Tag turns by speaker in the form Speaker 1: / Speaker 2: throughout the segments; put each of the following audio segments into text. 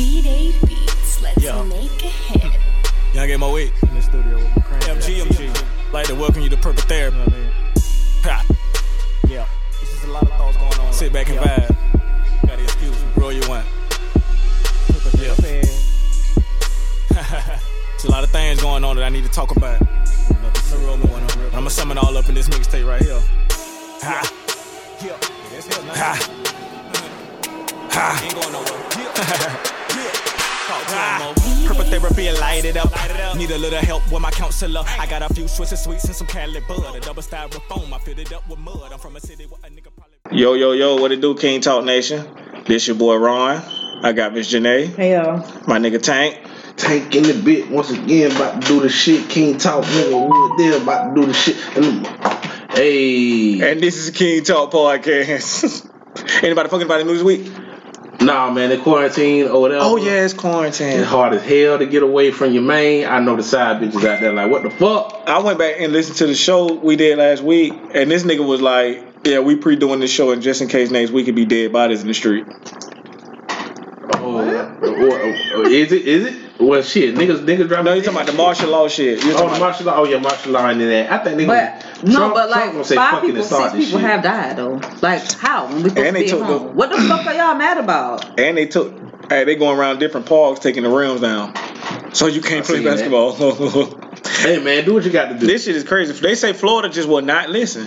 Speaker 1: B-Day Beats, let's
Speaker 2: Yo.
Speaker 1: make a hit.
Speaker 2: Young M08,
Speaker 3: in the studio with my crank.
Speaker 2: MGMG. Like to welcome you to Purple Therapy.
Speaker 3: You know what I mean?
Speaker 2: Ha.
Speaker 3: Yeah. It's just a lot of thoughts going on.
Speaker 2: Sit back and
Speaker 3: Yeah.
Speaker 2: vibe. Gotta excuse me. Roll your one.
Speaker 3: Put the
Speaker 2: Yeah.
Speaker 3: man.
Speaker 2: There's a lot of things going on that I need to talk about.
Speaker 3: Nothing
Speaker 2: Roll
Speaker 3: serious
Speaker 2: me
Speaker 3: going
Speaker 2: one
Speaker 3: on.
Speaker 2: up. And I'ma sum it all up in this mixtape right here. Ha.
Speaker 3: Yeah.
Speaker 2: Ha. Ha. Ah. Purple therapy and light it, up. Need a little help with my counselor. I got a few twists of sweets and some Cali bud. A double styrofoam, I filled it up with mud. I'm from a city where a nigga probably. Yo, yo, yo, what it do, King Talk Nation? This your boy Ron. I got Miss Janae,
Speaker 4: Hey y'all.
Speaker 2: my nigga Tank.
Speaker 5: Tank in the bit once again, about to do the shit. King talk, nigga, we were there, about to do the shit. And them- hey,
Speaker 2: And this is King Talk Podcast. Anybody fucking about the news week?
Speaker 5: nah, man, the quarantine or whatever.
Speaker 2: Oh, yeah, it's quarantine.
Speaker 5: it's hard as hell to get away from your main. I know the side bitches out there like, what the fuck?
Speaker 2: I went back and listened to the show we did last week, and this nigga was like, "Yeah, we pre doing this show, and just in case next week it be dead bodies in the street."
Speaker 5: Oh, or- or- is it? Is it? Well, shit, niggas, niggas driving.
Speaker 2: No, you talking about the martial law shit? You
Speaker 5: Oh,
Speaker 2: talking
Speaker 5: the
Speaker 2: about?
Speaker 5: martial law. Oh, yeah, martial law and that. I think niggas.
Speaker 4: But no,
Speaker 5: Trump-
Speaker 4: but
Speaker 5: Trump
Speaker 4: like
Speaker 5: gonna say
Speaker 4: five
Speaker 5: fuck it and
Speaker 4: people,
Speaker 5: start
Speaker 4: six
Speaker 5: this
Speaker 4: people
Speaker 5: shit.
Speaker 4: have died though. Like how? When we supposed
Speaker 2: And
Speaker 4: to
Speaker 2: they
Speaker 4: be at
Speaker 2: took
Speaker 4: home.
Speaker 2: the-
Speaker 4: what the fuck are y'all mad about?
Speaker 2: And they took, hey, they going around different parks taking the rims down, so you can't
Speaker 5: I
Speaker 2: play
Speaker 5: seen that.
Speaker 2: basketball.
Speaker 5: Hey, man, do what you got to do.
Speaker 2: this shit is crazy. They say Florida just will not listen.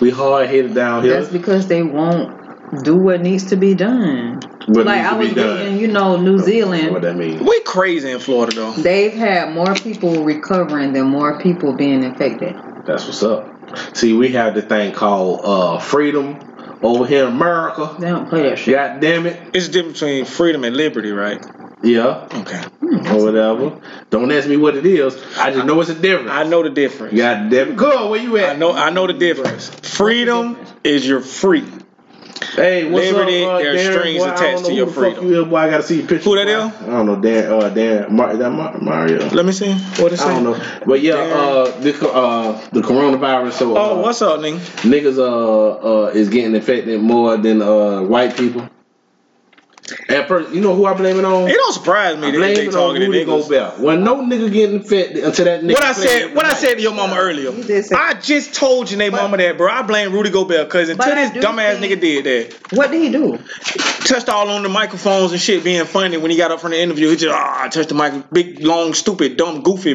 Speaker 5: we hard headed down here.
Speaker 4: That's because they won't do what needs to be done.
Speaker 5: What needs
Speaker 4: like
Speaker 5: to
Speaker 4: I
Speaker 5: be
Speaker 4: was
Speaker 5: done.
Speaker 4: reading, you know, New
Speaker 5: What
Speaker 4: Zealand.
Speaker 5: that mean?
Speaker 2: We crazy in Florida though.
Speaker 4: They've had more people recovering than more people being infected.
Speaker 5: That's what's up. See, we have the thing called uh, freedom over here in America.
Speaker 4: They don't play that shit.
Speaker 5: God damn it.
Speaker 2: It's the difference between freedom and liberty, right?
Speaker 5: Yeah,
Speaker 2: Okay.
Speaker 5: or whatever. Don't ask me what it is. I just know it's a difference.
Speaker 2: I know the difference.
Speaker 5: God damn it. Good, where you
Speaker 2: I
Speaker 5: at?
Speaker 2: know. I know the difference. Freedom is you're free.
Speaker 5: Hey, what's
Speaker 2: Liberty,
Speaker 5: up, uh,
Speaker 2: there's
Speaker 5: Darren?
Speaker 2: strings
Speaker 5: boy, I don't
Speaker 2: attached
Speaker 5: know
Speaker 2: to
Speaker 5: who
Speaker 2: your
Speaker 5: the
Speaker 2: freedom.
Speaker 5: Fuck you is, boy. I gotta see your picture.
Speaker 2: Who that
Speaker 5: boy.
Speaker 2: is?
Speaker 5: I don't know, Darren. Uh, Darren. Mar- is that Mar- Mario?
Speaker 2: Let me see. What it
Speaker 5: I don't
Speaker 2: say?
Speaker 5: know, but yeah, uh, the co- uh, the coronavirus. So, uh,
Speaker 2: Oh, what's up, nigga?
Speaker 5: niggas uh, uh is getting infected more than uh white people. At first, you know who I blame it on?
Speaker 2: It don't surprise me
Speaker 5: I
Speaker 2: that
Speaker 5: blame
Speaker 2: they
Speaker 5: it on
Speaker 2: talking to
Speaker 5: Rudy
Speaker 2: niggas.
Speaker 5: Gobert. When no nigga getting infected until that nigga.
Speaker 2: What I
Speaker 5: played
Speaker 2: said, what I
Speaker 5: tonight.
Speaker 2: said to your mama earlier.
Speaker 4: You did say-
Speaker 2: I just told your mama that, bro. I blame Rudy Gobert because
Speaker 4: But
Speaker 2: until
Speaker 4: I
Speaker 2: this
Speaker 4: do
Speaker 2: dumbass
Speaker 4: think-
Speaker 2: nigga did
Speaker 4: What did he do?
Speaker 2: that, touched all on the microphones and shit, being funny. When he got up from the interview, he just ah, I touched the mic, big, long, stupid, dumb, goofy,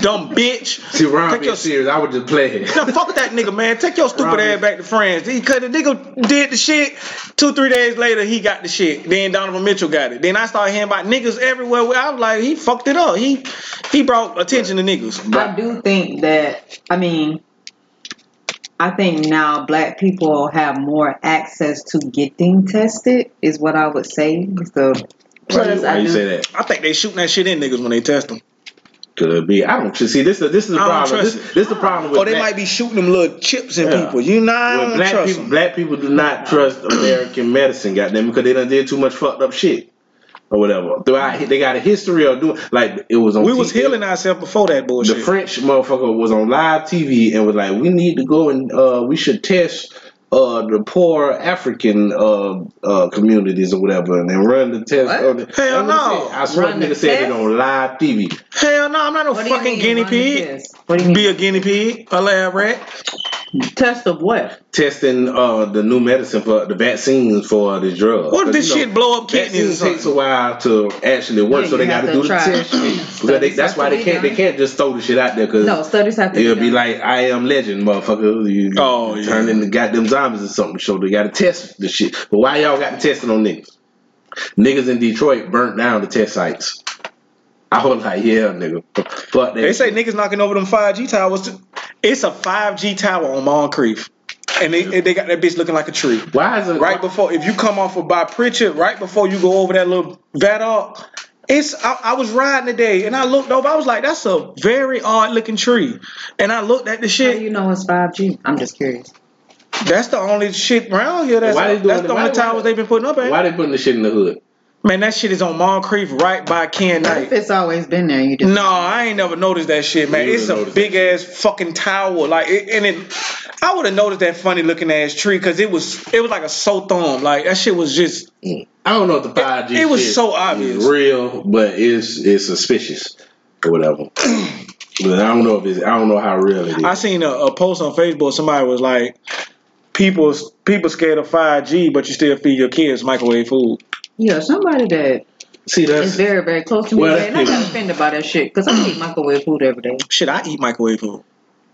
Speaker 2: dumb bitch.
Speaker 5: See, Ron
Speaker 2: Take
Speaker 5: being
Speaker 2: your
Speaker 5: serious, I would just play it.
Speaker 2: Now fuck that nigga, man. Take your stupid
Speaker 5: Robbie.
Speaker 2: ass back to France. Because the nigga did the shit. Two, three days later, he got the shit. Then Donovan Mitchell got it. Then I started hearing about niggas everywhere. I was like, he fucked it up. He he brought attention to niggas.
Speaker 4: I do think that I mean I think now black people have more access to getting tested is what I would say. So
Speaker 5: Why,
Speaker 4: plus
Speaker 5: you-
Speaker 4: I
Speaker 5: why you
Speaker 4: do-
Speaker 5: say that?
Speaker 2: I think they shooting that shit in niggas when they test them.
Speaker 5: Could be. I don't see. This is this is the
Speaker 2: I don't
Speaker 5: problem. This,
Speaker 2: trust it.
Speaker 5: this is the problem with
Speaker 2: Or they
Speaker 5: black,
Speaker 2: might be shooting them little chips in
Speaker 5: Yeah.
Speaker 2: people. You know, I
Speaker 5: with
Speaker 2: don't
Speaker 5: black
Speaker 2: trust
Speaker 5: people.
Speaker 2: 'em.
Speaker 5: Black people do not trust American medicine, goddamn, because they done did too much fucked up shit or whatever. Throughout, they got a history of doing like it was on.
Speaker 2: We was
Speaker 5: TV.
Speaker 2: healing ourselves before that
Speaker 5: the
Speaker 2: bullshit.
Speaker 5: French motherfucker was on live TV and was like, "We need to go and uh, we should test uh, the poor African uh, uh, communities or whatever, and then run the test."
Speaker 4: What?
Speaker 5: on the- That's what
Speaker 2: Hell no.
Speaker 5: it said. I swear,
Speaker 4: Run
Speaker 5: nigga
Speaker 4: the
Speaker 5: said
Speaker 4: test?
Speaker 5: it on live TV.
Speaker 2: Hell no, I'm not no
Speaker 4: What do you
Speaker 2: fucking
Speaker 4: mean,
Speaker 2: guinea
Speaker 4: run the
Speaker 2: pig.
Speaker 4: test? What do you
Speaker 2: Be
Speaker 4: mean?
Speaker 2: a guinea pig, a lab rat.
Speaker 4: Test of what?
Speaker 5: Testing uh, the new medicine for the vaccines for the drug.
Speaker 2: What
Speaker 5: 'Cause,
Speaker 2: if this
Speaker 5: you know,
Speaker 2: shit blow up
Speaker 5: Vaccines
Speaker 2: kidneys? or
Speaker 5: takes a
Speaker 2: something?
Speaker 5: while to actually work,
Speaker 4: Yeah,
Speaker 5: so they
Speaker 4: you
Speaker 5: got to
Speaker 4: have to
Speaker 5: do the
Speaker 4: try.
Speaker 5: test.
Speaker 4: So
Speaker 5: because they,
Speaker 4: this
Speaker 5: that's
Speaker 4: has
Speaker 5: why
Speaker 4: to
Speaker 5: they
Speaker 4: be
Speaker 5: can't they
Speaker 4: done.
Speaker 5: can't just throw the shit out there because
Speaker 4: No, studies have to
Speaker 5: It'll be
Speaker 4: done.
Speaker 5: like I am legend, motherfucker. You
Speaker 2: Oh,
Speaker 5: oh,
Speaker 2: yeah.
Speaker 5: turn into goddamn zombies or something. So they gotta test the shit. But why y'all got to testing on niggas? Niggas in Detroit burnt down the test sites. I was like, yeah, nigga. But
Speaker 2: They say niggas knocking over them 5G towers. too. It's a 5G tower on Moncrief. And they, they got that bitch looking like a tree.
Speaker 5: why is it
Speaker 2: Right before, if you come off of by Pritchard, right before you go over that little Vadog, it's I, I was riding today and I looked over. I was like, that's a very odd looking tree. And I looked at the
Speaker 4: How do
Speaker 2: shit.
Speaker 4: you know it's five G? I'm just curious.
Speaker 2: That's the only shit around here. That's
Speaker 5: Why they doing
Speaker 2: that's
Speaker 5: it?
Speaker 2: the
Speaker 5: Why
Speaker 2: only
Speaker 5: they-
Speaker 2: towers they've been putting up. At.
Speaker 5: Why they putting the shit in the hood?
Speaker 2: Man, that shit is on Moncrief right by Ken Knight.
Speaker 4: It's always been there. You just
Speaker 2: No, I ain't never noticed that shit, man.
Speaker 5: You
Speaker 2: It's a
Speaker 5: would've
Speaker 2: big ass fucking tower, like, it, and it. I would have noticed that funny looking ass tree because it was it was like a so thumb, like that shit was just.
Speaker 5: I don't know if the five G.
Speaker 2: it was so obvious.
Speaker 5: real, but it's it's suspicious or whatever. but I don't know if it's I don't know how real it is.
Speaker 2: I seen a, a post on Facebook. Somebody was like, "People, people scared of five G, but you still feed your kids microwave food."
Speaker 4: yeah. Somebody that
Speaker 5: See,
Speaker 4: is
Speaker 5: that's
Speaker 4: very very close to me,
Speaker 5: Well,
Speaker 4: and I got offended by that shit because I eat microwave food every day.
Speaker 2: Shit, I eat microwave food.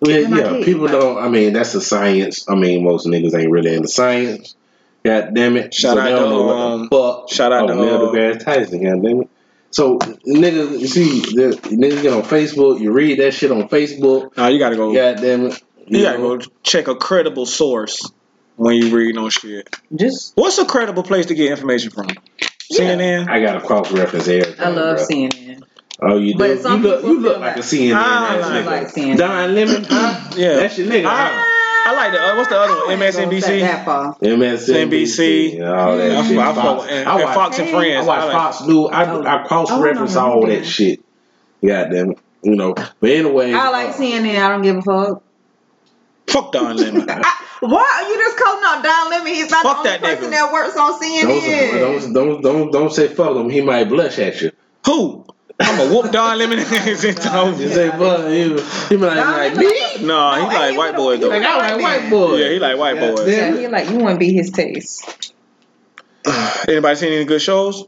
Speaker 5: yeah,
Speaker 4: my
Speaker 5: yeah,
Speaker 4: kid.
Speaker 5: people don't. I mean, that's the science. I mean, most niggas ain't really into science. God damn it!
Speaker 2: Shout out
Speaker 5: they
Speaker 2: to, um,
Speaker 5: fuck.
Speaker 2: shout out
Speaker 5: oh,
Speaker 2: to,
Speaker 5: Neil
Speaker 2: uh,
Speaker 5: deGrasse Tyson. God damn it! So niggas, you see, the, niggas get on Facebook. You read that shit on Facebook.
Speaker 2: Nah, you gotta go.
Speaker 5: God damn it!
Speaker 2: you gotta
Speaker 5: know?
Speaker 2: go check a credible source when you read on shit.
Speaker 4: Just
Speaker 2: What's a credible place to get information from? CNN.
Speaker 5: I got a cross reference everything.
Speaker 4: I love
Speaker 5: bro.
Speaker 4: CNN.
Speaker 5: Oh, you
Speaker 4: But
Speaker 5: do. You
Speaker 4: some
Speaker 5: look,
Speaker 4: people
Speaker 5: you look
Speaker 4: feel
Speaker 5: like a
Speaker 4: like-
Speaker 5: CNN
Speaker 2: I
Speaker 5: ass
Speaker 2: like
Speaker 5: nigga.
Speaker 4: like CNN.
Speaker 5: Don Lemon, huh?
Speaker 2: Yeah.
Speaker 5: That's your nigga. huh?
Speaker 2: I, I like the uh, what's the other one?
Speaker 4: I ain't gonna set
Speaker 2: MSNBC.
Speaker 4: That far.
Speaker 5: MSNBC, and all that
Speaker 2: I,
Speaker 5: shit.
Speaker 2: I,
Speaker 5: Fox.
Speaker 2: fuck with- and,
Speaker 5: I
Speaker 2: and
Speaker 5: watch,
Speaker 2: Fox and
Speaker 4: Hey.
Speaker 5: I
Speaker 2: Friends.
Speaker 5: watch
Speaker 2: I like-
Speaker 5: Fox News. Oh, I, I cross reference
Speaker 4: I don't
Speaker 5: all
Speaker 4: know.
Speaker 5: that shit. Goddamn it. You know. But anyway.
Speaker 4: I like
Speaker 5: uh,
Speaker 4: CNN. I don't give a fuck.
Speaker 2: Fuck Don Lemon.
Speaker 4: I, why are you just calling out Don Lemon? He's not
Speaker 2: Fuck
Speaker 4: the
Speaker 2: that
Speaker 4: only person
Speaker 2: nigga.
Speaker 4: that works on
Speaker 5: Don't, don't,
Speaker 4: CNN.
Speaker 5: don't, don't, don't say fuck him. He might blush at you.
Speaker 2: Who? I'm gonna whoop Don Lemon in his
Speaker 5: You
Speaker 2: over.
Speaker 5: say fuck him. He might
Speaker 4: Don
Speaker 5: like
Speaker 4: Lemon
Speaker 5: me.
Speaker 4: like
Speaker 2: Nah,
Speaker 4: a-
Speaker 2: he
Speaker 4: No,
Speaker 2: like
Speaker 4: he
Speaker 2: white
Speaker 4: would've-
Speaker 2: boys
Speaker 4: he
Speaker 2: though.
Speaker 5: Like,
Speaker 2: Yeah,
Speaker 5: I like white boy.
Speaker 2: he like white boys.
Speaker 4: Yeah, he like you wouldn't be his taste.
Speaker 2: Anybody seen any good shows?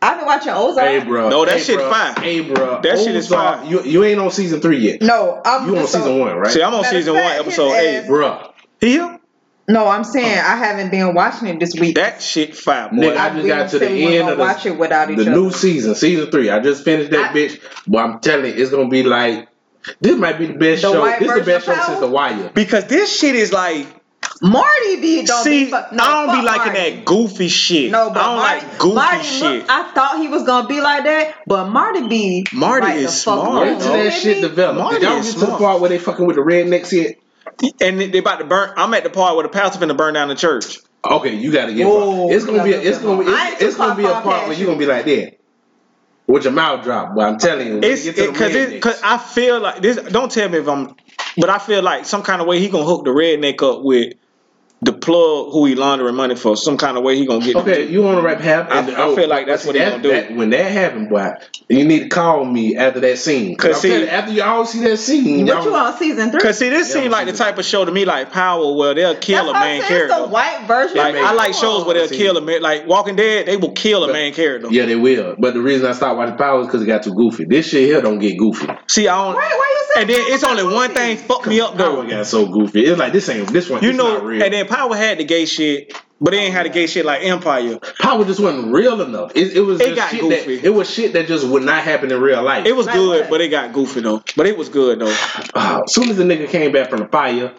Speaker 4: I've been watching Ozark.
Speaker 5: Hey, bro.
Speaker 2: No, that
Speaker 5: hey,
Speaker 2: shit
Speaker 5: bro.
Speaker 2: fine.
Speaker 5: Hey, bro.
Speaker 2: That shit is
Speaker 5: Ozark,
Speaker 2: fine.
Speaker 5: You, you ain't on season three yet.
Speaker 4: No, I'm
Speaker 5: You on
Speaker 4: so-
Speaker 5: season one, right?
Speaker 2: See, I'm on
Speaker 4: Matter of
Speaker 2: season
Speaker 4: fact,
Speaker 2: one,
Speaker 4: his
Speaker 2: episode
Speaker 4: ass-
Speaker 2: eight.
Speaker 5: Bruh,
Speaker 2: He up?
Speaker 4: No, I'm saying I haven't been watching it this week.
Speaker 2: That shit fire, boy.
Speaker 5: Nigga,
Speaker 4: I
Speaker 5: I just
Speaker 4: really
Speaker 5: got to the
Speaker 4: said we weren't
Speaker 5: end
Speaker 4: gonna
Speaker 5: of the,
Speaker 4: watch it without each
Speaker 5: the new
Speaker 4: other.
Speaker 5: season, season three. I just finished that
Speaker 4: I-
Speaker 5: bitch, but I'm telling you, it's gonna be like this might be the best
Speaker 4: The
Speaker 5: show.
Speaker 4: white
Speaker 5: This is the
Speaker 4: version
Speaker 5: best
Speaker 4: of
Speaker 5: show since
Speaker 4: Power?
Speaker 5: The Wire.
Speaker 2: Because this shit is like,
Speaker 4: Marty be don't
Speaker 2: see,
Speaker 4: be fuck, no,
Speaker 2: I don't
Speaker 4: fuck
Speaker 2: be liking
Speaker 4: Marty.
Speaker 2: that goofy shit.
Speaker 4: No, but
Speaker 2: I don't
Speaker 4: Marty,
Speaker 2: like goofy
Speaker 4: Marty
Speaker 2: shit.
Speaker 4: Look, I thought he was gonna be like that, but Marty be
Speaker 2: Marty
Speaker 4: right the
Speaker 2: is
Speaker 4: fuck
Speaker 2: smart,
Speaker 5: Wait
Speaker 2: dog.
Speaker 4: wrong.
Speaker 5: till
Speaker 4: You
Speaker 5: that
Speaker 4: with
Speaker 5: shit
Speaker 4: me?
Speaker 5: develop.
Speaker 2: Marty
Speaker 5: Did y'all
Speaker 2: is
Speaker 5: get to the
Speaker 2: smart.
Speaker 5: part where they fucking with the rednecks yet?
Speaker 2: and they about to burn. I'm at the part where the pastor finna burn down the church.
Speaker 5: Okay, you gotta get.
Speaker 4: Whoa.
Speaker 5: it's gonna be. A, it's gonna be.
Speaker 4: I ain't
Speaker 5: It's, it's
Speaker 4: too
Speaker 5: gonna be a
Speaker 4: far
Speaker 5: part
Speaker 4: past
Speaker 5: where you
Speaker 4: you.
Speaker 5: gonna be like that, with your mouth dropped. But I'm telling you, when
Speaker 2: It's
Speaker 5: you get to the
Speaker 2: because it,
Speaker 5: rednecks,
Speaker 2: cause I feel like this. Don't tell me if I'm, but I feel like some kind of way he gonna hook the redneck up with the plug who he laundering money for. Some kind of way he gonna get.
Speaker 5: Okay, you on the right path.
Speaker 2: I- I feel like that's what he
Speaker 5: that,
Speaker 2: gonna do.
Speaker 5: that- when that happened, boy, you need to call me after that scene.
Speaker 2: 'Cause
Speaker 5: Cause, I'm
Speaker 2: see-
Speaker 5: telling you, after you all see that scene,
Speaker 4: What
Speaker 5: y'all-
Speaker 4: you on season three?
Speaker 2: Cause see, this
Speaker 5: Yeah,
Speaker 2: seemed like the
Speaker 5: she-
Speaker 2: type of show to me like Power, where they'll
Speaker 4: That's
Speaker 2: kill a
Speaker 4: what I'm
Speaker 2: main
Speaker 4: saying, It's
Speaker 2: character.
Speaker 4: the white version.
Speaker 2: Like
Speaker 4: of
Speaker 2: I like
Speaker 4: it.
Speaker 2: shows where they'll
Speaker 5: See.
Speaker 2: kill a man. Like Walking Dead, they will kill a main character.
Speaker 5: Yeah, they will. But the reason I stopped watching Power is because it got too goofy. This shit here don't get goofy.
Speaker 2: See, I don't.
Speaker 4: Wait, why you say
Speaker 2: and then it's only one thing fucked me up
Speaker 5: Power
Speaker 2: though.
Speaker 5: got so goofy. It's like this ain't this one.
Speaker 2: You
Speaker 5: it's
Speaker 2: know,
Speaker 5: not real.
Speaker 2: and then Power had the gay shit, but they ain't had the gay shit like Empire.
Speaker 5: Power just wasn't real enough. It, it was
Speaker 2: It
Speaker 5: just
Speaker 2: got
Speaker 5: shit
Speaker 2: goofy.
Speaker 5: That, it was shit that just would not happen in real life.
Speaker 2: It was
Speaker 4: Like
Speaker 2: good,
Speaker 4: what?
Speaker 2: but it got goofy though. But it was good though.
Speaker 5: Ah, soon as the nigga came back from the fire,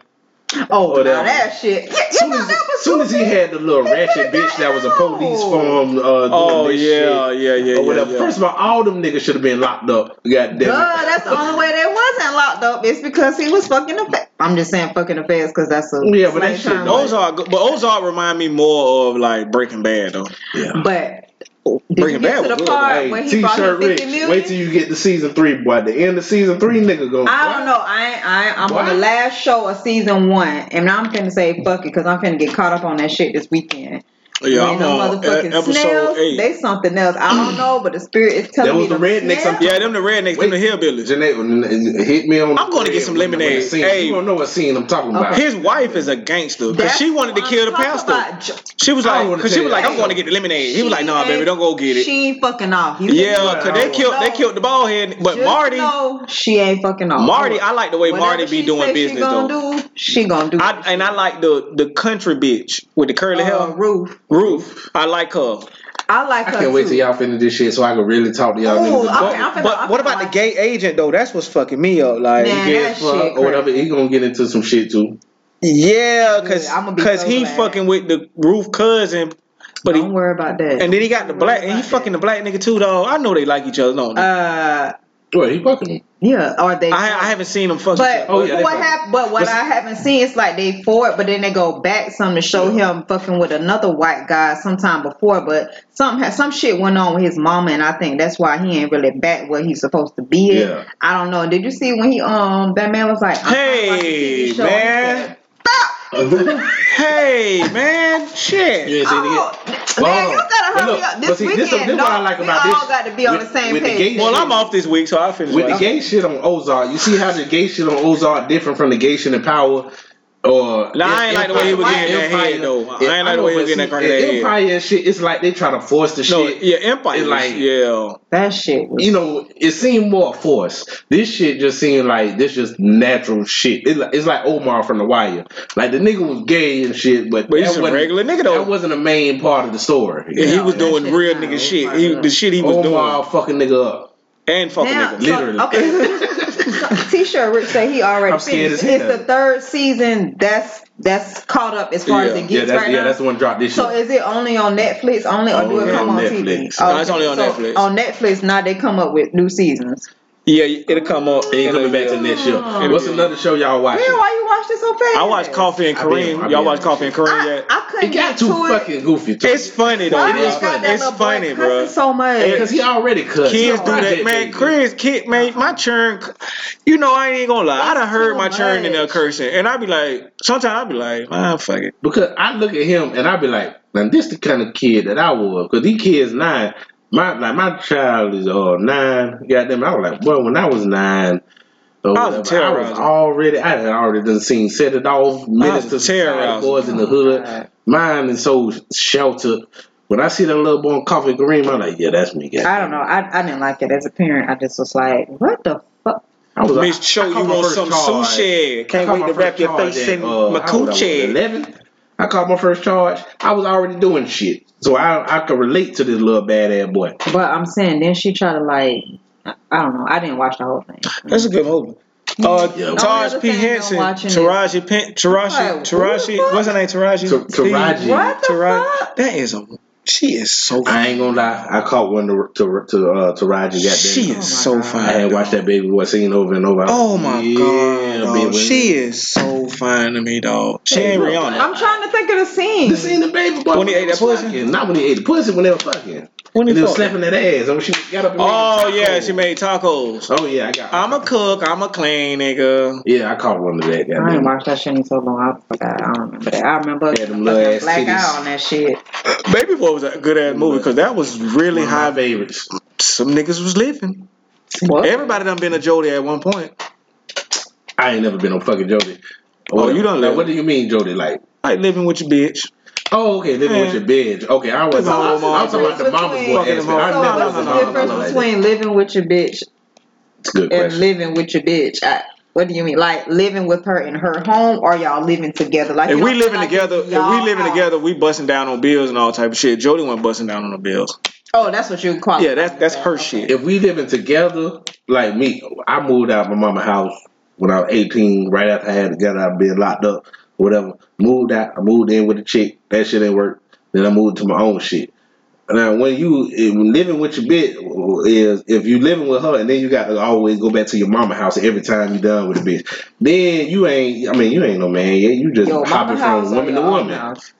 Speaker 4: Oh,
Speaker 5: Oh,
Speaker 4: now
Speaker 5: that
Speaker 4: that, shit. Yeah, you
Speaker 5: soon
Speaker 4: know
Speaker 5: as,
Speaker 4: that was
Speaker 5: soon as he
Speaker 4: goofy.
Speaker 5: had the little
Speaker 4: He
Speaker 5: ratchet
Speaker 4: could've
Speaker 5: bitch that was a
Speaker 4: got out.
Speaker 5: police form. Uh, doing
Speaker 2: Oh
Speaker 5: this
Speaker 2: yeah,
Speaker 5: shit.
Speaker 2: yeah, yeah,
Speaker 5: or
Speaker 2: yeah,
Speaker 5: whatever.
Speaker 2: yeah.
Speaker 5: First of all, all them niggas should have been locked up. God damn it.
Speaker 4: Duh, that's the only way they wasn't locked up is because he was fucking the fa- I'm just saying fucking the feds because that's a
Speaker 5: Yeah, but that
Speaker 4: slang
Speaker 5: shit
Speaker 4: term.
Speaker 5: don't-
Speaker 2: Ozark, but Ozark remind me more of like Breaking Bad though.
Speaker 4: But did
Speaker 2: Breaking
Speaker 4: you get
Speaker 2: Bad
Speaker 4: to
Speaker 2: was
Speaker 4: the
Speaker 2: good,
Speaker 4: part
Speaker 5: Hey,
Speaker 4: where he brought
Speaker 5: T-shirt
Speaker 4: him
Speaker 5: Rich,
Speaker 4: 50 million?
Speaker 5: wait till you get to season three, boy. The end of season three, nigga, go.
Speaker 4: I don't know. I ain't, I ain't- I'm on the
Speaker 5: What?
Speaker 4: last show of season one, and I'm finna say fuck it because I'm finna get caught up on that shit this weekend.
Speaker 2: Yeah,
Speaker 4: when
Speaker 2: I'm
Speaker 4: them
Speaker 2: on e-
Speaker 4: motherfucking
Speaker 2: episode
Speaker 4: snails,
Speaker 2: eight.
Speaker 4: they something else. I don't know, but the spirit is telling
Speaker 5: That was
Speaker 4: me
Speaker 5: the
Speaker 4: them
Speaker 5: rednecks I'm
Speaker 4: snails-
Speaker 2: yeah, them the rednecks, them the hillbillies.
Speaker 5: Janae, hit me on.
Speaker 2: I'm gonna get some lemonade. Hey.
Speaker 5: you gonna know what scene I'm talking about?
Speaker 2: His wife is a gangster because
Speaker 4: That's
Speaker 2: she wanted to
Speaker 4: who
Speaker 2: kill
Speaker 4: I'm
Speaker 2: the
Speaker 4: talking
Speaker 2: pastor.
Speaker 4: about. J-
Speaker 2: She was
Speaker 5: I
Speaker 2: like,
Speaker 5: don't wanna
Speaker 2: because she
Speaker 5: tell
Speaker 2: was
Speaker 5: you
Speaker 2: like,
Speaker 5: that.
Speaker 2: I'm going to get the lemonade. He was like, Nah,
Speaker 4: ain't-
Speaker 2: baby, don't go get it.
Speaker 4: She ain't fucking off. You can-
Speaker 2: Yeah,
Speaker 5: I
Speaker 2: because they
Speaker 5: don't
Speaker 2: killed they
Speaker 4: know.
Speaker 2: killed the bald head. But
Speaker 4: Just
Speaker 2: Marty,
Speaker 4: know she ain't fucking off.
Speaker 2: Marty, I like the way Marty be
Speaker 4: she
Speaker 2: doing
Speaker 4: say
Speaker 2: business,
Speaker 4: she gonna
Speaker 2: though.
Speaker 4: Do, she gonna do.
Speaker 2: I and I like the the country bitch with the curly
Speaker 4: uh,
Speaker 2: hair.
Speaker 4: Ruth.
Speaker 2: Roof. I like her.
Speaker 4: I like
Speaker 5: I
Speaker 4: her.
Speaker 5: can't wait
Speaker 4: too.
Speaker 5: till y'all finish this shit so I can really talk to y'all niggas
Speaker 4: Ooh,
Speaker 5: about
Speaker 4: okay, I'm finna-
Speaker 2: But
Speaker 4: I'm
Speaker 2: what
Speaker 4: finna
Speaker 2: about the
Speaker 4: watch-
Speaker 2: gay agent though? That's what's fucking me up. Like,
Speaker 4: Man,
Speaker 5: it.
Speaker 4: that shit.
Speaker 5: or whatever. He gonna get into some shit too.
Speaker 2: yeah,
Speaker 4: Good,
Speaker 2: cause
Speaker 4: I'ma be
Speaker 2: cause
Speaker 4: so
Speaker 2: he
Speaker 4: glad.
Speaker 2: fucking with the roof cousin, but he,
Speaker 4: Don't worry about that.
Speaker 2: and then he got the
Speaker 4: Don't worry
Speaker 2: black and he
Speaker 4: about
Speaker 2: fucking the black nigga too though. I know they like each other. No,
Speaker 4: that. Uh,
Speaker 5: Well, he fucking him.
Speaker 4: Yeah, or they.
Speaker 2: I, I haven't seen him fucking.
Speaker 4: But
Speaker 5: Oh, yeah, they
Speaker 4: what
Speaker 5: fucking-
Speaker 4: hap- But what
Speaker 5: Listen-
Speaker 4: I haven't seen, it's like they forward, but then they go back some to show him fucking with another white guy sometime before. But some ha- some shit went on with his mama, and I think that's why he ain't really back where he's supposed to be. at.
Speaker 5: Yeah.
Speaker 4: I don't know. Did you see when he um that man was like, I'm trying to watch the
Speaker 2: Hey
Speaker 4: TV show, and he
Speaker 2: man.
Speaker 4: said, Stop!
Speaker 2: Hey man. Shit.
Speaker 5: You ain't seen it yet?
Speaker 4: Oh, man,
Speaker 5: Well,
Speaker 4: you gotta
Speaker 5: but
Speaker 4: hurry
Speaker 5: look,
Speaker 4: up.
Speaker 5: but
Speaker 4: This
Speaker 5: see,
Speaker 4: weekend,
Speaker 5: this- this
Speaker 4: no,
Speaker 5: what I like
Speaker 4: we
Speaker 5: about
Speaker 4: all
Speaker 5: this.
Speaker 4: gotta be on
Speaker 5: With-
Speaker 4: the same
Speaker 5: with the
Speaker 4: page.
Speaker 5: gay
Speaker 2: Well, I'm off this week, so I'll finish.
Speaker 5: With
Speaker 2: what
Speaker 5: the
Speaker 2: I-
Speaker 5: gay shit on Ozark, you see how the gay shit on Ozark different from the gay shit in Power. Or
Speaker 2: Nah, I ain't like the way he was getting that
Speaker 5: Empire.
Speaker 2: head, though. I ain't like the
Speaker 5: know,
Speaker 2: way he
Speaker 5: but
Speaker 2: was getting that
Speaker 5: see,
Speaker 2: crack head.
Speaker 5: Empire and shit, it's like they trying to force the
Speaker 2: No,
Speaker 5: shit.
Speaker 2: yeah, Empire.
Speaker 5: It's
Speaker 2: like,
Speaker 5: like-
Speaker 2: yeah.
Speaker 4: that shit was
Speaker 5: you know, it seemed more forced. This shit just seemed like this just natural shit. It, li- it's like Omar from The Wire. Like the nigga was gay and shit, but,
Speaker 2: But he's
Speaker 5: that
Speaker 2: a
Speaker 5: wasn't-
Speaker 2: regular nigga, though.
Speaker 5: That wasn't a main part of the story.
Speaker 2: Yeah, he
Speaker 4: No,
Speaker 2: was
Speaker 4: that
Speaker 2: doing
Speaker 4: shit
Speaker 2: real
Speaker 4: is
Speaker 2: nigga
Speaker 4: not
Speaker 2: shit.
Speaker 4: over.
Speaker 2: He, the shit he was
Speaker 5: Omar
Speaker 2: doing
Speaker 5: fucking nigga up.
Speaker 2: and fucking
Speaker 4: Now,
Speaker 2: nigga.
Speaker 4: so-
Speaker 5: literally.
Speaker 4: okay. T-shirt Rich say he already
Speaker 5: I'm scared
Speaker 4: finished.
Speaker 5: as hell.
Speaker 4: It's the third season that's that's caught up as far
Speaker 2: Yeah.
Speaker 4: as it gets
Speaker 5: Yeah, that's
Speaker 4: right
Speaker 5: yeah,
Speaker 4: now.
Speaker 5: that's the one drop this
Speaker 4: so
Speaker 5: shit.
Speaker 4: is it only on Netflix only or do
Speaker 5: Only
Speaker 4: it come
Speaker 5: on
Speaker 4: on
Speaker 5: Netflix.
Speaker 4: TV?
Speaker 2: No, it's only on
Speaker 4: so
Speaker 2: Netflix.
Speaker 4: On Netflix now they come up with new seasons.
Speaker 2: Yeah, it'll come up.
Speaker 5: It ain't coming back till next year. What's another show y'all watching?
Speaker 4: Man, why you watch this so fast?
Speaker 2: I watched Coffee and
Speaker 5: I been- I
Speaker 2: Kareem.
Speaker 5: been
Speaker 2: Y'all
Speaker 5: on
Speaker 2: watch
Speaker 5: that
Speaker 2: Coffee and Kareem
Speaker 4: I,
Speaker 2: yet?
Speaker 4: I couldn't
Speaker 5: It got
Speaker 4: get
Speaker 5: too
Speaker 4: to
Speaker 5: fucking goofy. Too.
Speaker 2: It's funny though.
Speaker 4: Why
Speaker 5: It
Speaker 2: bro.
Speaker 4: they
Speaker 5: is
Speaker 4: got that
Speaker 5: funny.
Speaker 2: It's
Speaker 4: little boy
Speaker 2: funny,
Speaker 4: cussing
Speaker 2: bro.
Speaker 4: So much.
Speaker 5: because he already cussed.
Speaker 2: Kids do that,
Speaker 5: Project
Speaker 2: man.
Speaker 5: nigga.
Speaker 2: Chris, kid, man, my churn. You know, I ain't gonna lie. I done
Speaker 4: That's
Speaker 2: heard
Speaker 4: too
Speaker 2: my churn in there
Speaker 4: much.
Speaker 2: cursing, and I be like, sometimes I be like, ah, fuck it.
Speaker 5: Because I look at him and I be like, now this the kind of kid that I was. Because these kids nine. My like my child is uh nine. Goddamn, I was like, boy, when I was nine. or
Speaker 2: I was
Speaker 5: whatever,
Speaker 2: a
Speaker 5: I was
Speaker 2: terrorizer.
Speaker 5: already, I had already done seen set it off,
Speaker 2: a
Speaker 5: minister, society,
Speaker 2: terrorizer.
Speaker 5: boys in the
Speaker 4: Oh,
Speaker 5: hood,
Speaker 4: God.
Speaker 5: mine and so sheltered. When I see that little boy in coffee green, I'm like, yeah, that's me.
Speaker 4: I don't know. I, I didn't like it as a parent. I just was like, what the fuck?
Speaker 5: I was
Speaker 2: Miss Cho,
Speaker 5: I caught
Speaker 2: you
Speaker 5: my
Speaker 2: want
Speaker 5: first
Speaker 2: some
Speaker 5: charge.
Speaker 2: sushi?
Speaker 5: I
Speaker 2: Can't
Speaker 5: caught
Speaker 2: wait
Speaker 5: my
Speaker 2: to
Speaker 5: first
Speaker 2: wrap your
Speaker 5: charge
Speaker 2: face
Speaker 5: at,
Speaker 2: in
Speaker 5: uh,
Speaker 2: my
Speaker 5: I was- I was
Speaker 2: coochie.
Speaker 5: 11. I caught my first charge. I was already doing shit. So I I could relate to this little bad ass boy.
Speaker 4: But I'm saying then she tried to like I- I don't know. I didn't watch the whole thing.
Speaker 2: That's a good movie. Uh,
Speaker 5: Yeah, well-
Speaker 2: Taj P.
Speaker 4: Only other thing I'm
Speaker 2: Henson,
Speaker 4: watching is-
Speaker 2: Taraji, P- Taraji,
Speaker 4: What? Who the
Speaker 2: Taraji,
Speaker 4: fuck?
Speaker 2: what's her name? Taraji,
Speaker 5: Ta- Taraji.
Speaker 2: P.
Speaker 4: What the
Speaker 2: Taraji.
Speaker 4: fuck?
Speaker 2: That is a. She is so.
Speaker 5: I ain't gonna lie. I caught one to to to uh, to Roger. Goddamn,
Speaker 2: She
Speaker 4: Oh my
Speaker 2: is so
Speaker 4: God.
Speaker 2: fine.
Speaker 5: I had
Speaker 2: dog.
Speaker 5: watched that baby boy singing over and over.
Speaker 2: Oh my
Speaker 5: Yeah,
Speaker 2: god,
Speaker 5: baby.
Speaker 2: dog. she is so fine to me, dog. She
Speaker 5: Hey,
Speaker 2: ain't
Speaker 5: look,
Speaker 2: Rihanna.
Speaker 4: I'm trying to think of the scene.
Speaker 5: This ain't the baby boy.
Speaker 2: When he
Speaker 5: they
Speaker 2: ate that
Speaker 5: was
Speaker 2: pussy?
Speaker 5: fucking. Not when he ate the pussy. When they were fucking.
Speaker 2: When he
Speaker 5: And they were
Speaker 2: fucking?
Speaker 5: slapping that ass. And when she got up. And
Speaker 2: Oh
Speaker 5: made the
Speaker 2: yeah,
Speaker 5: taco.
Speaker 2: she made tacos.
Speaker 5: Oh yeah, I got.
Speaker 2: I'm a cook. I'm a clean nigga.
Speaker 5: yeah, I caught one of that.
Speaker 4: I
Speaker 5: Goddamn.
Speaker 4: didn't watch that shit in so long. I forgot. I don't remember that. I remember
Speaker 5: Yeah, them little
Speaker 4: fucking
Speaker 5: ass
Speaker 4: black
Speaker 5: titties.
Speaker 4: eye on that shit.
Speaker 2: Baby Boy was a good ass movie because that was
Speaker 5: One
Speaker 2: really
Speaker 4: Mm-hmm.
Speaker 5: of my
Speaker 2: high.
Speaker 5: favorites.
Speaker 2: Some niggas was living.
Speaker 4: What?
Speaker 2: Everybody done been a Jody at one point.
Speaker 5: I ain't never been no fucking Jody.
Speaker 2: Oh, you done
Speaker 5: Now,
Speaker 2: lived.
Speaker 5: What do you mean, Jody? Like,
Speaker 2: Like living with your bitch.
Speaker 5: oh, okay, living
Speaker 2: Yeah.
Speaker 5: with your bitch. Okay, I was.
Speaker 2: So
Speaker 5: I was
Speaker 2: what's
Speaker 5: talking about the mama's boy aspect. I
Speaker 2: between- so
Speaker 4: So
Speaker 5: never
Speaker 4: what's
Speaker 5: was
Speaker 4: the
Speaker 5: a
Speaker 2: no, no, no,
Speaker 5: mama's boy
Speaker 4: difference
Speaker 5: like that.
Speaker 4: between living with your bitch
Speaker 5: It's a good
Speaker 4: and
Speaker 5: question.
Speaker 4: living with your bitch? I, what do you mean? Like living with her in her home, or y'all living together? Like
Speaker 2: If
Speaker 4: you
Speaker 2: we
Speaker 4: don't
Speaker 2: living
Speaker 4: like
Speaker 2: together,
Speaker 4: it's
Speaker 2: if
Speaker 4: y'all
Speaker 2: we living
Speaker 4: house.
Speaker 2: together, we busting down on bills and all type of shit. Jody wasn't busting down on the bills.
Speaker 4: Oh, that's what you call.
Speaker 2: Yeah, that's that's her shit.
Speaker 5: if we living together, like me, I moved out of my mama's house when I was 18, right after I had to get out of bed locked up, whatever. Moved out, I moved in with a chick. That shit ain't work. Then I moved to my own shit. Now, when you if living with your bitch is if you living with her, and then you got to always go back to your mama house every time you done with a bitch. Then you ain't. I mean, you ain't no man yet. You just
Speaker 4: Yo, mama
Speaker 5: hopping
Speaker 4: house
Speaker 5: from
Speaker 4: or
Speaker 5: woman to
Speaker 4: your own
Speaker 5: woman.
Speaker 4: house?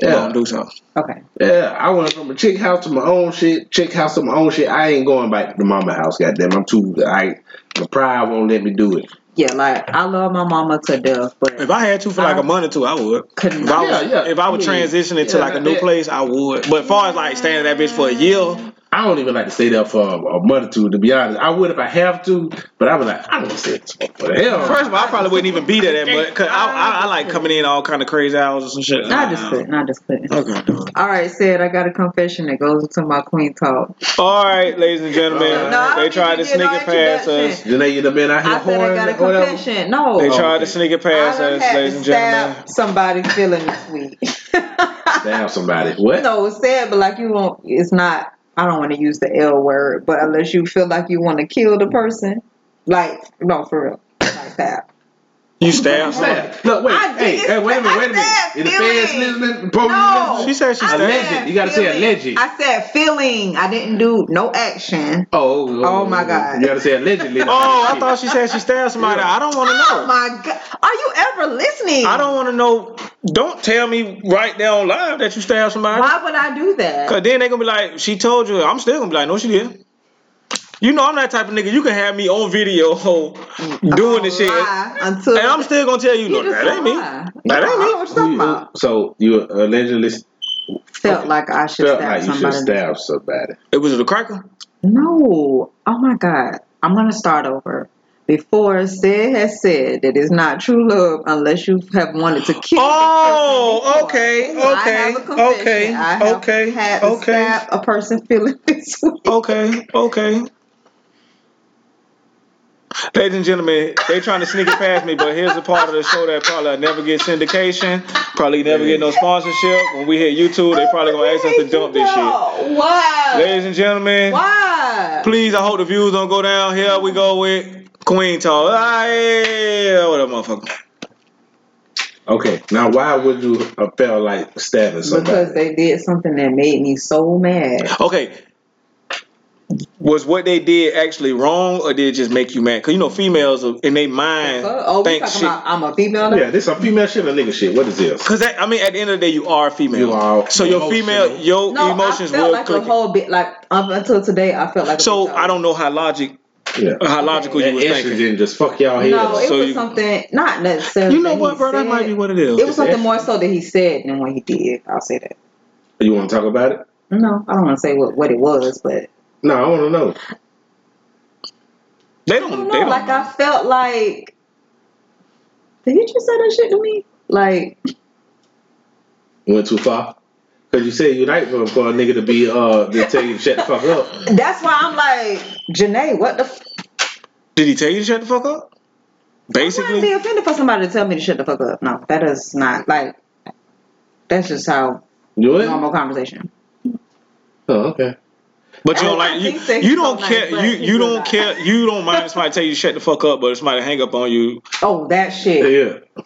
Speaker 2: Come
Speaker 5: Yeah,
Speaker 2: on, do so.
Speaker 4: Okay.
Speaker 5: yeah, I went from a chick house to my own shit, chick house to my own shit. I ain't going back to the mama house, goddamn. I'm too, I, the pride won't let me do it.
Speaker 4: Yeah, like I love my mama to death, but
Speaker 2: If I had to for like a month or two, I would.
Speaker 4: Couldn't-
Speaker 2: If I was,
Speaker 5: Yeah, yeah.
Speaker 2: If I would
Speaker 5: I mean,
Speaker 2: transition into
Speaker 5: yeah,
Speaker 2: like a
Speaker 5: not
Speaker 2: new
Speaker 5: that.
Speaker 2: place, I would. But as far as like staying at that bitch for a year,
Speaker 5: I don't even like to stay there for a, a month or two, to be honest. I would if I have to, but I was like, I don't want to stay this for the hell.
Speaker 2: first of all, I probably wouldn't even be there that much. Cause I, I, I like coming in all kind of crazy hours and shit.
Speaker 4: I just couldn't. I just couldn't.
Speaker 2: Okay, dog.
Speaker 4: All right, said I got a confession that goes into my queen talk.
Speaker 2: All right, ladies and gentlemen,
Speaker 5: No,
Speaker 4: I
Speaker 2: they
Speaker 4: don't
Speaker 2: tried to
Speaker 4: need to
Speaker 2: sneak
Speaker 4: get
Speaker 2: it
Speaker 4: no
Speaker 2: past us.
Speaker 4: introduction.
Speaker 5: Then they, the man, I hear
Speaker 4: I said I
Speaker 5: horn
Speaker 4: got a
Speaker 5: or whatever.
Speaker 4: confession. No,
Speaker 2: They
Speaker 5: Oh,
Speaker 2: tried
Speaker 5: okay.
Speaker 2: to sneak it
Speaker 4: I
Speaker 2: past
Speaker 4: done
Speaker 2: us,
Speaker 4: had
Speaker 2: ladies
Speaker 4: to
Speaker 2: and
Speaker 4: stab
Speaker 2: gentlemen.
Speaker 4: somebody feeling this week.
Speaker 5: Damn somebody. What?
Speaker 4: no, it's sad, but like you won't. It's not. I don't want to use the L word, but unless you feel like you want to kill the person, like no, for real, like that.
Speaker 2: You stabbed her?
Speaker 5: Stab. Look, wait,
Speaker 4: I
Speaker 5: hey,
Speaker 4: did-
Speaker 5: hey, wait a minute,
Speaker 4: I
Speaker 5: wait a minute.
Speaker 4: said
Speaker 5: If the feds
Speaker 4: feeling.
Speaker 5: listening, police
Speaker 4: No.
Speaker 5: listening,
Speaker 2: Oh, She said she
Speaker 4: I
Speaker 2: stabbed.
Speaker 5: Alleged. You gotta say
Speaker 4: feeling.
Speaker 5: alleged.
Speaker 4: I said feeling. I didn't do no action.
Speaker 5: Oh,
Speaker 4: Oh, my God.
Speaker 5: You gotta say allegedly.
Speaker 2: Oh, I thought she said she stabbed somebody. I don't want to
Speaker 4: Oh
Speaker 2: know.
Speaker 4: my god! Are you ever listening?
Speaker 2: I don't want to know. Don't tell me right there on live that you stabbed somebody.
Speaker 4: Why would I do that?
Speaker 2: Cause then they gonna be like, she told you. I'm still gonna be like, no, she didn't. You know, I'm that type of nigga. You can have me on video doing the
Speaker 4: Don't
Speaker 2: shit, and
Speaker 4: lie Oh, Until
Speaker 2: I'm still gonna tell you, no,
Speaker 4: just
Speaker 2: that ain't me.
Speaker 4: lie.
Speaker 2: That ain't
Speaker 4: I don't know
Speaker 2: me.
Speaker 4: what you're talking about.
Speaker 5: So you allegedly
Speaker 4: Felt like I should
Speaker 5: felt
Speaker 4: stab
Speaker 5: like you should
Speaker 4: somebody.
Speaker 5: stab somebody.
Speaker 2: It was the cracker.
Speaker 4: No. Oh my God. I'm going to start over. Before said has said that it's not true love unless you have wanted to kill. the
Speaker 2: Oh,
Speaker 4: person before.
Speaker 2: okay,
Speaker 4: So I have
Speaker 2: okay,
Speaker 4: a confession.
Speaker 2: okay,
Speaker 4: I have
Speaker 2: okay,
Speaker 4: had to
Speaker 2: okay.
Speaker 4: stab a person feeling this way.
Speaker 2: Okay, okay. Ladies and gentlemen, they trying to sneak it past me, but here's a part of the show that probably never get syndication, probably never get no sponsorship. When we hit YouTube, Oh, they probably gonna ask us to dump this shit.
Speaker 4: Why?
Speaker 2: Ladies and gentlemen,
Speaker 4: Why?
Speaker 2: please, I hope the views don't go down. Here we go with Queen Talk. Ah, yeah, what up, motherfucker?
Speaker 5: Okay, now why would you uh, felt like stabbing
Speaker 4: Because
Speaker 5: somebody?
Speaker 4: they did something that made me so mad.
Speaker 2: Okay. Was what they did actually wrong, or did it just make you mad? Cause you know females are- in their mind
Speaker 4: Oh, we
Speaker 2: think
Speaker 4: talking
Speaker 2: shit.
Speaker 4: about I'm a female. now?
Speaker 5: yeah, this some female shit or nigga shit. What is this?
Speaker 2: Cause that, I mean, at the end of the day, you are a female.
Speaker 5: You are
Speaker 2: So your
Speaker 5: emotional.
Speaker 2: female, your
Speaker 4: No,
Speaker 2: emotions
Speaker 4: I felt
Speaker 2: will
Speaker 4: like
Speaker 2: click.
Speaker 4: a whole bit. Like up until today, I felt like. A
Speaker 2: so
Speaker 4: bitch
Speaker 2: I don't know how logic,
Speaker 5: Yeah.
Speaker 2: how logical
Speaker 5: That
Speaker 2: Uh, you was thinking.
Speaker 5: estrogen just fuck y'all head
Speaker 4: No,
Speaker 5: up.
Speaker 4: it
Speaker 2: So
Speaker 4: was
Speaker 2: you-
Speaker 4: something not necessarily.
Speaker 2: You know
Speaker 4: that he
Speaker 2: what, bro? That
Speaker 4: said.
Speaker 2: might be what it is.
Speaker 4: It was something
Speaker 5: It's
Speaker 4: more so that he said than what he did. I'll say that.
Speaker 5: You want to talk about it?
Speaker 4: No, I don't want to say what, what it was, but
Speaker 5: No, I want to know.
Speaker 2: They
Speaker 4: I
Speaker 2: don't.
Speaker 4: don't
Speaker 2: they
Speaker 4: know.
Speaker 2: don't.
Speaker 4: Like
Speaker 2: know.
Speaker 4: I felt like, did he just say that shit to me? Like
Speaker 5: Went too far. Cause you said you like for, for a nigga to be uh to tell you to shut the fuck up.
Speaker 4: that's why I'm like Janae. What the? F-
Speaker 2: Did he tell you to shut the fuck up?
Speaker 4: I wouldn't be
Speaker 2: Basically,
Speaker 4: offended for somebody to tell me to shut the fuck up. No, that is not like. That's just how
Speaker 5: Do it.
Speaker 4: normal conversation.
Speaker 5: Oh, okay.
Speaker 2: but you
Speaker 4: I-
Speaker 2: don't
Speaker 4: I
Speaker 2: like
Speaker 4: think that
Speaker 2: you.
Speaker 4: he's
Speaker 2: You don't
Speaker 4: so nice,
Speaker 2: care.
Speaker 4: but
Speaker 2: you
Speaker 4: he's
Speaker 2: you
Speaker 4: not.
Speaker 2: don't care. You don't mind if somebody tell you to shut the fuck up, but if somebody hang up on you.
Speaker 4: Oh, that shit
Speaker 5: Yeah.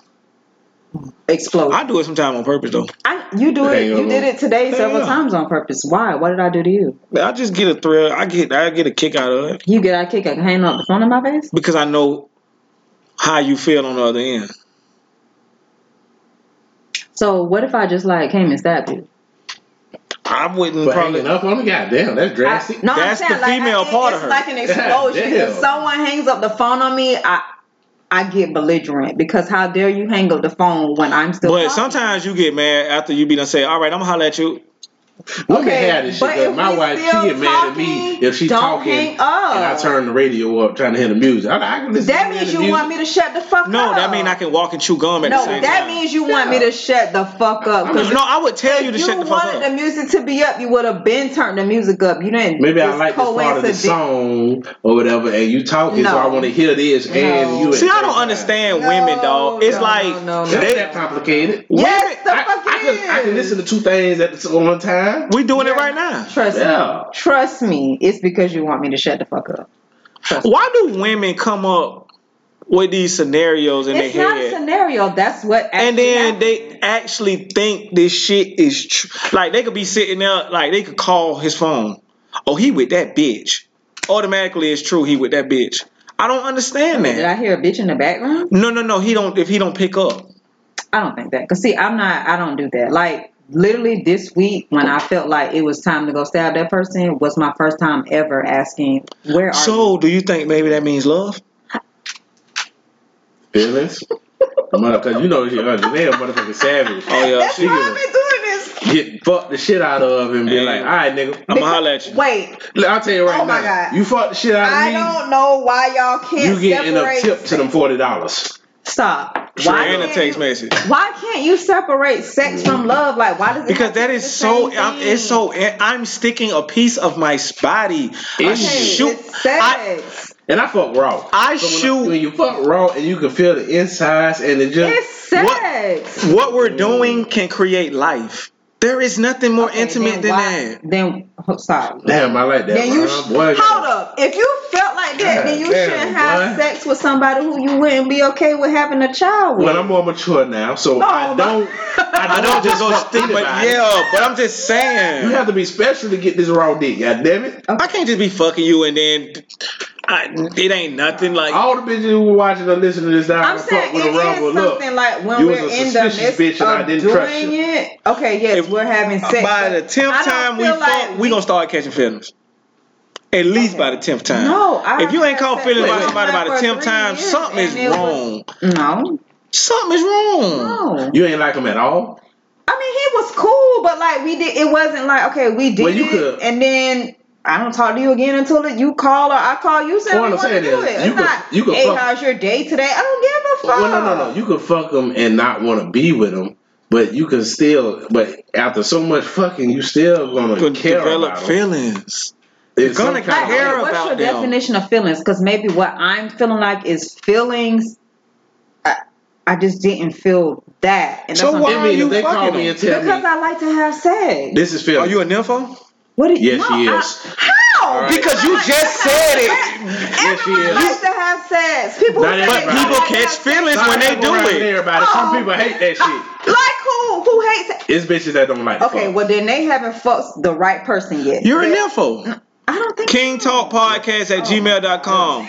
Speaker 4: explode.
Speaker 2: I do it sometime on purpose though.
Speaker 4: I, you do it.
Speaker 5: Hang
Speaker 4: You
Speaker 5: on.
Speaker 4: did it today
Speaker 2: Hang
Speaker 4: several
Speaker 2: on.
Speaker 4: times on purpose. Why? What did I do to you?
Speaker 2: I just get a thrill. I get I get a kick out of it
Speaker 4: You get out kick and hang up the phone in my face?
Speaker 2: because I know how you feel on the other end.
Speaker 4: So what if I just like came and stabbed you?
Speaker 2: I wouldn't
Speaker 5: But
Speaker 2: probably.
Speaker 5: hanging up on him, goddamn, that's
Speaker 4: I-
Speaker 5: drastic.
Speaker 4: no,
Speaker 2: That's
Speaker 4: I'm saying,
Speaker 2: the
Speaker 4: like,
Speaker 2: female
Speaker 4: I, it-
Speaker 2: part of
Speaker 4: it's
Speaker 2: her.
Speaker 4: like an explosion.
Speaker 5: damn.
Speaker 4: If someone hangs up the phone on me, I I get belligerent because how dare you hang up the phone when I'm still
Speaker 2: But
Speaker 4: talking?
Speaker 2: sometimes you get mad after you be done say, "All right, I'm gonna holler at you."
Speaker 5: Women
Speaker 4: Okay,
Speaker 5: have this shit.
Speaker 4: but
Speaker 5: 'cause
Speaker 4: if
Speaker 5: My
Speaker 4: we
Speaker 5: wife, she
Speaker 4: still
Speaker 5: get mad at me
Speaker 4: talking,
Speaker 5: if she's
Speaker 4: don't
Speaker 5: talking
Speaker 4: hang
Speaker 5: and
Speaker 4: up.
Speaker 5: I turn the radio up trying to hear the music. I'm like, I can listen
Speaker 4: that
Speaker 5: to
Speaker 4: means
Speaker 5: the
Speaker 4: you
Speaker 5: music.
Speaker 4: want me to shut the fuck
Speaker 2: No,
Speaker 4: up.
Speaker 2: that mean I can walk and chew gum at the
Speaker 4: No,
Speaker 2: same time.
Speaker 4: that means you want me to shut the fuck up. 'cause
Speaker 2: no, I would tell you to
Speaker 4: you
Speaker 2: shut the fuck up.
Speaker 4: wanted the music to be up, you would have been turned the music up. You didn't.
Speaker 5: Maybe I
Speaker 4: just
Speaker 5: like this part of the
Speaker 4: coincident-
Speaker 5: song or whatever, and you talking, so I
Speaker 4: No.
Speaker 5: want to hear this. And you at the
Speaker 2: See,
Speaker 5: same
Speaker 2: I don't
Speaker 5: time.
Speaker 2: understand
Speaker 4: No,
Speaker 2: women, dog. It's
Speaker 4: no,
Speaker 2: like
Speaker 4: no, no,
Speaker 5: It ain't
Speaker 2: they-
Speaker 5: that complicated.
Speaker 4: Yes, the
Speaker 5: I,
Speaker 4: fuck
Speaker 5: I,
Speaker 4: it
Speaker 5: can, I can
Speaker 4: is.
Speaker 5: listen to two things at the one time.
Speaker 2: we doing it
Speaker 4: Yeah.
Speaker 2: right now.
Speaker 4: Trust
Speaker 5: Yeah.
Speaker 4: me. Trust me. It's because you want me to shut the fuck up. Trust me.
Speaker 2: Why do women come up with these scenarios in
Speaker 4: It's
Speaker 2: their
Speaker 4: not a
Speaker 2: head?
Speaker 4: scenario. That's what.
Speaker 2: and
Speaker 4: actually
Speaker 2: then
Speaker 4: happened.
Speaker 2: they actually think this shit is true. Like they could be sitting there, like they could call his phone. Oh, he with that bitch. Automatically, it's true. He with that bitch. I don't understand
Speaker 4: Did I
Speaker 2: that.
Speaker 4: hear a bitch in the background?
Speaker 2: No, no, no. He don't. If he don't pick up,
Speaker 4: I don't think that. Cause see, I'm not. I don't do that. Like literally this week when I felt like it was time to go stab that person was my first time ever asking where are you?
Speaker 2: so do you think maybe that means love?
Speaker 5: Feelings? Motherfucker, you know she uh, Janae a motherfucking savage.
Speaker 2: Oh yeah,
Speaker 4: That's
Speaker 2: she.
Speaker 4: why
Speaker 2: I'm
Speaker 4: I've been doing this.
Speaker 5: Get fucked the shit out of and be
Speaker 2: Hey.
Speaker 5: like, all right, nigga.
Speaker 2: gonna holler at you.
Speaker 4: Wait,
Speaker 5: Look, I'll tell you right
Speaker 4: Oh my
Speaker 5: now.
Speaker 4: God.
Speaker 5: You fuck the shit out of
Speaker 4: I
Speaker 5: me.
Speaker 4: don't know why y'all can't
Speaker 5: you getting a
Speaker 4: separate.
Speaker 5: tip to them forty dollars.
Speaker 4: Stop. Why
Speaker 2: And a
Speaker 4: can't
Speaker 2: text
Speaker 4: you-
Speaker 2: message.
Speaker 4: Why can't you separate sex
Speaker 5: Mm.
Speaker 4: from love? Like, why does it
Speaker 2: Because
Speaker 4: have to
Speaker 2: that
Speaker 4: be
Speaker 2: is
Speaker 4: the
Speaker 2: so,
Speaker 4: same
Speaker 2: I'm, it's
Speaker 4: thing?
Speaker 2: so. I'm sticking a piece of my body. I
Speaker 5: Okay,
Speaker 4: Hey,
Speaker 2: shoot.
Speaker 4: It's
Speaker 2: I,
Speaker 4: sex.
Speaker 5: And I fuck raw.
Speaker 2: I
Speaker 5: So when
Speaker 2: shoot.
Speaker 5: when you fuck raw and you can feel the insides and it just
Speaker 4: it's sex.
Speaker 2: What we're doing can create life. There is nothing more
Speaker 4: Okay,
Speaker 2: intimate than
Speaker 4: why-
Speaker 2: that.
Speaker 4: Then oh, sorry.
Speaker 5: Damn, I like that.
Speaker 4: Then you
Speaker 5: huh?
Speaker 4: sh-
Speaker 5: Boy,
Speaker 4: hold up. If you felt like that,
Speaker 5: God
Speaker 4: then you
Speaker 5: damn,
Speaker 4: shouldn't have
Speaker 5: boy.
Speaker 4: sex with somebody who you wouldn't be okay with having a child with.
Speaker 5: Well, I'm more mature now, so
Speaker 4: Oh,
Speaker 5: I
Speaker 4: my-
Speaker 5: don't. I
Speaker 2: I
Speaker 5: don't
Speaker 2: don't
Speaker 5: just go
Speaker 2: just
Speaker 5: stick
Speaker 2: think, but
Speaker 5: about it.
Speaker 2: yeah, but I'm just saying.
Speaker 5: You have to be special to get this raw dick. God damn it!
Speaker 2: I can't just be fucking you and then I, it ain't nothing like.
Speaker 5: All the bitches who were watching or listening to this,
Speaker 4: I'm
Speaker 5: I'm
Speaker 4: saying
Speaker 5: fuck with a
Speaker 4: it
Speaker 5: rumble.
Speaker 4: is
Speaker 5: Look,
Speaker 4: something like when
Speaker 5: you
Speaker 4: we're
Speaker 5: was a
Speaker 4: in the
Speaker 5: suspicious bitch
Speaker 4: midst
Speaker 5: and I
Speaker 4: of
Speaker 5: didn't trust
Speaker 4: doing
Speaker 5: you.
Speaker 4: it. Okay, yes,
Speaker 2: If-
Speaker 4: we're having sex.
Speaker 2: by the
Speaker 4: but
Speaker 2: tenth
Speaker 4: I don't
Speaker 2: time we
Speaker 4: feel like
Speaker 2: fuck, we gonna start catching feelings. At least by the tenth time.
Speaker 4: No, I
Speaker 2: if you ain't caught
Speaker 4: said
Speaker 2: feelings
Speaker 5: we
Speaker 2: by
Speaker 5: were
Speaker 2: somebody by
Speaker 4: online
Speaker 2: the
Speaker 4: for
Speaker 2: tenth
Speaker 4: three
Speaker 2: time,
Speaker 4: years
Speaker 2: something is
Speaker 4: and it was-
Speaker 2: wrong.
Speaker 4: No,
Speaker 2: Something is wrong.
Speaker 4: no.
Speaker 5: You ain't like them at all.
Speaker 4: I mean, he was cool, but like we did, it wasn't like okay, we did
Speaker 5: Well, you
Speaker 4: it,
Speaker 5: could-
Speaker 4: and then I don't talk to you again until you call or I call you. Saying
Speaker 5: What I'm
Speaker 4: we want to
Speaker 5: saying
Speaker 4: do
Speaker 5: is,
Speaker 4: it.
Speaker 5: you could-
Speaker 4: it's not.
Speaker 5: you could
Speaker 4: hey,
Speaker 5: fuck-
Speaker 4: how's your day today? I don't give a fuck.
Speaker 5: Well, no, no, no. You can fuck them and not want to be with them, but you can still. But after so much fucking, you still gonna
Speaker 2: Could
Speaker 5: care
Speaker 2: develop
Speaker 5: about them.
Speaker 2: feelings.
Speaker 5: You're
Speaker 2: gonna
Speaker 4: Like,
Speaker 2: care
Speaker 4: okay, what's
Speaker 2: about
Speaker 4: your
Speaker 2: them.
Speaker 4: definition of feelings? Because maybe what I'm feeling like is feelings. I, I just didn't feel that, and that's
Speaker 2: So
Speaker 4: what I'm
Speaker 2: why
Speaker 5: I
Speaker 4: saying.
Speaker 2: are
Speaker 5: mean,
Speaker 2: you
Speaker 5: if they call
Speaker 2: fucking
Speaker 5: me
Speaker 2: them?
Speaker 5: and tell
Speaker 4: because
Speaker 5: me
Speaker 4: I like to have sex.
Speaker 5: this is
Speaker 2: Are
Speaker 5: feeling.
Speaker 2: you a nympho?
Speaker 4: what? Do,
Speaker 5: Yes,
Speaker 4: no,
Speaker 5: she
Speaker 4: I-
Speaker 5: is.
Speaker 4: how?
Speaker 5: All right.
Speaker 2: Because you just said it.
Speaker 5: yes, she
Speaker 4: Everyone
Speaker 5: is.
Speaker 4: likes to have sex. People,
Speaker 5: Not
Speaker 4: who say
Speaker 5: everybody.
Speaker 4: they
Speaker 2: But
Speaker 4: don't
Speaker 2: people
Speaker 4: like to
Speaker 2: catch
Speaker 4: have sex-
Speaker 2: feelings
Speaker 5: Some
Speaker 2: when they
Speaker 5: people
Speaker 2: do
Speaker 5: around
Speaker 2: it.
Speaker 5: there about it. Some
Speaker 4: Oh.
Speaker 5: people hate that shit.
Speaker 4: Like who? Who hates it?
Speaker 5: It's bitches that don't like. to
Speaker 4: Okay,
Speaker 5: fuck.
Speaker 4: well then they haven't fucked the right person yet.
Speaker 2: You're a
Speaker 4: But
Speaker 2: nympho.
Speaker 4: I don't think
Speaker 2: King
Speaker 4: so.
Speaker 2: Talk Podcast at gmail.com.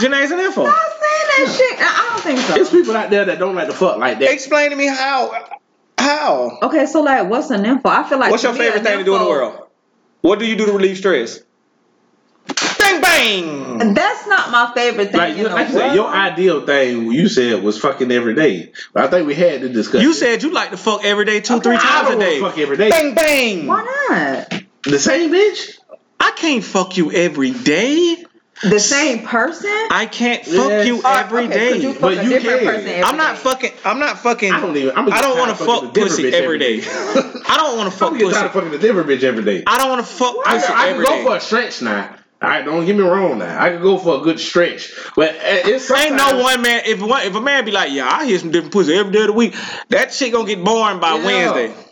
Speaker 2: Janae's a nympho.
Speaker 4: Stop saying that shit. I I don't think so.
Speaker 5: It's people out there that don't like to fuck like that.
Speaker 2: Explain to me how. How?
Speaker 4: okay, so like, what's a nympho? I feel like
Speaker 2: What's
Speaker 4: to
Speaker 2: your
Speaker 4: me, a
Speaker 2: favorite thing to do in the
Speaker 4: nympho-
Speaker 2: world? What do you do to relieve stress? Bang bang.
Speaker 4: That's not my favorite thing.
Speaker 5: Like, you,
Speaker 4: in the
Speaker 5: like you said,
Speaker 4: world.
Speaker 5: your ideal thing you said was fucking every day. But I think we had to discuss.
Speaker 2: You said you like to fuck every day, two, three
Speaker 4: Okay.
Speaker 5: I
Speaker 2: times
Speaker 5: don't
Speaker 2: a
Speaker 5: want
Speaker 2: day.
Speaker 5: to fuck every day.
Speaker 2: Bang bang.
Speaker 4: Why not?
Speaker 5: The same bitch.
Speaker 2: I can't fuck you every day.
Speaker 4: The same person?
Speaker 2: I can't fuck
Speaker 5: Yes.
Speaker 2: you
Speaker 5: Or,
Speaker 2: every
Speaker 4: okay,
Speaker 2: day.
Speaker 4: Could you fuck
Speaker 5: But
Speaker 4: a
Speaker 5: you
Speaker 4: different
Speaker 5: can.
Speaker 4: person every
Speaker 2: I'm not
Speaker 4: day?
Speaker 2: fucking. I'm not fucking.
Speaker 5: I don't even. I'm gonna get
Speaker 2: I don't
Speaker 5: tired
Speaker 2: want
Speaker 5: of
Speaker 2: to
Speaker 5: fucking
Speaker 2: fuck
Speaker 5: the different
Speaker 2: pussy
Speaker 5: bitch
Speaker 2: every
Speaker 5: every
Speaker 2: day.
Speaker 5: day.
Speaker 2: I don't
Speaker 5: I'm
Speaker 2: want to fuck
Speaker 5: getting tired
Speaker 2: pussy.
Speaker 5: of fucking a different bitch every day.
Speaker 2: I don't want to fuck
Speaker 5: I
Speaker 2: pussy
Speaker 5: can, I can
Speaker 2: every
Speaker 5: go for
Speaker 2: day.
Speaker 5: a stretch now. All right, don't get me wrong now. I can go for a good stretch, but it's
Speaker 2: Ain't no
Speaker 5: sometimes-
Speaker 2: one man. If one, if a man be like, yeah, I hear some different pussy every day of the week. That shit gonna get boring by
Speaker 5: Yeah.
Speaker 2: Wednesday.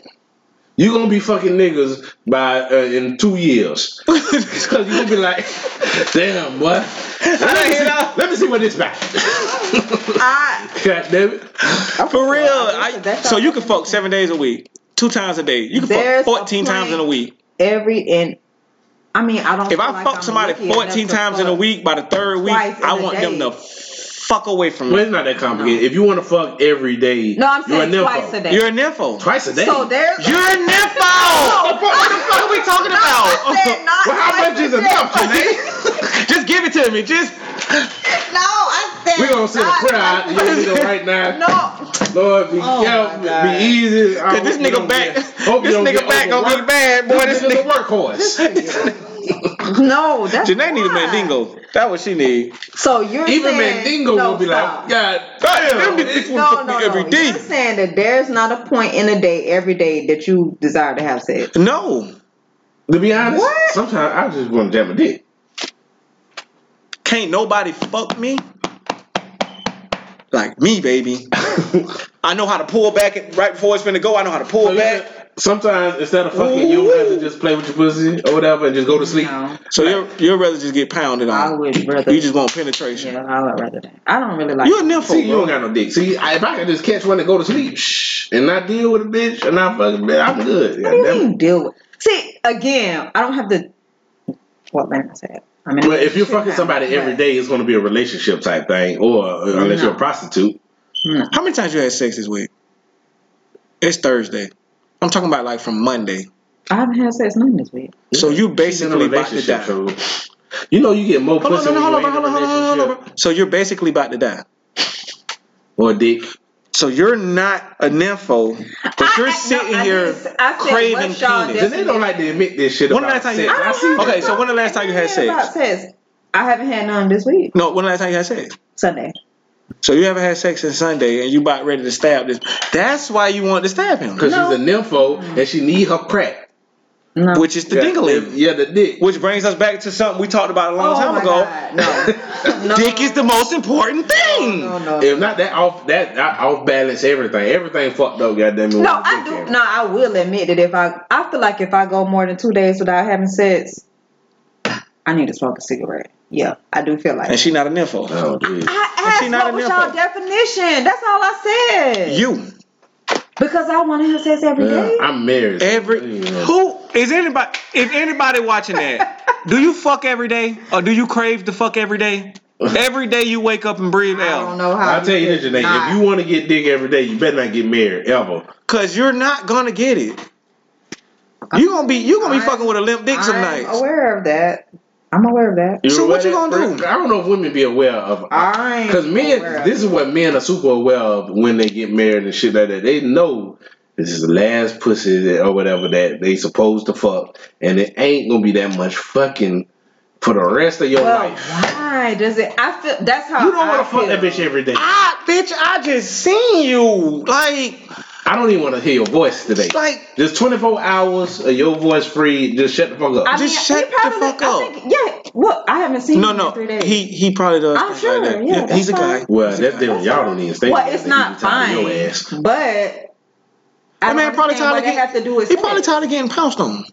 Speaker 5: You gonna be fucking niggas by uh, in two years because you gonna be like, damn, boy. Let me,
Speaker 2: hear
Speaker 5: see,
Speaker 2: that.
Speaker 5: let me see what this back.
Speaker 4: I,
Speaker 5: God damn it.
Speaker 2: For real.
Speaker 4: I-
Speaker 2: I,
Speaker 4: that's
Speaker 2: so
Speaker 4: all
Speaker 2: you
Speaker 4: I
Speaker 2: can
Speaker 4: can
Speaker 2: fuck seven days a week, two times a day. You can
Speaker 4: There's a
Speaker 2: fuck 14 times
Speaker 4: point-
Speaker 2: in a week.
Speaker 4: every and I mean I don't.
Speaker 2: If
Speaker 4: feel
Speaker 2: I
Speaker 4: like
Speaker 2: fuck
Speaker 4: I'm
Speaker 2: somebody
Speaker 4: lucky enough
Speaker 2: 14
Speaker 4: to
Speaker 2: times in a
Speaker 4: fuck.
Speaker 2: week, by the third week,
Speaker 4: Twice in
Speaker 2: I
Speaker 4: a
Speaker 2: want them
Speaker 4: day.
Speaker 2: to fuck away from
Speaker 5: Well,
Speaker 2: me.
Speaker 5: it's not that complicated. If you want to fuck every day,
Speaker 4: No, I'm saying
Speaker 5: you're a nympho.
Speaker 4: twice a day.
Speaker 2: You're a nympho.
Speaker 5: Twice a day.
Speaker 4: So there's
Speaker 2: You're a nympho.
Speaker 5: What the fuck- what the fuck are we talking
Speaker 4: No,
Speaker 2: about?
Speaker 4: I said not
Speaker 5: Well, how
Speaker 4: twice
Speaker 5: much is
Speaker 4: a day.
Speaker 5: enough, Janae?
Speaker 2: Just give it to me. Just
Speaker 4: No, I said
Speaker 5: we gonna send a
Speaker 4: not
Speaker 5: prayer out to your
Speaker 4: twice a
Speaker 5: nigga right now.
Speaker 4: day. No.
Speaker 5: Lord, be
Speaker 4: Oh,
Speaker 5: careful,
Speaker 4: my God.
Speaker 5: be easy. I
Speaker 2: cause this
Speaker 5: hope you
Speaker 2: nigga
Speaker 5: don't
Speaker 2: back,
Speaker 5: get- hope you
Speaker 2: this
Speaker 5: don't
Speaker 2: nigga
Speaker 5: get
Speaker 2: back gonna look
Speaker 5: overworked.
Speaker 2: bad, boy. This
Speaker 5: nigga's a
Speaker 2: nigga.
Speaker 5: workhorse.
Speaker 4: No, that's
Speaker 2: Janae need a
Speaker 4: why.
Speaker 2: mandingo. That what she need.
Speaker 4: So you're
Speaker 5: Even
Speaker 4: saying,
Speaker 5: Mandingo
Speaker 4: no,
Speaker 5: will be like,
Speaker 4: stop.
Speaker 5: God
Speaker 2: Them
Speaker 5: damn.
Speaker 2: niggas
Speaker 5: it-
Speaker 2: wanna
Speaker 4: No,
Speaker 2: fuck me
Speaker 4: no, no.
Speaker 2: every day.
Speaker 4: You're saying that there's not a point in a day, every day, that you desire to have sex.
Speaker 2: No,
Speaker 5: To be honest,
Speaker 4: What?
Speaker 5: sometimes I just want to jam a dick.
Speaker 2: can't nobody fuck me like me, baby. I know how to pull back it right before it's finna go. I know how to pull
Speaker 5: So you
Speaker 2: back.
Speaker 5: just- Sometimes instead of fucking, you
Speaker 2: Ooh.
Speaker 5: would rather just play with your pussy or whatever and just go to sleep.
Speaker 4: No,
Speaker 2: So you're you're rather just get pounded
Speaker 4: I
Speaker 2: on.
Speaker 4: would rather.
Speaker 2: You just want penetration.
Speaker 4: yeah, I would rather. that. I don't really like.
Speaker 2: You're a nympho.
Speaker 5: See, you
Speaker 2: bro.
Speaker 5: don't got no dick. See, I, if I can just catch one and go to sleep, shh, and not deal with a bitch, and not fucking, bitch, I'm good.
Speaker 4: What do
Speaker 5: goddamn
Speaker 4: you
Speaker 5: it.
Speaker 4: mean deal with? See, again, I don't have to. What man I said? I mean,
Speaker 5: But if you're fucking somebody every day, it's going to be a relationship type thing, or uh, unless
Speaker 4: No.
Speaker 5: you're a prostitute.
Speaker 2: How many times you had sex this week? It's Thursday. I'm talking about like from Monday.
Speaker 4: I haven't had sex none this week.
Speaker 2: So you
Speaker 5: She's in a
Speaker 2: basically about to
Speaker 5: relationship,
Speaker 2: die.
Speaker 5: so- you know you get more
Speaker 2: Hold on,
Speaker 5: pussy
Speaker 2: hold on, hold on,
Speaker 5: when
Speaker 2: hold
Speaker 5: you're in
Speaker 2: on,
Speaker 5: a
Speaker 2: hold on, hold on,
Speaker 5: relationship
Speaker 2: hold on. So you're basically about to die.
Speaker 5: or dick.
Speaker 2: So you're not a nympho, but you're
Speaker 4: I- I- no,
Speaker 2: sitting
Speaker 4: I
Speaker 2: here
Speaker 4: didn't say- I said,
Speaker 2: craving
Speaker 4: what's y'all
Speaker 2: penis.
Speaker 5: Cause they don't like to admit this shit.
Speaker 2: When the
Speaker 5: about
Speaker 2: last time you
Speaker 5: sex.
Speaker 2: had-
Speaker 5: I see
Speaker 4: don't
Speaker 5: that.
Speaker 2: Okay,
Speaker 4: have
Speaker 2: so when the last
Speaker 4: I
Speaker 2: time you had
Speaker 4: don't have
Speaker 2: sex?
Speaker 4: About sex. I haven't had none this week.
Speaker 2: No, when the last time you had sex?
Speaker 4: Sunday.
Speaker 2: So you haven't had sex since Sunday, and you about ready to stab this. That's why you want to stab him.
Speaker 5: Cause
Speaker 4: No.
Speaker 5: she's a nympho and she need her crack.
Speaker 4: No.
Speaker 2: which is the
Speaker 5: yeah,
Speaker 2: dingling.
Speaker 5: Yeah, the dick.
Speaker 2: Which brings us back to something we talked about a long
Speaker 4: Oh
Speaker 2: time
Speaker 4: my
Speaker 2: ago.
Speaker 4: God, no. No.
Speaker 2: Dick is the most important thing.
Speaker 4: No, Oh, no.
Speaker 5: If not that off that, that off balance everything. Everything fucked up, goddamn it. with
Speaker 4: No,
Speaker 5: the
Speaker 4: I
Speaker 5: dick
Speaker 4: do.
Speaker 5: in.
Speaker 4: No, I will admit that if I, I feel like if I go more than two days without having sex, I need to smoke a cigarette. Yeah, I do feel like.
Speaker 2: And she not an info.
Speaker 5: Oh, dude.
Speaker 2: And
Speaker 4: I
Speaker 2: she
Speaker 4: asked
Speaker 2: not
Speaker 4: what
Speaker 2: a
Speaker 4: was
Speaker 2: nympho.
Speaker 4: y'all definition. That's all I said.
Speaker 2: You
Speaker 4: because I want to have sex every
Speaker 5: Yeah,
Speaker 4: day.
Speaker 5: I'm married.
Speaker 2: every
Speaker 5: Yeah.
Speaker 2: who is anybody? If anybody watching that, do you fuck every day or do you crave to fuck every day? Every day you wake up and breathe
Speaker 4: I
Speaker 2: out.
Speaker 4: don't know how.
Speaker 5: I'll tell you this,
Speaker 4: could
Speaker 5: Janae.
Speaker 4: not.
Speaker 5: If you want to get dick every day, you better not get married ever.
Speaker 2: Cause you're not gonna get it. You gonna be you gonna be
Speaker 4: I'm-
Speaker 2: fucking with a limp dick some
Speaker 4: I'm
Speaker 2: nights.
Speaker 4: aware of that. I'm aware of that.
Speaker 5: You
Speaker 2: So
Speaker 5: know
Speaker 2: what you
Speaker 5: that-
Speaker 2: gonna do?
Speaker 5: I don't know if women be aware of.
Speaker 4: I ain't
Speaker 5: Because
Speaker 4: aware
Speaker 5: men,
Speaker 4: of
Speaker 5: this is what men are super aware of when they get married and shit like that. They know this is the last pussy that- or whatever that they supposed to fuck, and it ain't gonna be that much fucking for the rest of your
Speaker 4: Well,
Speaker 5: life.
Speaker 4: why does it? I feel that's how
Speaker 5: You don't
Speaker 4: want to
Speaker 5: fuck that bitch every day.
Speaker 2: Ah, bitch, I just seen you. Like,
Speaker 5: I don't even want to hear your voice today.
Speaker 2: like
Speaker 5: Just 24 hours of your voice free. Just shut the fuck up.
Speaker 4: I
Speaker 2: Just
Speaker 4: mean,
Speaker 2: shut
Speaker 4: he
Speaker 2: the
Speaker 4: probably,
Speaker 2: fuck
Speaker 4: I
Speaker 2: up.
Speaker 4: Think, yeah, look, I haven't seen
Speaker 2: no,
Speaker 4: him
Speaker 2: no,
Speaker 4: in three days.
Speaker 2: he he probably does.
Speaker 4: I'm
Speaker 2: things like
Speaker 4: sure,
Speaker 2: that.
Speaker 4: yeah, that's
Speaker 2: he's a
Speaker 4: fine.
Speaker 2: guy.
Speaker 5: well, that's different. Y'all don't even think.
Speaker 4: well,
Speaker 5: about
Speaker 4: it's
Speaker 5: that.
Speaker 4: not
Speaker 5: You tired
Speaker 4: fine,
Speaker 5: of Your ass.
Speaker 4: but I
Speaker 2: That man
Speaker 4: don't
Speaker 2: probably
Speaker 4: understand
Speaker 2: tired
Speaker 4: what
Speaker 2: of
Speaker 4: they
Speaker 2: getting-
Speaker 4: have to do with
Speaker 2: He
Speaker 4: sex.
Speaker 2: probably tired of getting pounced on.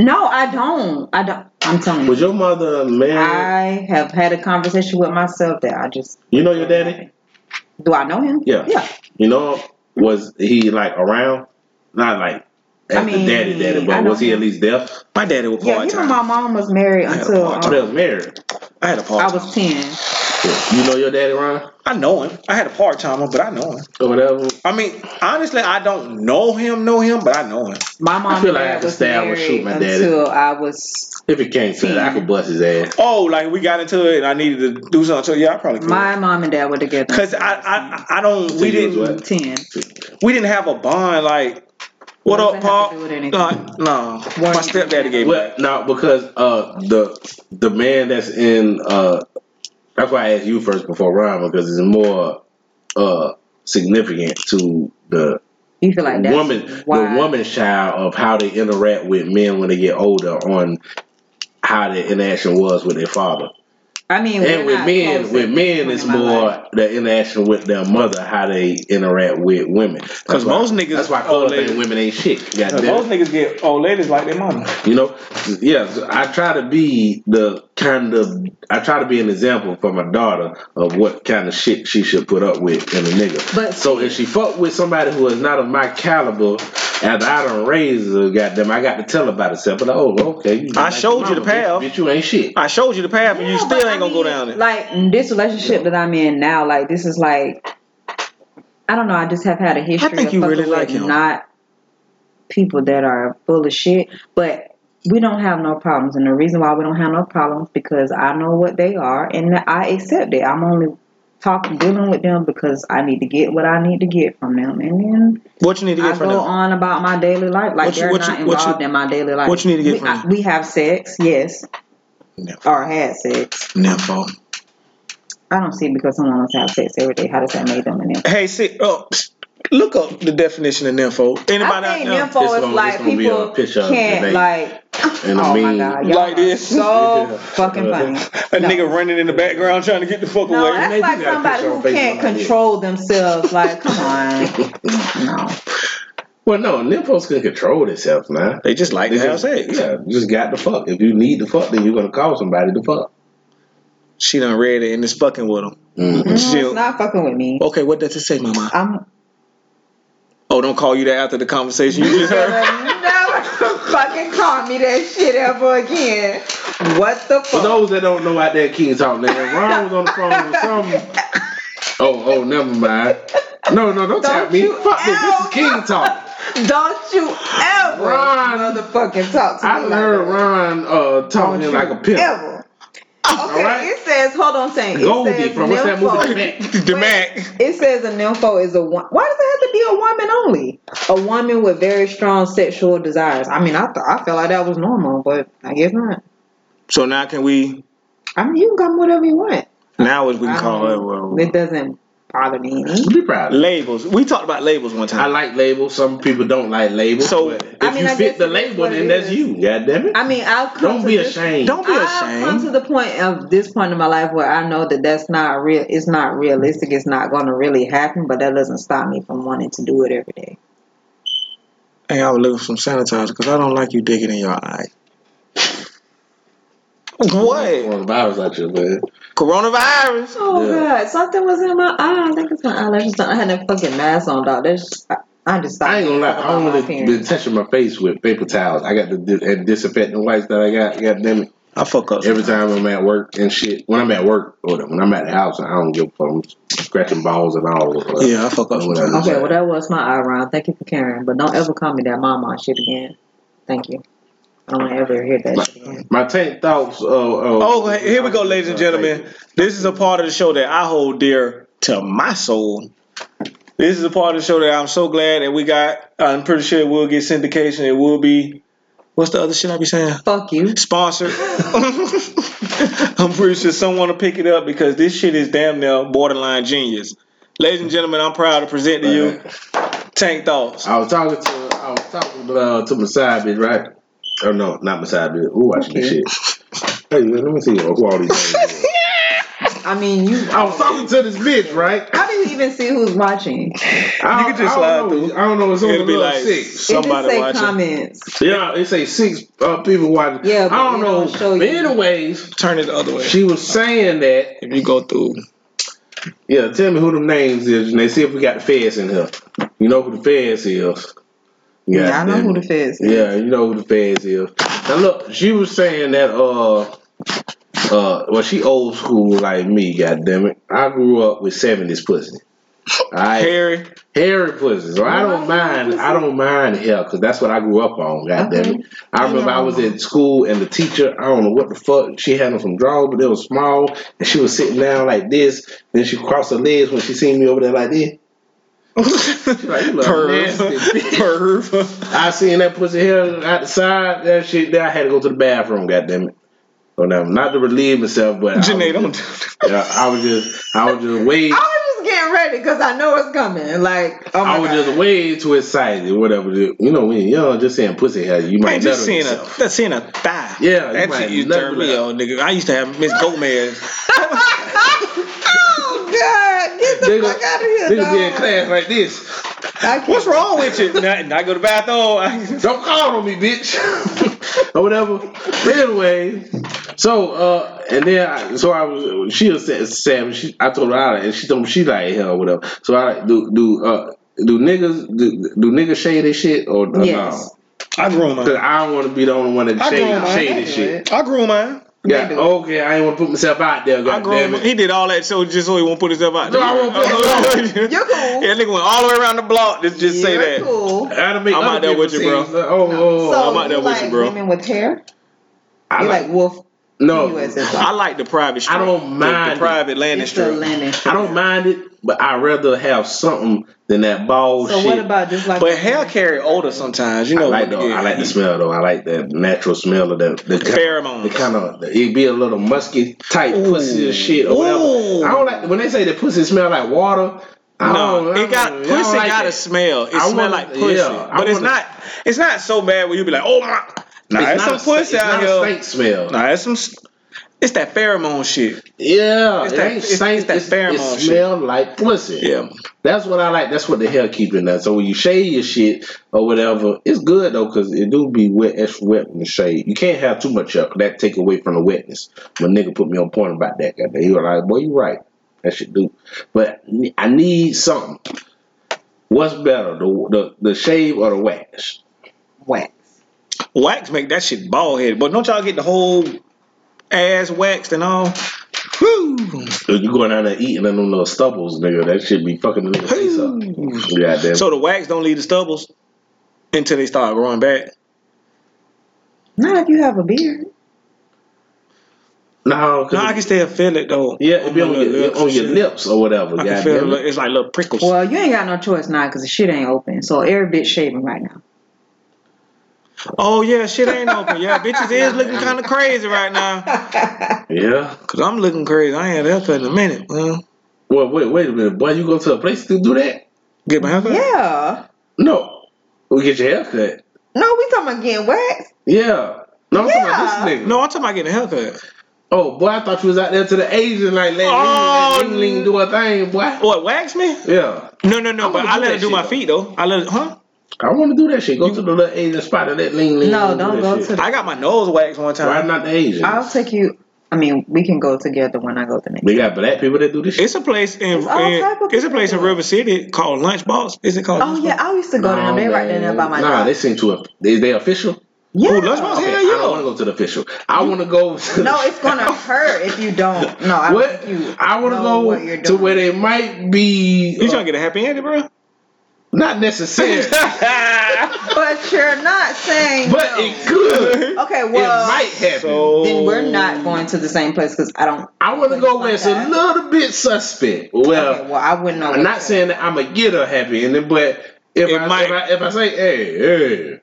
Speaker 4: No, I don't. I don't. I'm telling
Speaker 5: Was
Speaker 4: you,
Speaker 5: your mother married?
Speaker 4: I have had a conversation with myself that I just
Speaker 5: you know your daddy?
Speaker 4: do. I know him.
Speaker 5: Yeah.
Speaker 4: yeah.
Speaker 5: You know, was he like around? Not like as
Speaker 4: I mean,
Speaker 5: the daddy daddy,
Speaker 4: I
Speaker 5: but
Speaker 4: know
Speaker 5: was he
Speaker 4: him.
Speaker 5: at least there?
Speaker 2: My daddy was
Speaker 4: Yeah,
Speaker 2: part
Speaker 4: him and
Speaker 2: time.
Speaker 4: my mom was married
Speaker 2: had a
Speaker 4: until
Speaker 2: part
Speaker 5: Oh, they
Speaker 4: um,
Speaker 5: was married.
Speaker 2: I had a part
Speaker 4: I
Speaker 2: time.
Speaker 4: was ten.
Speaker 5: You know your daddy, Ron?
Speaker 2: I know him. I had a part timer, but I know him.
Speaker 5: Or whatever.
Speaker 2: I mean, honestly, I don't know him, know him, but I know him.
Speaker 4: My mom
Speaker 5: I feel
Speaker 4: and
Speaker 5: like I
Speaker 4: dad
Speaker 5: have to
Speaker 4: was
Speaker 5: stay out and
Speaker 4: married
Speaker 5: shoot my daddy.
Speaker 4: until I was
Speaker 5: If he can't say that, I could bust his ass.
Speaker 2: Oh, like we got into it and I needed to do something. So yeah, I probably could.
Speaker 4: my mom and dad were together.
Speaker 2: Cause I, I, I don't.
Speaker 5: So
Speaker 2: We
Speaker 5: you was
Speaker 2: didn't.
Speaker 5: what?
Speaker 4: ten.
Speaker 2: We didn't have a bond. Like, what,
Speaker 4: What does
Speaker 2: up,
Speaker 4: that have to
Speaker 2: Paul?
Speaker 4: do with anything?
Speaker 2: No, no.
Speaker 4: Why
Speaker 2: My
Speaker 4: you-
Speaker 2: stepdaddy gave me.
Speaker 5: Well, no, because uh, the the man that's in uh, that's why I asked you first before Ron because it's more uh significant to the
Speaker 4: You feel like that's
Speaker 5: woman
Speaker 4: why-
Speaker 5: the woman child of how they interact with men when they get older on how their interaction was with their father.
Speaker 4: I mean,
Speaker 5: And
Speaker 4: we're
Speaker 5: with
Speaker 4: not
Speaker 5: men,
Speaker 4: close
Speaker 5: with
Speaker 4: at this
Speaker 5: men,
Speaker 4: point
Speaker 5: it's
Speaker 4: in my life.
Speaker 5: more the interaction with their mother, how they interact with women. That's
Speaker 2: 'Cause
Speaker 5: why-
Speaker 2: most niggas
Speaker 5: that's why
Speaker 2: old
Speaker 5: Cole think
Speaker 2: lady.
Speaker 5: women ain't shit.
Speaker 2: Cause
Speaker 5: goddamn it.
Speaker 2: most niggas get old ladies like their mama.
Speaker 5: You know, yeah, so I try to be the kind of I try to be an example for my daughter of what kind of shit she should put up with in a nigga.
Speaker 4: But
Speaker 5: so if she fuck with somebody who is not of my caliber, after I done raised her, goddamn, I got to tell her about herself. But oh, okay, you
Speaker 2: I
Speaker 5: your
Speaker 2: showed you the
Speaker 5: mama,
Speaker 2: path.
Speaker 5: bitch, bitch. You ain't shit.
Speaker 2: I showed you the path, and you
Speaker 4: Yeah,
Speaker 2: still
Speaker 4: but
Speaker 2: ain't
Speaker 4: I
Speaker 2: gonna go
Speaker 4: mean,
Speaker 2: down it.
Speaker 4: Like in this relationship that I'm in now, like this is like I don't know. I just have had a history.
Speaker 2: think
Speaker 4: of
Speaker 2: you
Speaker 4: fucking
Speaker 2: really
Speaker 4: with
Speaker 2: like him.
Speaker 4: Not people that are full of shit, but. We don't have no problems, and the reason why we don't have no problems because I know what they are, and I accept it. I'm only talking, dealing with them because I need to get what I need to get from them, and then
Speaker 2: what you need to get
Speaker 4: I
Speaker 2: from
Speaker 4: go
Speaker 2: them?
Speaker 4: on about my daily life. Like
Speaker 2: What you-
Speaker 4: they're
Speaker 2: what
Speaker 4: not
Speaker 2: you- what you-
Speaker 4: involved in my daily life.
Speaker 2: what you need to get
Speaker 4: we,
Speaker 2: from
Speaker 4: I-
Speaker 2: them?
Speaker 4: we have sex, yes,
Speaker 2: Nympho.
Speaker 4: or had sex.
Speaker 2: Nympho.
Speaker 4: I don't see because someone wants to have sex every day. How does that make them an info?
Speaker 2: Hey, sit up. Look up the definition of nympho. Anybody
Speaker 4: I think
Speaker 2: out there?
Speaker 4: info
Speaker 5: It's
Speaker 4: is
Speaker 5: gonna- it's
Speaker 4: like
Speaker 5: gonna be a
Speaker 4: people
Speaker 5: picture of
Speaker 4: can't
Speaker 5: the
Speaker 4: like.
Speaker 5: And I
Speaker 4: oh my
Speaker 5: mean-
Speaker 4: god, y'all
Speaker 2: Like
Speaker 4: are
Speaker 2: this.
Speaker 4: so
Speaker 5: Yeah.
Speaker 4: fucking funny.
Speaker 2: A
Speaker 4: No.
Speaker 2: nigga running in the background trying to get the fuck
Speaker 4: No,
Speaker 2: away.
Speaker 5: they do
Speaker 4: that's like
Speaker 5: got a
Speaker 4: somebody
Speaker 5: picture on
Speaker 4: who can't
Speaker 5: Facebook like this.
Speaker 4: control themselves. Like, come on, no.
Speaker 5: Well, no, nymphos can control themselves, man.
Speaker 2: They just like to have sex.
Speaker 5: Yeah, just got the fuck. If you need the fuck, then you're gonna call somebody to fuck.
Speaker 2: She done read it and is fucking with him.
Speaker 5: Mhm.
Speaker 4: No,
Speaker 2: She'll-
Speaker 4: it's not fucking with me.
Speaker 2: Okay, what does it say, mama?
Speaker 4: I'm
Speaker 2: Oh, don't call you that after the conversation you just
Speaker 4: never,
Speaker 2: heard.
Speaker 4: never fucking call me that shit ever again. What the
Speaker 5: For
Speaker 4: fuck?
Speaker 5: those that don't know out there, King Talk nigga, Ron was on the phone with some. Oh, oh, never mind. No, no, don't, tap me.
Speaker 4: you
Speaker 5: Fuck this. This is
Speaker 4: ever-
Speaker 5: King Talk.
Speaker 4: Don't you ever
Speaker 5: Ron.
Speaker 4: motherfucking talk to
Speaker 5: I
Speaker 4: me
Speaker 5: done
Speaker 4: like
Speaker 5: heard
Speaker 4: that.
Speaker 5: Ron uh,
Speaker 4: Don't
Speaker 5: talking
Speaker 4: you
Speaker 5: like a pimp.
Speaker 4: Ever. Okay,
Speaker 5: right?
Speaker 4: it says, hold on, saying it
Speaker 5: Goldie
Speaker 4: says
Speaker 5: from what's that
Speaker 4: nympho-
Speaker 5: movie? The Mac.
Speaker 2: the Mac.
Speaker 4: It says a nympho is a one. Why does it have to be a woman only? A woman with very strong sexual desires. I mean, I th- I felt like that was normal, but I guess not.
Speaker 2: So now can we?
Speaker 4: I mean, you can come whatever you want.
Speaker 2: Now is we can
Speaker 4: I
Speaker 2: call
Speaker 4: don't-
Speaker 2: it. Well,
Speaker 4: It doesn't probably didn't.
Speaker 5: Be proud. of it.
Speaker 2: Labels. We talked about labels one
Speaker 5: I
Speaker 2: time.
Speaker 5: like labels. Some people don't like labels.
Speaker 2: So-
Speaker 5: So if
Speaker 4: I mean,
Speaker 5: you
Speaker 4: I guess
Speaker 5: fit the
Speaker 4: it is
Speaker 5: label,
Speaker 4: what it
Speaker 5: then that's
Speaker 4: is.
Speaker 5: you. God damn it.
Speaker 4: I mean, I've come
Speaker 5: Don't
Speaker 4: to
Speaker 5: be
Speaker 4: this-
Speaker 5: ashamed.
Speaker 2: Don't be
Speaker 4: I've come to
Speaker 2: ashamed.
Speaker 4: the point of this point in my life where I know that that's not real. It's not realistic. It's not going to really happen. But that doesn't stop me from wanting to do it every day.
Speaker 2: Hey, I was looking for some sanitizer because I don't like you digging in your eye. What?
Speaker 5: Coronavirus out here, man.
Speaker 2: Coronavirus.
Speaker 4: Oh
Speaker 5: Yeah.
Speaker 4: God, something was in my eye. I think it's my eyelashes. I had that fucking mask on, dog. That's just, I, I just
Speaker 5: I ain't gonna lie. I
Speaker 4: About my
Speaker 5: only been
Speaker 4: appearance.
Speaker 5: touching my face with paper towels. I got the dis- and disinfectant wipes that I got. God damn it.
Speaker 2: I fuck up.
Speaker 5: Every time I'm at work and shit. When I'm at work or when I'm at the house, I don't give a fuck. I'm scratching balls and all. Uh, Or whatever.
Speaker 2: Yeah, I fuck up
Speaker 5: Or whatever.
Speaker 2: sometimes.
Speaker 4: Okay, well that was my eye round. Thank you for caring, but don't ever call me that mama on shit again. Thank you. I don't ever hear that shit again.
Speaker 5: My tank thoughts. Oh, oh,
Speaker 2: Oh, here we go, ladies and gentlemen. This is a part of the show that I hold dear to my soul. This is a part of the show that I'm so glad that we got. I'm pretty sure it will get syndication. It will be. What's the other shit I be saying?
Speaker 4: Fuck you.
Speaker 2: Sponsored. I'm pretty sure someone will pick it up because this shit is damn near borderline genius. Ladies and gentlemen, I'm proud to present to you Tank Thoughts.
Speaker 5: I was talking to I was talking to, uh, to my side bitch, right? Oh no, not my side bitch. Who watching this shit? Hey, let me see who all these. niggas are.
Speaker 4: I mean, you.
Speaker 5: I was talking to this bitch, right?
Speaker 4: How do you even see who's
Speaker 5: I,
Speaker 4: watching?
Speaker 2: You can just
Speaker 5: I don't
Speaker 2: slide
Speaker 5: know.
Speaker 2: through.
Speaker 5: I don't know. It's
Speaker 2: It'll
Speaker 5: only
Speaker 2: be
Speaker 5: be
Speaker 2: like
Speaker 5: six.
Speaker 2: somebody
Speaker 4: it just say
Speaker 2: watching.
Speaker 4: comments.
Speaker 5: Yeah, it say six uh, people watching.
Speaker 4: Yeah, but
Speaker 5: I don't
Speaker 4: it
Speaker 5: know.
Speaker 4: don't show
Speaker 5: but
Speaker 4: you.
Speaker 5: anyways,
Speaker 2: Turn it the other way.
Speaker 5: she was saying that.
Speaker 2: If you go through,
Speaker 5: Yeah, tell me who them names is, and they see if we got the feds in here. You know who the feds is.
Speaker 4: Yeah, I know
Speaker 5: damn
Speaker 4: who
Speaker 5: it.
Speaker 4: the feds is.
Speaker 5: Yeah, you know who the feds is. Now look, she was saying that uh uh well she old school like me, god damn it. I grew up with seventies pussy. I
Speaker 2: Harry,
Speaker 5: hairy pussy. So I don't mind I don't mind hell because that's what I grew up on, god damn it. I remember I was at school and the teacher, I don't know what the fuck, she had on some drawers, but they were small and she was sitting down like this, then she crossed her legs when she seen me over there like this. She like, you look
Speaker 2: Perv.
Speaker 5: nasty bitch.
Speaker 2: Perv.
Speaker 5: I seen that pussy hair out the side, that shit there. I had to go to the bathroom, goddamn it. So now, not to relieve myself, but
Speaker 2: Janae,
Speaker 5: I
Speaker 2: don't
Speaker 5: was
Speaker 2: do
Speaker 5: just,
Speaker 2: that.
Speaker 5: yeah, I was just, I was just way,
Speaker 4: I was just getting ready because I know it's coming. Like, oh my
Speaker 5: I was
Speaker 4: God.
Speaker 5: just way too excited, whatever. You know, when you're young, just saying pussy hair, you might
Speaker 2: Man, just
Speaker 5: nutter
Speaker 2: seeing a
Speaker 5: yourself.
Speaker 2: just seeing a thigh.
Speaker 5: Yeah, you
Speaker 2: that
Speaker 5: might
Speaker 2: shit used to
Speaker 5: nut
Speaker 2: turn
Speaker 5: it
Speaker 2: me
Speaker 5: up.
Speaker 2: on, nigga. I used to have Miss Gomez.
Speaker 4: oh God, get the
Speaker 5: Nigga,
Speaker 4: fuck out of here,
Speaker 5: nigga
Speaker 4: dog.
Speaker 5: be in class like this.
Speaker 4: I can't-
Speaker 2: What's wrong with you? Nah, nah, I go to the bathroom.
Speaker 5: Don't call on me, bitch, or whatever. But anyway, so uh, and then I, so I was she was sa- Sam. She I told her out, and she told me she like hell, whatever. So I like, do do uh do niggas do, do niggas shade this shit or, or
Speaker 4: Yes.
Speaker 2: I, I grew
Speaker 5: no? Cause
Speaker 2: mine.
Speaker 5: I don't want to be the only one that
Speaker 2: I grown
Speaker 5: shade
Speaker 2: mine.
Speaker 5: shade this shit.
Speaker 2: I grew mine.
Speaker 5: Yeah,
Speaker 4: do it.
Speaker 5: okay, I ain't want to put myself out there.
Speaker 2: I
Speaker 5: God
Speaker 2: grew
Speaker 5: damn
Speaker 2: mine.
Speaker 5: it.
Speaker 2: He did all that so just so he won't put himself out.
Speaker 5: No, I won't put myself
Speaker 2: there.
Speaker 4: You're cool.
Speaker 2: Yeah, nigga went all the way around the block. Let's just say
Speaker 4: You're
Speaker 2: that.
Speaker 4: Cool.
Speaker 5: Gotta make
Speaker 2: I'm
Speaker 5: other
Speaker 2: out there
Speaker 5: people
Speaker 2: with you, bro.
Speaker 5: see. Oh, oh, oh.
Speaker 4: so
Speaker 2: I'm out there
Speaker 4: you
Speaker 2: with you,
Speaker 4: like
Speaker 2: bro.
Speaker 4: women with hair?
Speaker 5: I
Speaker 4: You
Speaker 5: like-
Speaker 4: like wolf?
Speaker 5: no,
Speaker 4: US is
Speaker 2: I
Speaker 4: like
Speaker 2: like the private strip.
Speaker 5: I don't
Speaker 2: The- The,
Speaker 5: mind it.
Speaker 2: private landing
Speaker 4: it's the
Speaker 2: strip.
Speaker 4: landing
Speaker 5: I
Speaker 4: strip.
Speaker 5: don't mind it, but I'd rather have something than that bald
Speaker 4: So
Speaker 5: shit.
Speaker 4: what about just like?
Speaker 2: But hair carry odor sometimes, you
Speaker 5: I
Speaker 2: know.
Speaker 5: like though. I like the smell though. I like that natural smell of that. The
Speaker 2: Pheromones.
Speaker 5: The kind of it be a little musky type
Speaker 2: Ooh.
Speaker 5: pussy and shit or whatever.
Speaker 2: Ooh.
Speaker 5: I don't like when they say the pussy smell like water. I
Speaker 2: No,
Speaker 5: don't- I
Speaker 2: it got
Speaker 5: don't- I don't
Speaker 2: pussy
Speaker 5: like
Speaker 2: got
Speaker 5: that.
Speaker 2: a smell. It
Speaker 5: I
Speaker 2: smell
Speaker 5: wanna-
Speaker 2: like pussy,
Speaker 5: yeah, I
Speaker 2: but it's
Speaker 5: wanna-
Speaker 2: not. It's not so bad where you be like, oh my. Nah,
Speaker 5: It's not
Speaker 2: it's,
Speaker 5: a
Speaker 2: some
Speaker 5: stank-
Speaker 2: pussy
Speaker 5: it's
Speaker 2: out
Speaker 5: not
Speaker 2: here.
Speaker 5: A stank smell.
Speaker 2: Nah, it's some. s- It's that pheromone shit.
Speaker 5: Yeah,
Speaker 2: It's
Speaker 5: it
Speaker 2: that-
Speaker 5: ain't
Speaker 2: it's-
Speaker 5: stank.
Speaker 2: it's that pheromone
Speaker 5: It
Speaker 2: shit.
Speaker 5: smell like pussy.
Speaker 2: Yeah.
Speaker 5: That's what I like. That's what the hell keeping that. So when you shade your shit or whatever, it's good though because it do be wet, extra wet when you shade. You can't have too much up. That take away from the wetness. My nigga put me on point about that. Goddamn, he was like, "Boy, you right. That should do." But I need something. What's better, the the, the shave or the wax?
Speaker 4: wax?
Speaker 2: Wax make that shit bald headed, but don't y'all get the whole ass waxed and all. Woo.
Speaker 5: If you going down there eating in them little stubbles, nigga, that should be fucking the nigga face up. Goddamn.
Speaker 2: So the wax don't leave the stubbles until they start growing back.
Speaker 4: Not if you have a beard.
Speaker 5: no, 'cause
Speaker 2: No, I can still feel it though.
Speaker 5: Yeah, it'd be on,
Speaker 2: Oh my
Speaker 5: your,
Speaker 2: little lips
Speaker 5: on
Speaker 2: and
Speaker 5: your
Speaker 2: shit.
Speaker 5: lips or whatever.
Speaker 2: I
Speaker 5: God
Speaker 2: can
Speaker 5: damn
Speaker 2: feel it.
Speaker 5: it.
Speaker 2: like- It's like little prickles.
Speaker 4: Well, you ain't got no choice now because the shit ain't open. So every bitch shaving right now.
Speaker 2: Oh yeah, shit ain't open. Yeah, bitches is looking kind of crazy right now.
Speaker 5: Yeah.
Speaker 2: Cause I'm looking crazy. I ain't helped in a minute. Man.
Speaker 5: Well, wait, wait a minute, boy. You go to a place to do that? Get my hair cut?
Speaker 4: Yeah.
Speaker 5: No, we get your hair cut.
Speaker 4: No, we talking about getting waxed.
Speaker 5: Yeah. No, I'm talking about
Speaker 4: Yeah.
Speaker 5: this nigga.
Speaker 2: No, I'm talking about getting a haircut.
Speaker 5: Oh boy, I thought you was out there to the Asian like let
Speaker 2: Oh,
Speaker 5: Ling Ling Ling do a thing, boy.
Speaker 2: What, wax me?
Speaker 5: Yeah.
Speaker 2: No, no, no.
Speaker 5: I
Speaker 2: but
Speaker 5: wanna
Speaker 2: I
Speaker 5: do
Speaker 2: let
Speaker 5: that
Speaker 2: her do
Speaker 5: shit,
Speaker 2: my
Speaker 5: though.
Speaker 2: feet though. I let her, huh?
Speaker 5: I want to do that shit. Go to the little Asian spot and let Ling Ling.
Speaker 4: No,
Speaker 5: do
Speaker 4: don't
Speaker 5: that
Speaker 4: go
Speaker 5: shit.
Speaker 4: to the- uh,
Speaker 2: I got my nose waxed one time.
Speaker 5: Why not the Asian?
Speaker 4: I'll take you. I mean, we can go together when I go to next.
Speaker 5: They got black people that do this shit.
Speaker 2: It's a place in,
Speaker 4: There's all
Speaker 2: in-
Speaker 4: type of
Speaker 2: it's a
Speaker 4: people
Speaker 2: place in
Speaker 4: there.
Speaker 2: River City called Lunchbox. Is it called?
Speaker 4: Oh yeah, I used to go to them. They right there by my
Speaker 5: Nah,
Speaker 4: job.
Speaker 5: they sent you a. Is they official?
Speaker 4: yeah.
Speaker 2: Ooh, let's go.
Speaker 5: Okay,
Speaker 2: Hell
Speaker 5: I
Speaker 2: yeah.
Speaker 5: don't want to go to the official. I want to go. To
Speaker 4: No, it's gonna hurt if you don't. No, I don't
Speaker 5: What?
Speaker 4: think you.
Speaker 5: I want to
Speaker 4: know what
Speaker 5: go
Speaker 4: you're
Speaker 5: to
Speaker 4: doing.
Speaker 5: where they might be.
Speaker 2: You
Speaker 5: uh,
Speaker 2: trying to get a happy ending, bro?
Speaker 5: not necessarily,
Speaker 4: But you're not saying.
Speaker 5: but
Speaker 4: no.
Speaker 5: it could.
Speaker 4: okay,
Speaker 5: It
Speaker 4: well,
Speaker 5: might happen.
Speaker 4: then we're not going to the same place because I don't.
Speaker 5: I want to go where it's a
Speaker 4: Okay.
Speaker 5: little bit suspect. Well,
Speaker 4: Okay, well, I wouldn't know.
Speaker 5: I'm
Speaker 4: what
Speaker 5: not
Speaker 4: to-
Speaker 5: saying that I'm gonna get her happy ending, but if,
Speaker 2: It
Speaker 5: I,
Speaker 2: might.
Speaker 5: if I if I say, hey, hey,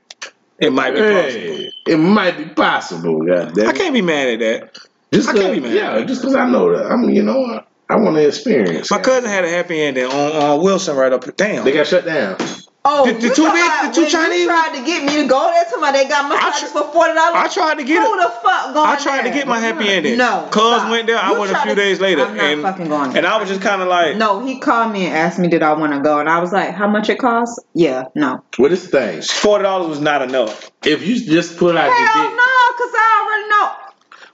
Speaker 2: it might be possible.
Speaker 5: hey, it might be possible. God damn
Speaker 2: I
Speaker 5: it.
Speaker 2: can't be mad at that.
Speaker 5: Just
Speaker 2: I
Speaker 5: 'cause-
Speaker 2: can't be mad.
Speaker 5: Yeah, just because I know that I'm, you know, I, I want to experience.
Speaker 2: My
Speaker 5: it.
Speaker 2: cousin had a happy ending on, on Wilson right up. Damn.
Speaker 5: They got shut down.
Speaker 4: Oh,
Speaker 2: The- the
Speaker 4: you
Speaker 2: two
Speaker 4: talking
Speaker 2: big-
Speaker 4: about
Speaker 2: the two
Speaker 4: when you
Speaker 2: Chinese-
Speaker 4: tried to get me to go there. Somebody they got massages
Speaker 2: tr-
Speaker 4: for forty dollars.
Speaker 2: I tried to get
Speaker 4: Who
Speaker 2: it.
Speaker 4: the fuck going
Speaker 2: I tried to
Speaker 4: there?
Speaker 2: get my happy ending.
Speaker 4: No,
Speaker 2: Cuz
Speaker 4: stop.
Speaker 2: went there. I
Speaker 4: You
Speaker 2: went a
Speaker 4: try
Speaker 2: few
Speaker 4: to-
Speaker 2: days later.
Speaker 4: I'm not
Speaker 2: and,
Speaker 4: fucking going.
Speaker 2: And I was just kind of like,
Speaker 4: No, he called me and asked me did I want to go, and I was like, "How much it costs?" Yeah, no.
Speaker 5: Well, this thing,
Speaker 2: forty dollars was not enough.
Speaker 5: if you just put out
Speaker 4: Hell
Speaker 5: your
Speaker 4: no,
Speaker 5: dick,
Speaker 4: cause I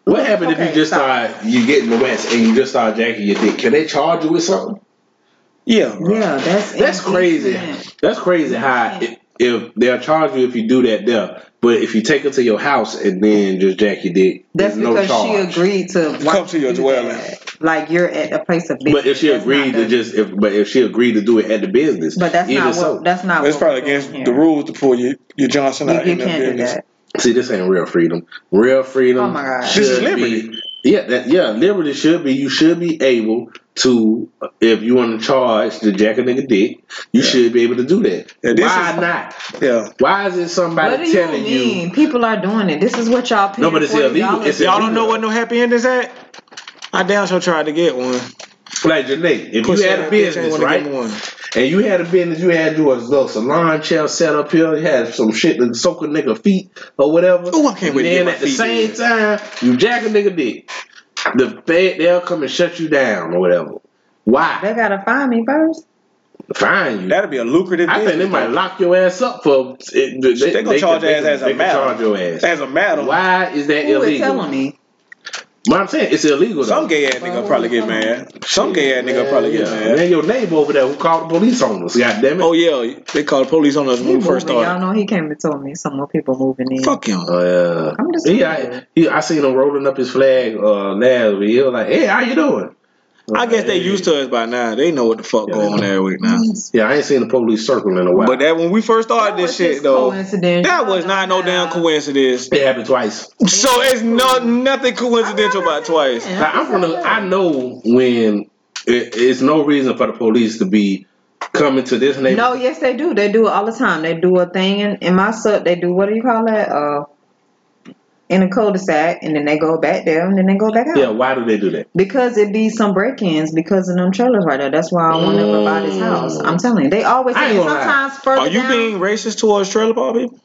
Speaker 5: what happened if
Speaker 4: Okay,
Speaker 5: you just
Speaker 4: stop.
Speaker 5: start you getting the wax and you just start jacking your dick? Can they charge you with something?
Speaker 2: Yeah. bro.
Speaker 4: already know. Yeah, that's
Speaker 5: That's crazy.
Speaker 4: indecent.
Speaker 5: That's crazy how if, if they'll charge you if you do that there, but if you take her to your house and then just jack your dick,
Speaker 4: That's
Speaker 5: there's no
Speaker 4: because
Speaker 5: charge.
Speaker 4: she agreed to
Speaker 2: Come to your
Speaker 4: do
Speaker 2: dwelling.
Speaker 4: that. Like you're at a place of business.
Speaker 5: But if she
Speaker 4: That's
Speaker 5: agreed
Speaker 4: not
Speaker 5: to
Speaker 4: the-
Speaker 5: just, if but if she agreed to do it at the business,
Speaker 4: But that's
Speaker 5: either
Speaker 4: not what.
Speaker 5: so.
Speaker 4: That's not.
Speaker 2: It's
Speaker 4: what
Speaker 2: probably
Speaker 4: we're doing
Speaker 2: against
Speaker 4: here.
Speaker 2: the rules to pull your, your Johnson
Speaker 4: You,
Speaker 2: out
Speaker 4: you
Speaker 2: in that
Speaker 4: can't do
Speaker 2: business.
Speaker 4: that.
Speaker 5: See, this ain't real freedom. Real freedom.
Speaker 4: Oh my God. This
Speaker 5: should
Speaker 2: is
Speaker 5: be-
Speaker 2: liberty.
Speaker 5: yeah, that, yeah, liberty should be. You should be able to, if you want to charge the jack a nigga dick, you
Speaker 2: Yeah.
Speaker 5: should be able to do that.
Speaker 2: Yeah, this
Speaker 5: Why
Speaker 2: is-
Speaker 5: not?
Speaker 2: Yeah.
Speaker 5: Why is it
Speaker 4: What
Speaker 5: somebody
Speaker 4: do you
Speaker 5: telling
Speaker 4: mean?
Speaker 5: you?
Speaker 4: People are doing it. This is what y'all paying
Speaker 5: No, but it's
Speaker 4: $40
Speaker 5: illegal. It's
Speaker 2: Y'all
Speaker 5: illegal.
Speaker 2: don't know what no happy ending's at? I damn sure tried to get one.
Speaker 5: Like Janae, if
Speaker 2: Pussy
Speaker 5: you had
Speaker 2: ass
Speaker 5: a
Speaker 2: bitch
Speaker 5: business,
Speaker 2: ain't wanna
Speaker 5: right?
Speaker 2: get one.
Speaker 5: And you had a business, you had your little salon chair set up here, you had some shit to soak a nigga feet or whatever.
Speaker 2: Ooh, Oh, I can't wait to
Speaker 5: And then
Speaker 2: get my
Speaker 5: at the
Speaker 2: feet
Speaker 5: same
Speaker 2: did.
Speaker 5: time, you jack a nigga dick. The fed they'll come and shut you down or whatever. Why?
Speaker 4: They gotta find me first.
Speaker 5: Fine you.
Speaker 2: That'd be a lucrative
Speaker 5: I think
Speaker 2: business,
Speaker 5: they might
Speaker 2: though.
Speaker 5: lock your ass up for it, they,
Speaker 2: They gonna
Speaker 5: can-
Speaker 2: charge
Speaker 5: they
Speaker 2: your ass
Speaker 5: can-
Speaker 2: as a
Speaker 5: they can
Speaker 2: madam.
Speaker 5: charge your ass.
Speaker 2: As a matter,
Speaker 5: Why is that
Speaker 4: Who is
Speaker 5: illegal?
Speaker 4: telling me?
Speaker 5: What I'm saying it's illegal. though.
Speaker 2: some gay ass nigga probably get mad. Some gay ass nigga
Speaker 5: Man,
Speaker 2: probably get
Speaker 5: yeah.
Speaker 2: mad.
Speaker 5: Man, your neighbor over there who called the police on us. God damn it.
Speaker 2: Oh, yeah. They called the police on us
Speaker 4: He
Speaker 2: when we
Speaker 4: moving.
Speaker 2: first
Speaker 4: Y'all
Speaker 2: started.
Speaker 4: know he came and told me some more people moving in.
Speaker 2: Fuck him.
Speaker 5: Uh,
Speaker 4: I'm just
Speaker 5: he,
Speaker 4: wondering.
Speaker 5: I, he, I seen him rolling up his flag uh, last week. He was like, "Hey, how you doing?"
Speaker 2: I guess they used to us by now. They know what the fuck
Speaker 5: Yeah,
Speaker 2: going on
Speaker 5: they
Speaker 2: every week now.
Speaker 5: Yeah, I ain't seen the police circle in a while.
Speaker 2: But that when we first started
Speaker 4: That
Speaker 2: this
Speaker 4: was
Speaker 2: shit
Speaker 4: just
Speaker 2: though,
Speaker 4: coincidence.
Speaker 2: that
Speaker 4: Y'all
Speaker 2: was
Speaker 4: know
Speaker 2: not no
Speaker 4: now.
Speaker 2: damn coincidence.
Speaker 5: it happened twice.
Speaker 2: So it's no nothing coincidental about twice.
Speaker 4: saying.
Speaker 5: Like, I'm gonna. I know when it, it's no reason for the police to be coming to this neighborhood.
Speaker 4: No, yes, they do. They do it all the time. They do a thing in, in my sub. They do what do you call that? Uh, in a cul-de-sac, and then they go back there, and then they go back out.
Speaker 5: Yeah, why do they do that?
Speaker 4: Because it be some break-ins because of them trailers right there. That's why I want to buy this house.
Speaker 2: Mm.
Speaker 4: I'm telling you, they always
Speaker 5: I ain't
Speaker 4: and
Speaker 5: gonna lie.
Speaker 4: sometimes further
Speaker 2: Are you
Speaker 4: down,
Speaker 2: being racist towards trailer park people?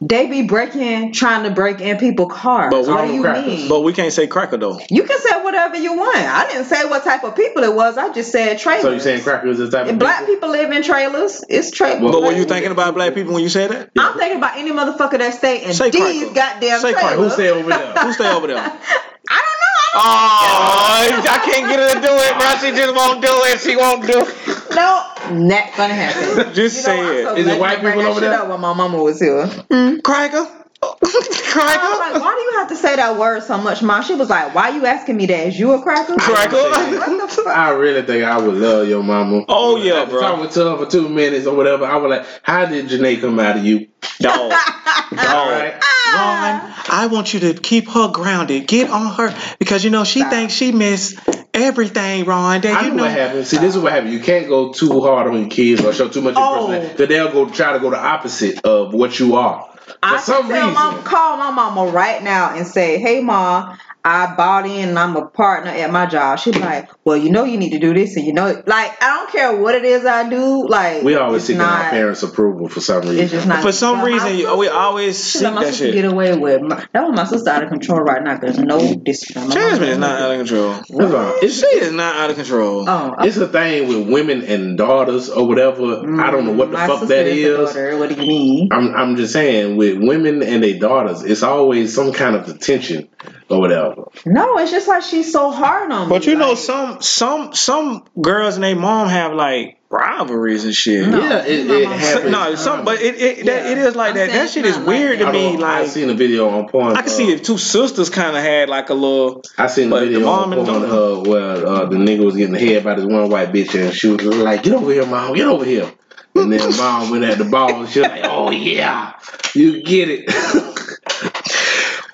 Speaker 4: they be breaking, trying to break in people cars.
Speaker 2: But we
Speaker 4: what
Speaker 5: don't
Speaker 4: do you
Speaker 5: crackers.
Speaker 4: mean?
Speaker 2: But we can't say cracker though.
Speaker 4: you can say whatever you want. I didn't say what type of people it was. I just said trailers.
Speaker 5: So you saying crackers is the type of
Speaker 4: Black people live in trailers. It's trailers.
Speaker 5: Well,
Speaker 2: But were
Speaker 5: what
Speaker 2: you thinking about black people when you said that?
Speaker 4: I'm thinking about any motherfucker that stay in
Speaker 2: Say
Speaker 4: these
Speaker 2: Cracker.
Speaker 4: goddamn
Speaker 2: Say Cracker.
Speaker 4: trailers.
Speaker 5: Who stay over there?
Speaker 2: Who stay over there?
Speaker 4: I don't know. I don't
Speaker 2: Oh, I can't get her to do it, bro. She just won't do it. She won't do it.
Speaker 4: No, not gonna happen.
Speaker 2: Just say
Speaker 4: I'm
Speaker 2: it.
Speaker 4: so
Speaker 5: Ah. Is it
Speaker 4: glad you
Speaker 5: white
Speaker 4: bring
Speaker 5: people
Speaker 4: that
Speaker 5: over
Speaker 4: shit
Speaker 5: there?
Speaker 4: up When my mama was here.
Speaker 2: Hmm? Cracker.
Speaker 4: I was like,
Speaker 2: cracker.
Speaker 4: why do you have to say that word so much, Mom? She was like, why you asking me that? Is you a cracker?
Speaker 2: Cracker.
Speaker 4: What the fuck?
Speaker 5: I really think I would love your mama.
Speaker 2: Oh, yeah,
Speaker 5: After
Speaker 2: bro.
Speaker 5: Talking to her for two minutes or whatever, I was like, "How did Janae come out of you?"
Speaker 2: Dog.
Speaker 5: All
Speaker 2: Dog.
Speaker 5: right.
Speaker 2: Ron, I want you to keep her grounded. Get on her because you know she
Speaker 4: Stop.
Speaker 2: thinks she missed everything, Ron. That
Speaker 5: I
Speaker 2: you
Speaker 5: know,
Speaker 2: know.
Speaker 5: what happened. See, this is what happened. You can't go too hard on your kids or show too much
Speaker 4: Oh.
Speaker 5: personality because they'll go try to go the opposite of what you are. For
Speaker 4: I
Speaker 5: some
Speaker 4: can tell
Speaker 5: reason,
Speaker 4: mom, call my mama right now and say, hey, mom, I bought in and I'm a partner at my job. She's like, Well, you know you need to do this and you know like I don't care what it is I do, like
Speaker 5: We always
Speaker 4: it's
Speaker 5: seeking
Speaker 4: not-
Speaker 5: our parents' approval for some reason.
Speaker 4: It's just not
Speaker 2: For some
Speaker 4: But my
Speaker 2: reason,
Speaker 4: sister-
Speaker 2: we always
Speaker 4: she
Speaker 2: seek
Speaker 4: let my
Speaker 2: that
Speaker 4: sister
Speaker 2: shit.
Speaker 4: get away with. My, that was my sister out of control right now. There's no discipline. My mama
Speaker 2: Jasmine is
Speaker 4: don't
Speaker 2: not
Speaker 4: do
Speaker 2: out of control.
Speaker 4: What?
Speaker 5: That's
Speaker 2: If she is not out of control,
Speaker 4: Oh,
Speaker 5: It's a thing with women and daughters or whatever. I don't know what the
Speaker 4: Mm, my
Speaker 5: fuck
Speaker 4: sister
Speaker 5: that
Speaker 4: is a
Speaker 5: is.
Speaker 4: daughter. What do you mean?
Speaker 5: I'm I'm just saying with women and their daughters, it's always some kind of attention or whatever.
Speaker 4: No, it's just like she's so hard on me.
Speaker 2: but you know,
Speaker 4: like-
Speaker 2: some some some girls and their mom have like rivalries and shit.
Speaker 4: No,
Speaker 5: yeah, it,
Speaker 4: my
Speaker 5: it
Speaker 4: mom-
Speaker 5: happens.
Speaker 2: No, some, but it it, that,
Speaker 4: Yeah.
Speaker 2: it is like
Speaker 4: I'm
Speaker 2: that.
Speaker 4: saying
Speaker 2: That
Speaker 4: it's
Speaker 2: shit is
Speaker 4: not like
Speaker 2: weird
Speaker 4: that.
Speaker 5: I
Speaker 2: to me.
Speaker 5: don't know. I
Speaker 2: Like
Speaker 5: seen a video on Pornhub.
Speaker 2: I can see if two sisters kind of had like a little.
Speaker 5: I seen a
Speaker 2: But the
Speaker 5: video on
Speaker 2: mom and daughter- Mm-hmm.
Speaker 5: Pornhub where uh, the nigga was getting head by this one white bitch, and she was like, "Get over here, mom! Get over here!" And then mom went at the ball, and she was like, "Oh yeah, you get it."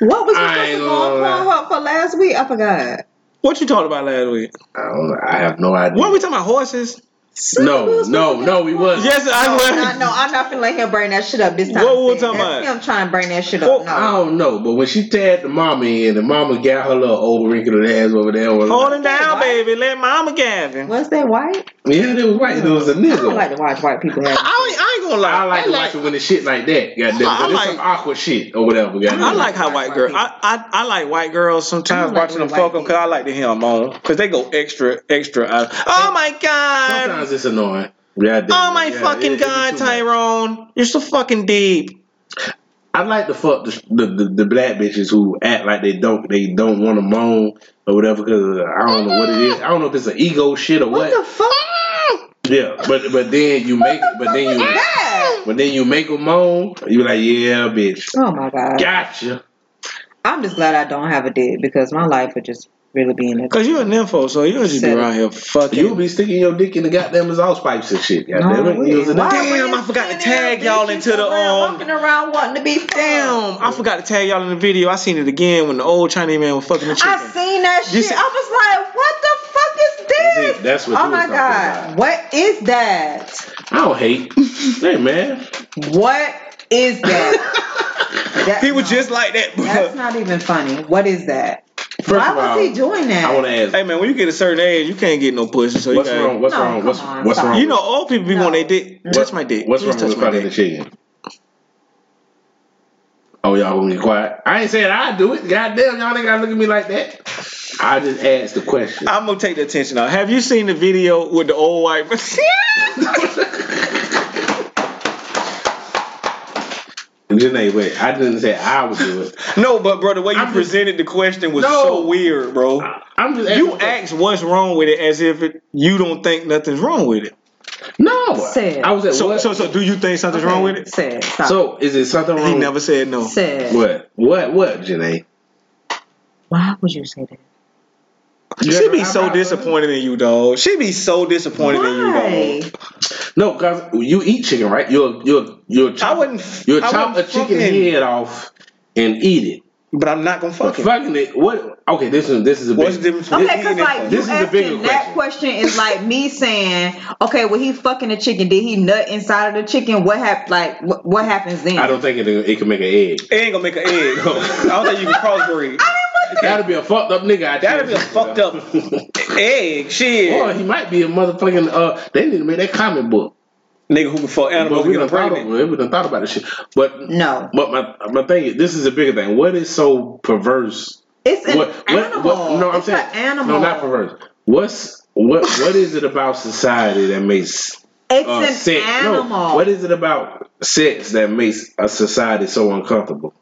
Speaker 4: What was we
Speaker 5: I
Speaker 4: supposed to
Speaker 5: ain't
Speaker 4: go on
Speaker 5: gonna
Speaker 4: Pornhub for last week? I forgot.
Speaker 2: What you talked about last week?
Speaker 5: I don't. know. I have no idea.
Speaker 2: What we talking about horses?
Speaker 5: No,
Speaker 4: we was supposed
Speaker 5: no,
Speaker 4: to get
Speaker 5: no,
Speaker 4: on
Speaker 5: we
Speaker 4: Pornhub.
Speaker 5: wasn't.
Speaker 2: Yes, I
Speaker 4: no,
Speaker 2: was.
Speaker 4: not- no, I'm not finna let him bring that shit up this time.
Speaker 2: What we were
Speaker 4: Sid.
Speaker 2: talking
Speaker 4: That's
Speaker 2: about?
Speaker 4: Him trying to bring that shit
Speaker 2: What-
Speaker 4: up.
Speaker 5: I
Speaker 4: No.
Speaker 5: don't know, but when she tagged the mama in, the mama got her little old wrinkled ass over there. Was
Speaker 2: Hold
Speaker 5: like,
Speaker 2: him down,
Speaker 4: What?
Speaker 2: baby. Let mama Gavin.
Speaker 4: Was that white?
Speaker 5: yeah, they was right. It was a
Speaker 4: I don't
Speaker 5: nigga.
Speaker 4: like to watch white people have.
Speaker 2: I ain't, I ain't gonna lie.
Speaker 5: I like to watch it when it's shit like that. Goddamn,
Speaker 2: I
Speaker 5: but it's
Speaker 2: like-
Speaker 5: some awkward shit or whatever. Goddamn.
Speaker 2: I like how
Speaker 4: White
Speaker 2: white girls.
Speaker 4: people.
Speaker 2: I, I I like white girls
Speaker 4: I
Speaker 2: sometimes
Speaker 4: don't like
Speaker 2: watching them
Speaker 4: really
Speaker 2: fuck
Speaker 4: white
Speaker 2: them because I like to hear them on because they go extra extra. I, oh my god!
Speaker 5: Sometimes it's annoying. Goddamn.
Speaker 2: Oh my
Speaker 5: Yeah,
Speaker 2: fucking
Speaker 5: it- it be
Speaker 2: god,
Speaker 5: too much.
Speaker 2: Tyrone, you're so fucking deep.
Speaker 5: I like to fuck the, the, the the black bitches who act like they don't they don't want to moan or whatever because I don't know what it is. I don't know if it's an ego shit or
Speaker 4: What
Speaker 5: what.
Speaker 4: the fuck?
Speaker 5: yeah, but but then you make but then you
Speaker 4: Yeah.
Speaker 5: but then you make them moan. You be like, yeah, bitch,
Speaker 4: Oh my god.
Speaker 5: gotcha.
Speaker 4: I'm just glad I don't have a dick because my life would just really be in it.
Speaker 2: Cause you're a nympho, so you'll just be
Speaker 4: Settle.
Speaker 2: around here fucking.
Speaker 5: You'll be sticking your dick in the goddamn exhaust pipes and shit. Goddamn
Speaker 4: No,
Speaker 5: it, you was a
Speaker 4: why
Speaker 5: nigga.
Speaker 4: would
Speaker 2: Damn,
Speaker 4: you
Speaker 2: I forgot to
Speaker 4: sit there,
Speaker 2: tag y'all
Speaker 4: bitch?
Speaker 2: into
Speaker 4: You
Speaker 2: the,
Speaker 4: around,
Speaker 2: um,
Speaker 4: walking around wanting to be fucked.
Speaker 2: Damn, I forgot to tag y'all in the video. I seen it again when the old Chinese man was fucking the chicken.
Speaker 4: I seen that
Speaker 2: You
Speaker 4: shit.
Speaker 2: see-
Speaker 4: I was like, what the fuck is this?
Speaker 5: That's it. That's what
Speaker 4: oh
Speaker 5: you was
Speaker 4: my
Speaker 5: talking
Speaker 4: god.
Speaker 5: about.
Speaker 4: What is that?
Speaker 5: I don't hate. hey man,
Speaker 4: What is that? That-
Speaker 2: he was
Speaker 4: no,
Speaker 2: just like that, bro.
Speaker 4: That's not even funny. What is that?
Speaker 5: first
Speaker 4: Why
Speaker 5: of
Speaker 4: was
Speaker 5: all,
Speaker 4: he doing that?
Speaker 5: I want to ask,
Speaker 2: hey man, when you get a certain age, you can't get no pussy. So
Speaker 5: what's
Speaker 2: you gotta,
Speaker 5: wrong? What's
Speaker 4: No,
Speaker 5: wrong?
Speaker 4: come
Speaker 5: What's
Speaker 4: on,
Speaker 5: what's
Speaker 4: stop.
Speaker 5: wrong?
Speaker 2: You know, old people be
Speaker 4: No.
Speaker 2: wanting they dick.
Speaker 4: What-
Speaker 2: Touch my dick.
Speaker 5: What's
Speaker 2: Please
Speaker 5: wrong with
Speaker 2: touch my
Speaker 5: fucking the
Speaker 2: dick.
Speaker 5: chicken? Oh, y'all gonna get quiet? I ain't saying I do it. Goddamn, y'all ain't gotta look at me like that. I just asked the question.
Speaker 2: I'm gonna take the attention out. Have you seen the video with the old white?
Speaker 5: Janae, wait. I didn't say I would do it.
Speaker 2: no, but bro, the way you
Speaker 5: I'm just-
Speaker 2: presented the question was
Speaker 5: No.
Speaker 2: so weird, bro.
Speaker 5: I'm just asking
Speaker 2: You
Speaker 5: the question.
Speaker 2: asked what's wrong with it as if it, you don't think nothing's wrong with it.
Speaker 5: No,
Speaker 4: Said.
Speaker 5: I was at
Speaker 2: So,
Speaker 5: what?
Speaker 2: so, so, do you think something's wrong with it?
Speaker 4: Said, stop.
Speaker 5: So, is it something wrong?
Speaker 2: He never said no.
Speaker 4: said.
Speaker 5: What? What? What? Janae?
Speaker 4: Why would you say that?
Speaker 5: You
Speaker 2: she
Speaker 5: ever-
Speaker 2: be
Speaker 5: I'm
Speaker 2: so
Speaker 5: not-
Speaker 2: disappointed in you, dog. She be so disappointed in you,
Speaker 4: Why?
Speaker 2: dog.
Speaker 5: No, cause you eat chicken, right? You'll you'll you'll chop,
Speaker 2: wouldn't-
Speaker 5: you'll
Speaker 2: I
Speaker 5: chop a
Speaker 2: wouldn't
Speaker 5: chicken
Speaker 2: fucking-
Speaker 5: head off and eat it.
Speaker 2: But I'm not gonna
Speaker 5: But
Speaker 2: fuck him.
Speaker 5: fucking it, what? Okay, this is this is a
Speaker 2: What's
Speaker 5: big-
Speaker 2: the difference between
Speaker 4: Okay, because
Speaker 2: eating
Speaker 4: like
Speaker 2: and
Speaker 4: you
Speaker 5: This is the
Speaker 4: asking
Speaker 5: bigger
Speaker 4: that
Speaker 5: question.
Speaker 4: question is like me saying, okay, well he fucking the chicken. Did he nut inside of the chicken? What hap- Like what, what happens then?
Speaker 5: I don't think it, it can make an egg.
Speaker 2: It ain't gonna make an egg. I don't think you can crossbreed.
Speaker 5: That'd be a fucked up nigga. I
Speaker 2: That'd be a fucked up egg. Shit.
Speaker 5: Or he might be a motherfucking. Uh, they need to make that comic book.
Speaker 2: Nigga who can fuck
Speaker 5: But
Speaker 2: animals and
Speaker 5: we
Speaker 2: get
Speaker 5: done
Speaker 2: them
Speaker 5: thought, of,
Speaker 2: pregnant.
Speaker 5: we done thought about this shit. But
Speaker 4: No.
Speaker 5: But my my thing is, this is a bigger thing. What is so perverse?
Speaker 4: It's an
Speaker 5: what,
Speaker 4: animal.
Speaker 5: no, I'm
Speaker 4: it's
Speaker 5: saying
Speaker 4: an animal.
Speaker 5: No, not perverse. What's what? What is it about society that makes
Speaker 4: It's
Speaker 5: uh,
Speaker 4: an
Speaker 5: sex?
Speaker 4: animal.
Speaker 5: No, what is it about sex that makes a society so uncomfortable?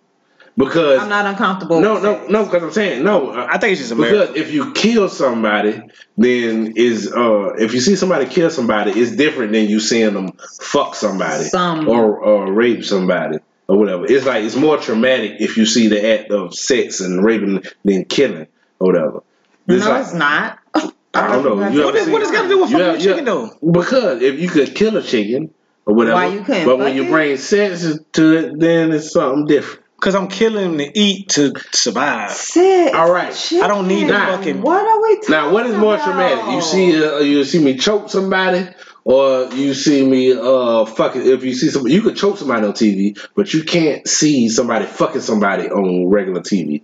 Speaker 5: Because
Speaker 4: I'm not uncomfortable.
Speaker 5: no,
Speaker 4: with
Speaker 5: no,
Speaker 4: sex.
Speaker 5: no. Because I'm saying no. I
Speaker 2: I think it's just America.
Speaker 5: because if you kill somebody, then is uh if you see somebody kill somebody, it's different than you seeing them fuck somebody
Speaker 4: Some-
Speaker 5: or or rape somebody or whatever. It's like it's more traumatic if you see the act of sex and raping than killing or whatever. It's
Speaker 4: no,
Speaker 5: like-
Speaker 4: it's not.
Speaker 5: I don't know. You
Speaker 2: What
Speaker 5: ever
Speaker 2: is- what
Speaker 5: seen-
Speaker 2: is gotta do with
Speaker 5: you
Speaker 2: fucking
Speaker 5: have-
Speaker 2: a
Speaker 5: you have-
Speaker 2: chicken, though?
Speaker 5: Because if you could kill a chicken or whatever,
Speaker 4: Why you couldn't
Speaker 5: but when
Speaker 4: fuck
Speaker 5: you
Speaker 4: it?
Speaker 5: bring sex to it, then it's something different.
Speaker 2: Because I'm killing to eat to survive.
Speaker 4: Sis,
Speaker 5: All right.
Speaker 4: chicken.
Speaker 2: I don't need
Speaker 5: Nah.
Speaker 2: fucking-
Speaker 4: What are we talking
Speaker 5: Now, what is more
Speaker 4: about?
Speaker 5: traumatic? You see, uh, you see me choke somebody, or you see me uh fucking. If you see somebody, you could choke somebody on TV, but you can't see somebody fucking somebody on regular TV.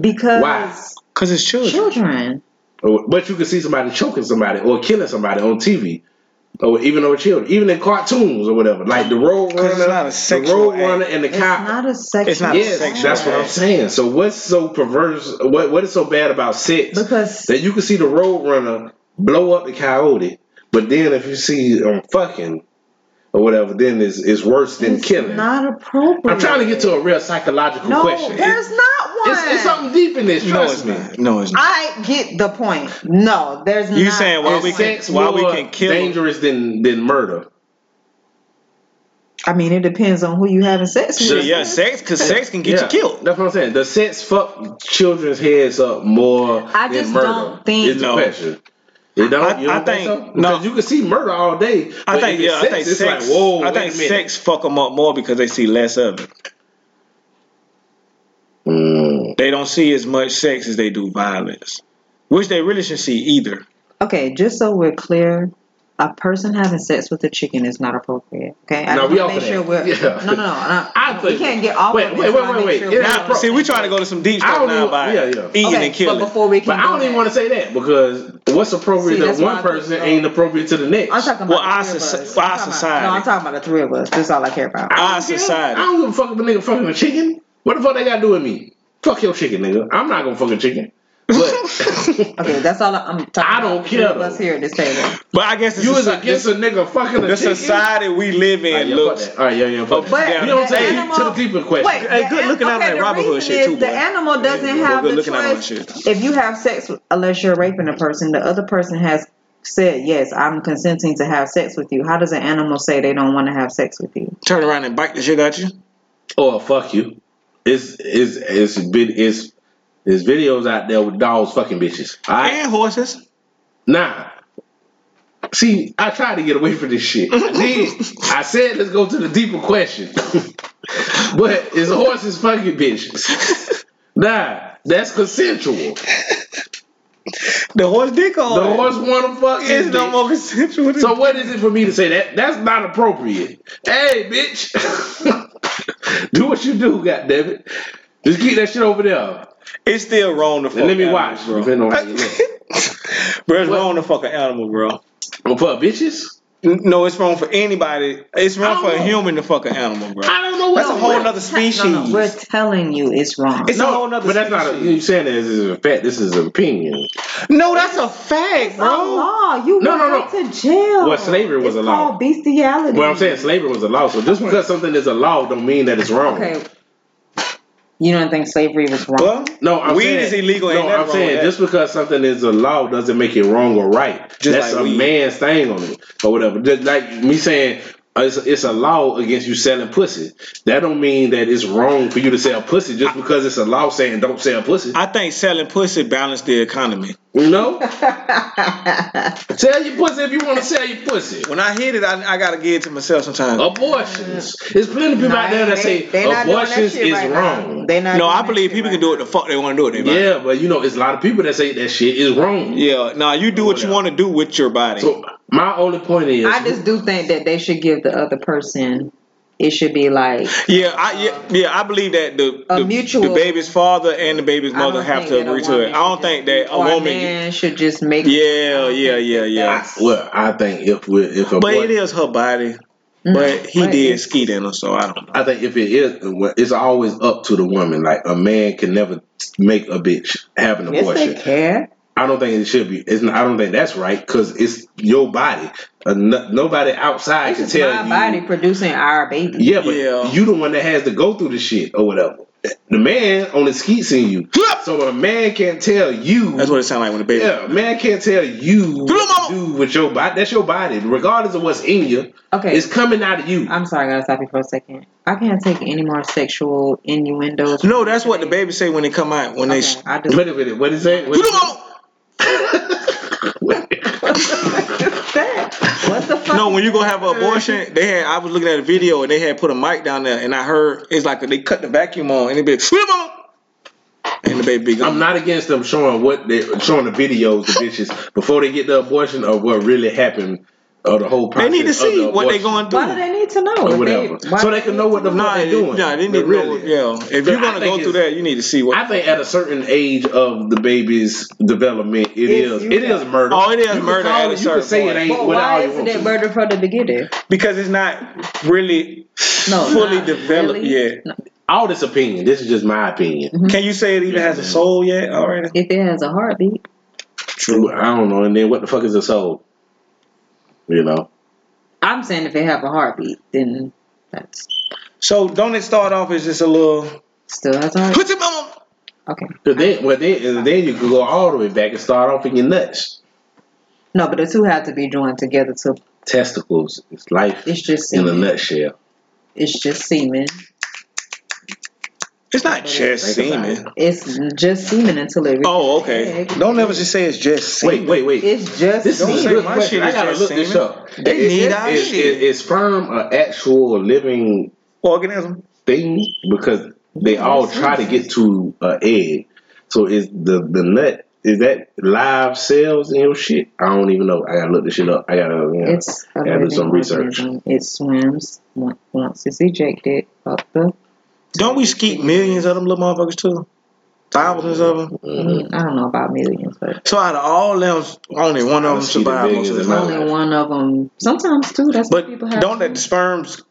Speaker 4: because
Speaker 5: Why?
Speaker 2: Cause it's children.
Speaker 4: children.
Speaker 5: Or- But you can see somebody choking somebody or killing somebody on TV. Or even on children, even in cartoons or whatever, like the road runner,
Speaker 2: it's not a
Speaker 5: the
Speaker 2: sexual
Speaker 5: road runner,
Speaker 2: act.
Speaker 5: and the
Speaker 4: It's
Speaker 5: cop.
Speaker 4: not a sexual.
Speaker 2: It's not a
Speaker 5: Yes,
Speaker 2: sexual
Speaker 5: that's what I'm
Speaker 2: act.
Speaker 5: saying. So what's so perverse? What what is so bad about sex?
Speaker 4: Because-
Speaker 5: that you can see the roadrunner blow up the coyote, but then if you see um, fucking or whatever, then it's, it's worse than
Speaker 4: It's
Speaker 5: killing.
Speaker 4: not appropriate.
Speaker 5: I'm trying to get to a real psychological
Speaker 4: No,
Speaker 5: question.
Speaker 4: there's not one.
Speaker 5: it's, it's something deep in this.
Speaker 2: No,
Speaker 5: Trust
Speaker 2: it's
Speaker 5: me.
Speaker 2: not. No, it's not.
Speaker 4: I get the point. No, there's
Speaker 2: You
Speaker 4: not.
Speaker 2: saying why
Speaker 5: Why
Speaker 4: one.
Speaker 2: we
Speaker 5: we
Speaker 2: can-
Speaker 5: can,
Speaker 2: why we
Speaker 5: more
Speaker 2: can kill 'em?
Speaker 5: dangerous than than murder?
Speaker 4: I mean, it depends on who you having sex with.
Speaker 2: Shit, yeah, sex. Cause sex can get
Speaker 5: Yeah,
Speaker 2: you killed.
Speaker 5: That's what I'm saying. The sex fuck children's heads up more
Speaker 4: I
Speaker 5: than
Speaker 4: just
Speaker 5: murder.
Speaker 4: don't think-
Speaker 5: It's the
Speaker 2: No.
Speaker 5: question. It don't,
Speaker 2: I-
Speaker 5: you don't
Speaker 2: I
Speaker 5: think,
Speaker 2: think-
Speaker 5: so?
Speaker 2: no.
Speaker 5: Because you can see murder all day.
Speaker 2: I
Speaker 5: but
Speaker 2: think
Speaker 5: if it's
Speaker 2: yeah.
Speaker 5: sex,
Speaker 2: I think
Speaker 5: it's
Speaker 2: sex.
Speaker 5: like whoa.
Speaker 2: I
Speaker 5: wait
Speaker 2: think
Speaker 5: a minute.
Speaker 2: sex fuck them up more because they see less of it.
Speaker 5: Mm.
Speaker 2: They don't see as much sex as they do violence, which they really should see either.
Speaker 4: Okay, just so we're clear, a person having sex with a chicken is not appropriate. Okay, I
Speaker 5: No,
Speaker 4: just
Speaker 5: we
Speaker 4: wanna
Speaker 5: off
Speaker 4: make
Speaker 5: of
Speaker 4: sure
Speaker 5: that.
Speaker 4: we're
Speaker 5: Yeah.
Speaker 4: no, no, no. no
Speaker 5: I
Speaker 4: we
Speaker 5: think-
Speaker 4: can't get off.
Speaker 5: wait,
Speaker 4: of it.
Speaker 5: wait,
Speaker 4: So I
Speaker 5: wait,
Speaker 4: make
Speaker 5: wait,
Speaker 4: sure
Speaker 5: wait.
Speaker 4: we're
Speaker 5: It's
Speaker 4: on
Speaker 5: not-
Speaker 4: the
Speaker 2: See,
Speaker 4: same
Speaker 2: we trying to
Speaker 4: page.
Speaker 2: go to some deep
Speaker 5: I
Speaker 2: stuff
Speaker 5: don't
Speaker 2: now
Speaker 5: even-
Speaker 2: about
Speaker 5: yeah, yeah.
Speaker 2: eating
Speaker 4: Okay,
Speaker 2: and killing.
Speaker 4: but before we can,
Speaker 5: But I
Speaker 4: do
Speaker 5: don't even
Speaker 4: that,
Speaker 5: want to say that because what's appropriate
Speaker 4: See,
Speaker 5: to
Speaker 4: that's why
Speaker 5: one
Speaker 4: I think
Speaker 5: person
Speaker 4: so.
Speaker 5: ain't appropriate to the next.
Speaker 4: I'm talking about
Speaker 2: Well,
Speaker 4: the
Speaker 2: our
Speaker 4: three of
Speaker 2: soci-
Speaker 4: us.
Speaker 2: for our
Speaker 4: I'm talking about-
Speaker 2: society.
Speaker 4: no, I'm talking about the three of us. That's all I care about.
Speaker 5: I don't
Speaker 2: our
Speaker 5: care.
Speaker 2: society.
Speaker 5: I don't give a fuck if a nigga fucking a chicken. What the fuck they got to do with me? Fuck your chicken, nigga. I'm not gonna fuck a chicken. But
Speaker 4: Okay, that's all I- I'm talking.
Speaker 5: I
Speaker 4: about.
Speaker 5: don't
Speaker 4: The three
Speaker 5: care,
Speaker 4: of us
Speaker 5: though.
Speaker 4: here at this table.
Speaker 2: But I guess the,
Speaker 5: you was
Speaker 2: soci-
Speaker 5: against a nigga fucking a
Speaker 2: the
Speaker 5: chicken.
Speaker 2: society we live
Speaker 5: All right,
Speaker 2: in
Speaker 5: yeah, fuck
Speaker 2: looks.
Speaker 5: that. All right, yeah, yeah, fuck that.
Speaker 4: But
Speaker 2: Yeah.
Speaker 5: You know what I'm
Speaker 4: the
Speaker 5: saying?
Speaker 4: animal-
Speaker 5: To the deeper question.
Speaker 4: Wait,
Speaker 2: Hey,
Speaker 4: the
Speaker 2: good
Speaker 4: an-
Speaker 2: looking out
Speaker 4: okay,
Speaker 2: like
Speaker 4: the
Speaker 2: Robin Hood
Speaker 4: reason
Speaker 2: shit,
Speaker 4: is
Speaker 2: too,
Speaker 4: The
Speaker 2: boy.
Speaker 4: animal doesn't
Speaker 2: Yeah,
Speaker 4: have
Speaker 2: good
Speaker 4: the
Speaker 2: looking out like
Speaker 4: choice.
Speaker 2: shit.
Speaker 4: If you have sex with- unless you're raping a person, the other person has said yes, I'm consenting to have sex with you. How does an animal say they don't want to have sex with you?
Speaker 2: Turn around and bite the shit out you.
Speaker 5: Or Oh, fuck you. It's it's it's vid- it's there's videos out there with dogs fucking bitches. All right.
Speaker 2: And horses.
Speaker 5: Nah. See, I tried to get away from this shit. I did. I said let's go to the deeper question. but it's horses fucking bitches. Nah, that's consensual.
Speaker 2: The horse dick on.
Speaker 5: The horse wanna fuck is
Speaker 2: is no more consensual. than-
Speaker 5: So what is it for me to say that? That's not appropriate. Hey, bitch. do what you do, goddammit. Just keep that shit over there.
Speaker 2: it's still wrong to fuck.
Speaker 5: And let me
Speaker 2: animals,
Speaker 5: watch.
Speaker 2: bro.
Speaker 5: Depending on how you look.
Speaker 2: Bro,
Speaker 5: What?
Speaker 2: it's wrong to fuck an animal, bro.
Speaker 5: Well, fuck bitches?
Speaker 2: N- No, it's wrong for anybody. It's
Speaker 5: I
Speaker 2: wrong
Speaker 5: don't
Speaker 2: for a
Speaker 5: know.
Speaker 2: human to fuck an animal, bro.
Speaker 5: I don't know what
Speaker 2: That's a
Speaker 5: the-
Speaker 2: whole
Speaker 5: what-
Speaker 2: nother species.
Speaker 4: No, no, we're telling you it's wrong.
Speaker 2: It's a whole nother
Speaker 5: but that's not a,
Speaker 2: species.
Speaker 5: you saying that this is a fact. This is an opinion.
Speaker 2: No, that's a fact,
Speaker 4: It's a
Speaker 2: bro.
Speaker 4: law. You
Speaker 5: No, no,
Speaker 4: went
Speaker 5: no.
Speaker 4: to jail.
Speaker 5: Well, slavery was
Speaker 4: It's
Speaker 5: a law.
Speaker 4: called bestiality.
Speaker 5: Well, I'm saying slavery was a law. So just because something is a law, don't mean that it's wrong.
Speaker 4: Okay. You don't think slavery was wrong?
Speaker 2: Well,
Speaker 5: No, I'm
Speaker 2: weed
Speaker 5: saying,
Speaker 2: is illegal. Ain't
Speaker 5: No,
Speaker 2: nothing
Speaker 5: I'm
Speaker 2: wrong
Speaker 5: saying
Speaker 2: with
Speaker 5: just
Speaker 2: that.
Speaker 5: because something is a law doesn't make it wrong or right.
Speaker 2: Just
Speaker 5: That's
Speaker 2: like
Speaker 5: a
Speaker 2: weed.
Speaker 5: man's thing on it or whatever. Just like me saying. uh, It's, it's a law against you selling pussy. That don't mean that it's wrong for you to sell pussy just because it's a law saying don't sell pussy.
Speaker 2: I think selling pussy balanced the economy.
Speaker 5: You know, sell your pussy if you want to sell your pussy.
Speaker 2: When I hit it, I, I gotta give it to myself sometimes.
Speaker 5: Oh, abortions. There's plenty of people out there that say abortions is wrong.
Speaker 4: They not
Speaker 2: no,
Speaker 4: doing
Speaker 2: I
Speaker 4: that
Speaker 2: believe
Speaker 4: shit
Speaker 2: people
Speaker 4: right
Speaker 2: can do what the fuck they want to do with their body.
Speaker 5: Yeah, but you know, it's a lot of people that say that shit is wrong.
Speaker 2: Yeah, now you do what you
Speaker 5: Whatever.
Speaker 2: want to do with your body.
Speaker 5: So my only point is,
Speaker 4: I just do think that they should give the other person. It should be like
Speaker 2: yeah, I yeah, yeah, I believe that the
Speaker 4: A
Speaker 2: the,
Speaker 4: mutual-
Speaker 2: the baby's father and the baby's
Speaker 4: I don't
Speaker 2: mother have
Speaker 4: think
Speaker 2: to
Speaker 4: that a
Speaker 2: agree to
Speaker 4: woman
Speaker 2: it. I don't
Speaker 4: should
Speaker 2: think
Speaker 4: just-
Speaker 2: that a
Speaker 4: or
Speaker 2: woman.
Speaker 4: man should just make. I
Speaker 2: yeah,
Speaker 4: don't
Speaker 2: yeah,
Speaker 4: think
Speaker 2: yeah,
Speaker 4: that
Speaker 2: yeah.
Speaker 4: that's-
Speaker 5: well, I think if we if a
Speaker 2: But
Speaker 5: boy,
Speaker 2: it is her body.
Speaker 4: Mm,
Speaker 2: But he
Speaker 4: but
Speaker 2: did
Speaker 4: it's-
Speaker 2: ski in her, so I don't know.
Speaker 5: I think if it is, it's always up to the woman. Like a man can never make a bitch have an
Speaker 4: Yes, they
Speaker 5: abortion.
Speaker 4: can.
Speaker 5: I don't think it should be. It's not, I don't think that's right because it's your body. Uh, no, nobody outside
Speaker 4: It's
Speaker 5: can
Speaker 4: just
Speaker 5: tell
Speaker 4: my
Speaker 5: you.
Speaker 4: body producing our baby.
Speaker 5: Yeah, but
Speaker 2: Yeah.
Speaker 5: you the one that has to go through the shit or whatever. The man only skeets in you, so a man can't tell you.
Speaker 2: That's what it sounded like when the baby.
Speaker 5: Yeah, a man can't tell you what
Speaker 2: Hello,
Speaker 5: to
Speaker 2: mama.
Speaker 5: do with your body. That's your body, regardless of what's in you.
Speaker 4: Okay.
Speaker 5: it's coming out of you.
Speaker 4: I'm sorry, I gotta stop you for a second. I can't take any more sexual innuendos.
Speaker 2: No, that's what the baby say when they come out. When they.
Speaker 4: Okay,
Speaker 2: sh-
Speaker 4: I just.
Speaker 5: Wait a minute, what is that? What
Speaker 2: Hello,
Speaker 5: is
Speaker 2: mama.
Speaker 4: what the fuck?
Speaker 2: No, when you go have an
Speaker 4: Uh-huh.
Speaker 2: abortion, they had. I was looking at a video and they had put a mic down there, and I heard it's like they cut the vacuum on, and it be like, "Slim on," and the baby be gone.
Speaker 5: I'm not against them showing what they showing the videos, the bitches before they get the abortion of what really happened or the whole
Speaker 2: They
Speaker 5: process.
Speaker 2: need to
Speaker 5: of
Speaker 2: see
Speaker 5: the
Speaker 2: what they
Speaker 5: abortion.
Speaker 2: going
Speaker 4: Why do
Speaker 2: through.
Speaker 4: they need need to know.
Speaker 5: or
Speaker 4: if
Speaker 5: whatever,
Speaker 4: why
Speaker 5: so they can know what the fuck
Speaker 2: Nah,
Speaker 5: they're doing.
Speaker 2: nah, they need
Speaker 5: But
Speaker 2: to know. Yeah, if
Speaker 5: But
Speaker 2: you're
Speaker 5: I
Speaker 2: gonna
Speaker 5: think
Speaker 2: go through
Speaker 5: it's-
Speaker 2: that, you need to see what.
Speaker 5: I think at a certain age of the baby's development, it
Speaker 4: It's
Speaker 5: is
Speaker 4: you
Speaker 5: it is
Speaker 4: got-
Speaker 5: murder.
Speaker 2: Oh, it is
Speaker 5: You can
Speaker 2: murder
Speaker 5: call
Speaker 2: at a
Speaker 5: it- you
Speaker 2: certain
Speaker 5: can say
Speaker 2: point.
Speaker 5: it ain't
Speaker 4: But
Speaker 5: what all
Speaker 4: why
Speaker 5: you
Speaker 4: isn't
Speaker 5: want
Speaker 4: it
Speaker 5: to.
Speaker 4: murder from the beginning?
Speaker 2: because it's not really
Speaker 4: No,
Speaker 2: fully
Speaker 4: not
Speaker 2: developed
Speaker 4: really.
Speaker 2: yet.
Speaker 5: All this opinion. This is just my opinion.
Speaker 2: Can you say it even has a
Speaker 5: Yeah.
Speaker 2: soul yet? Already?
Speaker 4: If it has a heartbeat,
Speaker 5: True. I don't know. And then what the fuck is a soul? You know.
Speaker 4: I'm saying if it have a heartbeat, then that's
Speaker 2: So don't it start off as just a little
Speaker 4: still has a heartbeat.
Speaker 2: put your mama.
Speaker 4: Okay.
Speaker 5: Cause then, well, then, and then you can go all the way back and start off in your nuts,
Speaker 4: No, but the two have to be joined together to
Speaker 5: testicles. It's life
Speaker 4: it's just
Speaker 5: in a
Speaker 4: semen.
Speaker 5: nutshell.
Speaker 4: It's just semen.
Speaker 2: It's not just
Speaker 5: Think about
Speaker 2: semen.
Speaker 5: it.
Speaker 4: It's just semen until it reaches
Speaker 2: Oh,
Speaker 4: the
Speaker 2: okay.
Speaker 4: egg.
Speaker 2: Don't ever just say it's just semen.
Speaker 5: Wait, wait, wait.
Speaker 4: It's just
Speaker 5: this
Speaker 2: don't
Speaker 5: is
Speaker 2: say
Speaker 5: a good
Speaker 2: my
Speaker 5: question.
Speaker 2: shit
Speaker 5: I
Speaker 2: is
Speaker 5: gotta
Speaker 2: just
Speaker 5: look this
Speaker 2: semen.
Speaker 5: up.
Speaker 2: They
Speaker 5: Is-
Speaker 2: need
Speaker 5: is-
Speaker 2: our
Speaker 5: is,
Speaker 2: shit.
Speaker 5: Is, is sperm an actual living
Speaker 2: Organism.
Speaker 5: thing because they all try to get to an egg. So is the the nut is that live cells and your shit? I don't even know. I gotta look this shit up. I gotta you know,
Speaker 4: It's a
Speaker 5: I gotta do some
Speaker 4: living
Speaker 5: research.
Speaker 4: organism. It swims on- once it's ejected up the.
Speaker 2: Don't we skeet millions of them little motherfuckers too? Thousands of them.
Speaker 5: Mm-hmm.
Speaker 4: mm, I don't know about millions, but
Speaker 2: So out of all them, only one of them
Speaker 5: skeeted
Speaker 2: survived
Speaker 5: millions
Speaker 2: most of the
Speaker 5: in my
Speaker 2: time.
Speaker 4: only one of them. Sometimes two. That's what
Speaker 2: But
Speaker 4: people have.
Speaker 2: don't that the sperms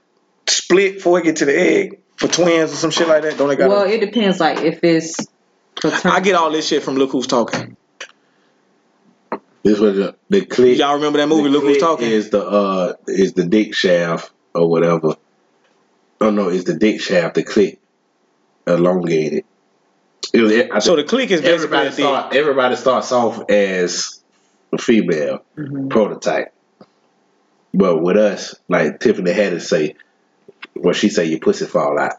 Speaker 2: split before it get to the egg for twins or some shit like that? Don't they got?
Speaker 4: well,
Speaker 2: to
Speaker 4: it depends. Like if it's paternal.
Speaker 2: I get all this shit from Look Who's Talking.
Speaker 5: This was the, the click.
Speaker 2: Y'all remember that movie?
Speaker 5: the
Speaker 2: Look Who's
Speaker 5: clit
Speaker 2: Talking.
Speaker 5: is the uh is the dick shaft or whatever. Oh no, it's the dick shaft. The click elongated. It was, I
Speaker 2: so the clique is basically
Speaker 5: everybody
Speaker 2: a dick.
Speaker 5: start everybody starts off as a female
Speaker 2: Mm-hmm.
Speaker 5: prototype. But with us, like Tiffany had to say, well, she say your pussy fall out,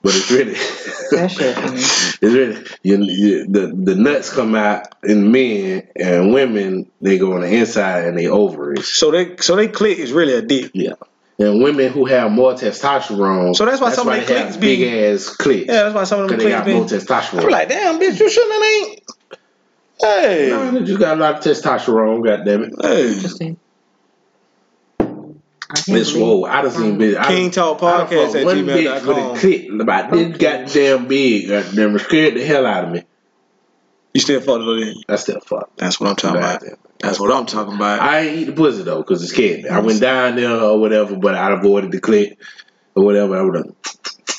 Speaker 5: but it's really,
Speaker 4: That shit funny.
Speaker 5: it's really you, you, the the nuts come out in men and women. They go on the inside and they ovaries.
Speaker 2: So they so they clique is really a dick.
Speaker 5: Yeah, and women who have more testosterone.
Speaker 2: So that's why some of
Speaker 5: they
Speaker 2: their clicks
Speaker 5: have
Speaker 2: be-
Speaker 5: big ass clicks.
Speaker 2: Yeah, that's why some of them
Speaker 5: because they
Speaker 2: cliques
Speaker 5: got
Speaker 2: be.
Speaker 5: more testosterone.
Speaker 2: I'm like, damn, bitch, you shouldn't have ain't. Hey,
Speaker 5: No, you just got a lot of testosterone. God damn it.
Speaker 2: hey.
Speaker 4: Interesting. I can't
Speaker 5: It's
Speaker 4: believe-
Speaker 5: whoa! I done
Speaker 4: Mm-hmm.
Speaker 5: seen bitch. I done-
Speaker 2: King Talk
Speaker 5: I done
Speaker 2: Podcast
Speaker 5: fucked
Speaker 2: at
Speaker 5: one bitch
Speaker 2: gmail.com.
Speaker 5: with a clit about this goddamn big. Goddamn scared the hell out of me.
Speaker 2: You still fucked with it.
Speaker 5: That's still fucked.
Speaker 2: That's what I'm talking about. That's what I'm talking about.
Speaker 5: I ain't eat the pussy though, cause it scared me. I went down there or whatever, but I avoided the clit or whatever. I would have.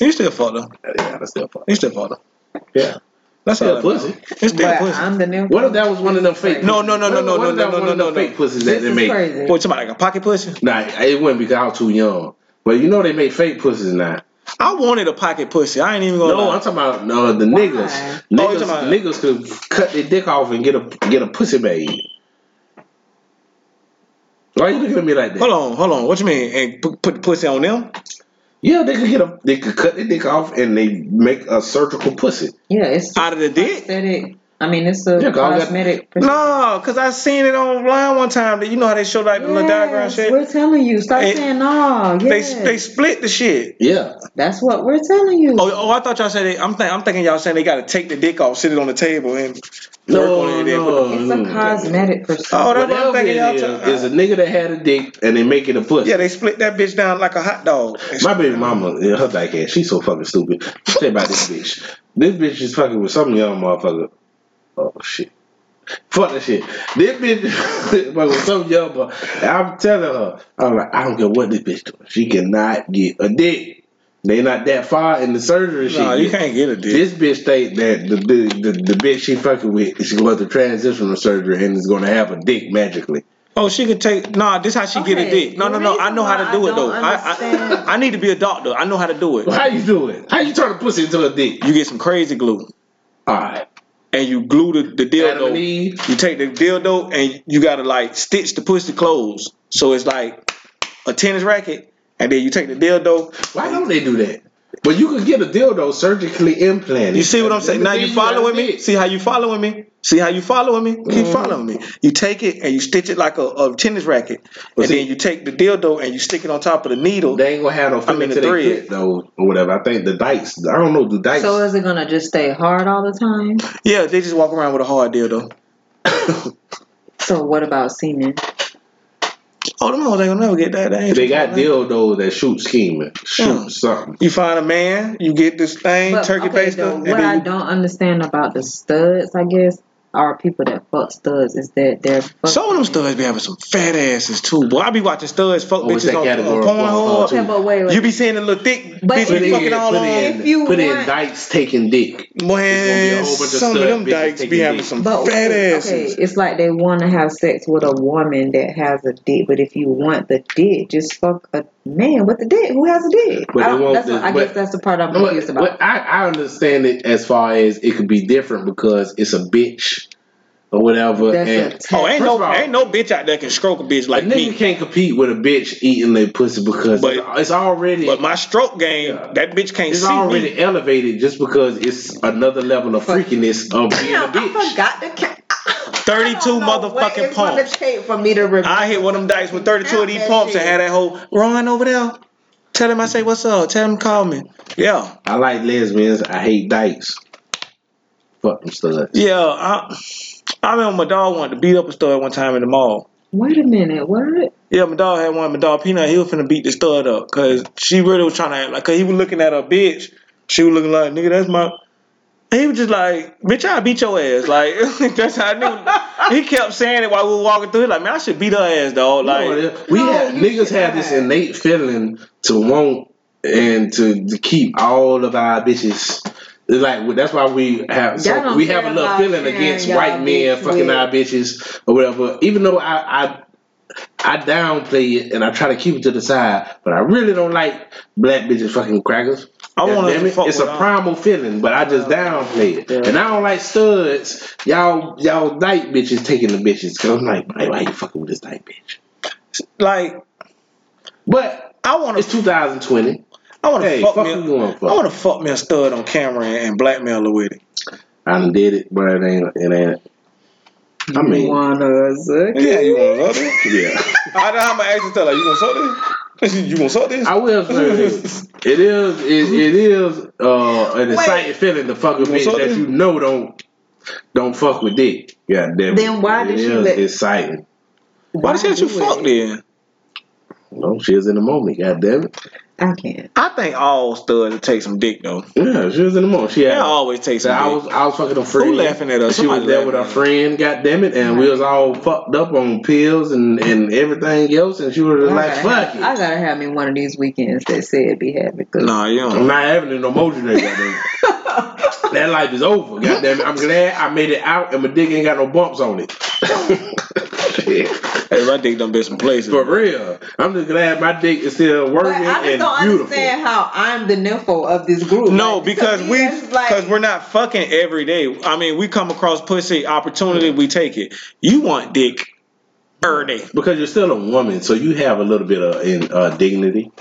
Speaker 2: You still fucked them.
Speaker 5: Yeah, that's still fucked.
Speaker 2: You still fucked them.
Speaker 5: Yeah,
Speaker 2: That's
Speaker 5: still
Speaker 2: all.
Speaker 5: pussy.
Speaker 2: It's still
Speaker 4: But
Speaker 2: pussy.
Speaker 4: I'm the new.
Speaker 5: What if that was one of them fake?
Speaker 2: No, no, no, no,
Speaker 5: what-
Speaker 2: no,
Speaker 5: what
Speaker 2: no,
Speaker 5: if that
Speaker 2: no,
Speaker 5: was
Speaker 2: no,
Speaker 5: one of
Speaker 2: no,
Speaker 5: them
Speaker 2: no.
Speaker 5: fake pussies that
Speaker 4: This
Speaker 5: they
Speaker 4: is
Speaker 5: make?
Speaker 4: crazy.
Speaker 2: Boy, somebody like a pocket pussy.
Speaker 5: Nah, it wouldn't because I was too young. But you know they make fake pussies now.
Speaker 2: I wanted a pocket pussy. I ain't even gonna.
Speaker 5: No,
Speaker 2: lie.
Speaker 5: I'm talking about no the
Speaker 4: Why?
Speaker 5: niggas.
Speaker 2: Oh,
Speaker 5: Niggas,
Speaker 2: you're talking about-
Speaker 5: niggas could cut their dick off and get a get a pussy made. Why you looking at me like that?
Speaker 2: Hold on, hold on. What you mean? And put, put the pussy on them?
Speaker 5: Yeah, they could get a they could cut their dick off and they make a surgical pussy.
Speaker 4: Yeah, it's
Speaker 2: Out of the dick?
Speaker 4: aesthetic. I mean, it's a
Speaker 5: Yeah, 'cause I got-
Speaker 4: cosmetic. procedure.
Speaker 2: No, because I seen it online one time. That You know how they show like the little diagram
Speaker 4: Yes, we're
Speaker 2: shit?
Speaker 4: telling you. Stop
Speaker 2: It-
Speaker 4: saying no.
Speaker 2: They,
Speaker 4: Yes,
Speaker 2: they split the shit.
Speaker 5: Yeah.
Speaker 4: that's what we're telling you.
Speaker 2: Oh, oh, I thought y'all said they, I'm, think I'm thinking y'all saying they got to take the dick off, sit it on the table, and work on it.
Speaker 5: No,
Speaker 2: And then put the,
Speaker 5: no,
Speaker 4: it's
Speaker 5: no.
Speaker 4: a cosmetic procedure.
Speaker 2: oh, that's what I'm
Speaker 5: Whatever it
Speaker 2: thinking y'all
Speaker 5: is,
Speaker 2: talking
Speaker 5: is a nigga that had a dick and they make it a pussy.
Speaker 2: Yeah, they split that bitch down like a hot dog.
Speaker 5: My baby mama, yeah, her dyke ass, she's so fucking stupid. Tell you about this bitch. This bitch is fucking with some young motherfucker. Oh shit. Fuck that shit. This bitch is fucking with some young boy. And I'm telling her, I'm like, I don't care what this bitch doing. She cannot get a dick. They not that far in the surgery shit.
Speaker 2: No, you
Speaker 5: yet.
Speaker 2: can't get a dick.
Speaker 5: This bitch think that the, the the the bitch she fucking with is going through transitional surgery and is going to have a dick magically.
Speaker 2: Oh, she could take. Nah, this how she get a
Speaker 4: Okay,
Speaker 2: dick. No, no,
Speaker 4: the
Speaker 2: no. I
Speaker 4: reason
Speaker 2: know how to
Speaker 4: why
Speaker 2: do
Speaker 4: I
Speaker 2: it though.
Speaker 4: don't
Speaker 2: I, I
Speaker 4: understand-
Speaker 2: I need to be a doctor. I know how to do it.
Speaker 5: Well, how you do it? How you turn a pussy into a dick?
Speaker 2: You get some crazy glue
Speaker 5: All right,
Speaker 2: and you glue the, the
Speaker 5: Adam and
Speaker 2: dildo.
Speaker 5: Eve.
Speaker 2: You take the dildo and you gotta like stitch the pussy closed. So it's like a tennis racket, and then you take the dildo.
Speaker 5: Why don't they do that? But you could get a dildo surgically implanted.
Speaker 2: You see what I'm saying? Now you following me? See how you following me? See how you following me? Keep
Speaker 4: Mm-hmm.
Speaker 2: following me. You take it and you stitch it like a, a tennis racket, and
Speaker 5: see-
Speaker 2: then you take the dildo and you stick it on top of the needle.
Speaker 5: They ain't gonna have no
Speaker 2: I
Speaker 5: feeling
Speaker 2: mean, the
Speaker 5: to their
Speaker 2: thread.
Speaker 5: dick though, or whatever. I think the dykes. I don't know the dykes.
Speaker 4: So is it gonna just stay hard all the time?
Speaker 2: Yeah, they just walk around with a hard dildo.
Speaker 4: So what about semen?
Speaker 2: Oh, oh, them hoes ain't gonna never get that. They, ain't
Speaker 5: They
Speaker 2: shit
Speaker 5: got
Speaker 2: like that.
Speaker 5: dildos that shoot scheming, shoot
Speaker 2: Hmm.
Speaker 5: something.
Speaker 2: You find a man, you get this thing,
Speaker 4: But,
Speaker 2: turkey
Speaker 4: okay,
Speaker 2: baster,
Speaker 4: though,
Speaker 2: and
Speaker 4: what I
Speaker 2: then you,
Speaker 4: don't understand about the studs, I guess, are people that fuck studs is that they're fucking.
Speaker 2: some of them studs be having some fat asses too. Boy, I be watching studs fuck
Speaker 5: Oh, it's
Speaker 2: bitches
Speaker 5: that
Speaker 2: on, on
Speaker 5: category of fuck,
Speaker 2: Pornhub.
Speaker 5: fuck,
Speaker 4: Okay, but wait, wait.
Speaker 2: You be seeing the little thick
Speaker 4: But
Speaker 2: bitch
Speaker 5: Put
Speaker 2: be
Speaker 5: in,
Speaker 2: fucking all
Speaker 5: put
Speaker 2: on.
Speaker 5: in,
Speaker 4: If you
Speaker 5: put in
Speaker 4: want-
Speaker 5: dykes taking dick. be a
Speaker 2: Man,
Speaker 5: whole bunch of
Speaker 2: some of
Speaker 5: stud
Speaker 2: them
Speaker 5: bitches
Speaker 2: dykes be
Speaker 5: taking
Speaker 2: having
Speaker 5: dick.
Speaker 2: some
Speaker 4: But
Speaker 2: fat
Speaker 4: okay,
Speaker 2: asses.
Speaker 4: okay, it's like they want to have sex with a woman that has a dick. But if you want the dick, just fuck a man with the dick who has a dick.
Speaker 5: But
Speaker 4: I
Speaker 5: they
Speaker 4: don't-
Speaker 5: want
Speaker 4: that's what,
Speaker 5: the-
Speaker 4: I
Speaker 5: but-
Speaker 4: guess that's the part I'm
Speaker 5: But-
Speaker 4: confused about.
Speaker 5: but I, I understand it as far as it could be different because it's a bitch or whatever.
Speaker 4: that's
Speaker 5: and
Speaker 4: a
Speaker 2: Oh, ain't
Speaker 5: First
Speaker 2: no,
Speaker 5: of all-
Speaker 2: ain't no bitch out there can stroke a bitch
Speaker 5: a
Speaker 2: like
Speaker 5: nigga
Speaker 2: me.
Speaker 5: can't compete with a bitch eating their pussy because
Speaker 2: But-
Speaker 5: it's, it's already
Speaker 2: But my stroke game,
Speaker 5: Yeah.
Speaker 2: that bitch can't
Speaker 5: it's
Speaker 2: see
Speaker 5: already
Speaker 2: me.
Speaker 5: elevated just because it's another level of freakiness of being
Speaker 4: Damn,
Speaker 5: a
Speaker 4: I
Speaker 5: bitch.
Speaker 4: forgot the count. I
Speaker 2: 32
Speaker 4: don't know what
Speaker 2: motherfucking
Speaker 4: it's gonna
Speaker 2: pumps.
Speaker 4: take for me to remember.
Speaker 2: I hit one of them dice with 32 of these
Speaker 4: Count that
Speaker 2: pumps and
Speaker 4: shit.
Speaker 2: had that whole Ron over there. Tell him I say what's up. Tell him to call me. Yeah,
Speaker 5: I like lesbians. I hate dykes. Fuck them studs.
Speaker 2: yeah. I, I remember my dog wanted to beat up a stud one time in the mall.
Speaker 4: Wait a minute, what?
Speaker 2: Yeah, my dog had one. My dog Peanut, he was finna beat the stud up because she really was trying to act like, cause he was looking at her bitch. She was looking like, nigga, that's my. He was just like, bitch, I beat your ass. Like that's how I knew. he kept saying it while we were walking through. He Like, man, I should beat her ass, dog. Like,
Speaker 5: You know what it is? we
Speaker 4: No,
Speaker 5: have,
Speaker 4: you
Speaker 5: niggas
Speaker 4: should
Speaker 5: have this
Speaker 4: not.
Speaker 5: innate feeling to want and to, to keep all of our bitches. It's like well, that's why we have
Speaker 4: Y'all
Speaker 5: so
Speaker 4: don't
Speaker 5: we have a
Speaker 4: care
Speaker 5: little
Speaker 4: about
Speaker 5: feeling
Speaker 4: sharing
Speaker 5: against
Speaker 4: y'all
Speaker 5: white men
Speaker 4: bitch
Speaker 5: fucking
Speaker 4: with-
Speaker 5: our bitches or whatever. Even though I I, I downplay it and I try to keep it to the side, but I really don't like black bitches fucking crackers.
Speaker 2: I
Speaker 5: God
Speaker 2: want us
Speaker 5: damn
Speaker 2: to
Speaker 5: it.
Speaker 2: fuck
Speaker 5: It's a
Speaker 2: with all-
Speaker 5: primal feeling, but I just downplay it.
Speaker 2: Yeah.
Speaker 5: And I don't like studs. Y'all y'all night bitches taking the bitches. Cause I'm like, why why you fucking with this night bitch?
Speaker 2: like
Speaker 5: But
Speaker 2: I want
Speaker 5: it's
Speaker 2: to,
Speaker 5: 2020.
Speaker 2: I want to
Speaker 5: Hey,
Speaker 2: fuck,
Speaker 5: fuck
Speaker 2: me.
Speaker 5: you going
Speaker 2: a-
Speaker 5: for?
Speaker 2: I want to fuck me a stud on camera and, and blackmail her with it.
Speaker 5: I done did it, but it ain't. It ain't. I mean,
Speaker 4: wanna suck
Speaker 2: Yeah, you
Speaker 4: it?
Speaker 2: want to suck this?
Speaker 5: yeah.
Speaker 2: I know how my accent tell her. You gonna suck this? you gonna suck this?
Speaker 5: I will say this. It is. It, it is uh, an exciting feeling to fuck a
Speaker 2: want
Speaker 5: bitch that
Speaker 2: something?
Speaker 5: you know don't don't fuck with dick. Yeah, damn. it.
Speaker 4: Then why did
Speaker 5: It
Speaker 4: she
Speaker 5: is
Speaker 4: let-
Speaker 5: exciting?
Speaker 2: Why the shit
Speaker 4: do
Speaker 2: you fuck
Speaker 4: it?
Speaker 2: then?
Speaker 5: Well, Oh, she was in the moment. God damn it.
Speaker 4: I can't.
Speaker 2: I think all studs take some dick though.
Speaker 5: Yeah, she was in the moment. She
Speaker 2: They
Speaker 5: had.
Speaker 2: always take some
Speaker 5: I
Speaker 2: dick.
Speaker 5: was I was fucking a friend.
Speaker 2: Who laughing at us?
Speaker 5: She was
Speaker 2: Somebody
Speaker 5: there with her
Speaker 2: laughing
Speaker 5: friend, God damn it, and we was all fucked up on pills and, and everything else, and she was
Speaker 4: I
Speaker 5: just
Speaker 4: gotta,
Speaker 5: like, "Fuck
Speaker 4: have,
Speaker 5: it."
Speaker 4: I gotta have me one of these weekends that said be happy. Cause
Speaker 2: nah, you don't.
Speaker 5: I'm not having it no more today, goddamn. that life is over, goddamn it. I'm glad I made it out and my dick ain't got no bumps on it. Shit.
Speaker 2: Hey, my dick done been some places.
Speaker 5: For real. I'm just glad my dick is still
Speaker 4: But
Speaker 5: working
Speaker 4: I just
Speaker 5: Oh, and
Speaker 4: don't
Speaker 5: beautiful.
Speaker 4: understand how I'm the nympho of this group.
Speaker 2: No,
Speaker 4: Like, to
Speaker 2: because
Speaker 4: me,
Speaker 2: we
Speaker 4: that's like-
Speaker 2: because we're not fucking every day. I mean, we come across pussy opportunity, we take it. You want dick early.
Speaker 5: Because you're still a woman, so you have a little bit of in, uh, dignity.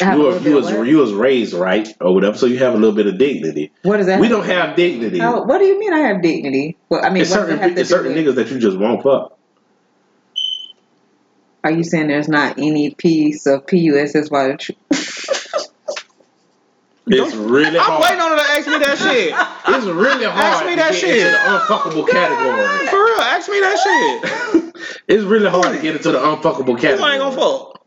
Speaker 4: I have
Speaker 5: You
Speaker 4: a
Speaker 5: were
Speaker 4: little
Speaker 5: you
Speaker 4: bit
Speaker 5: was
Speaker 4: what?
Speaker 5: you was raised right or whatever, so you have a little bit of dignity.
Speaker 4: What is that?
Speaker 5: We don't have dignity.
Speaker 2: Oh,
Speaker 4: How, what do you mean I have dignity? Well, I mean,
Speaker 5: It's
Speaker 4: what does
Speaker 5: certain
Speaker 4: it have
Speaker 5: pe-
Speaker 4: to
Speaker 5: it's
Speaker 4: do
Speaker 5: certain
Speaker 4: with-
Speaker 5: niggas that you just won't fuck.
Speaker 4: Are you saying there's not any piece of P-U-S-S-Y that you-
Speaker 5: It's really
Speaker 2: I'm
Speaker 5: hard.
Speaker 2: waiting on her to ask me that shit.
Speaker 5: it's really hard.
Speaker 2: Ask me
Speaker 5: to
Speaker 2: that
Speaker 5: get
Speaker 2: shit.
Speaker 5: into the unfuckable category.
Speaker 2: For real, ask me that shit.
Speaker 5: it's really hard to get into the unfuckable category.
Speaker 2: Who I ain't gonna fuck?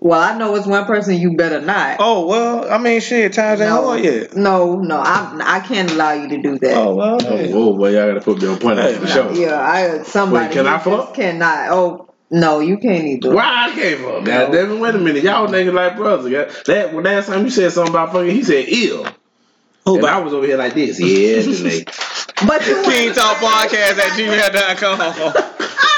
Speaker 4: Well, I know it's one person you better not.
Speaker 2: Oh well, I mean shit, times ain't
Speaker 5: oh,
Speaker 4: no,
Speaker 2: hard yet.
Speaker 4: no, no, I, I can't allow you to do that.
Speaker 2: Oh well,
Speaker 5: Oh,
Speaker 2: hey.
Speaker 5: whoa, boy, y'all gotta put me on point
Speaker 2: Hey,
Speaker 5: for sure.
Speaker 4: Yeah, I somebody
Speaker 5: Wait, can
Speaker 4: who
Speaker 5: I fuck?
Speaker 4: just cannot. Oh no, you can't either.
Speaker 5: Why I came up? God damn it, wait a minute. Y'all niggas like brothers. God. That when last time you said something about fucking, he said ill.
Speaker 2: Who
Speaker 5: And I
Speaker 2: about
Speaker 5: was over here like this. Yeah, nigga.
Speaker 4: But you
Speaker 2: King Talk Podcast at gmail.com.
Speaker 4: I don't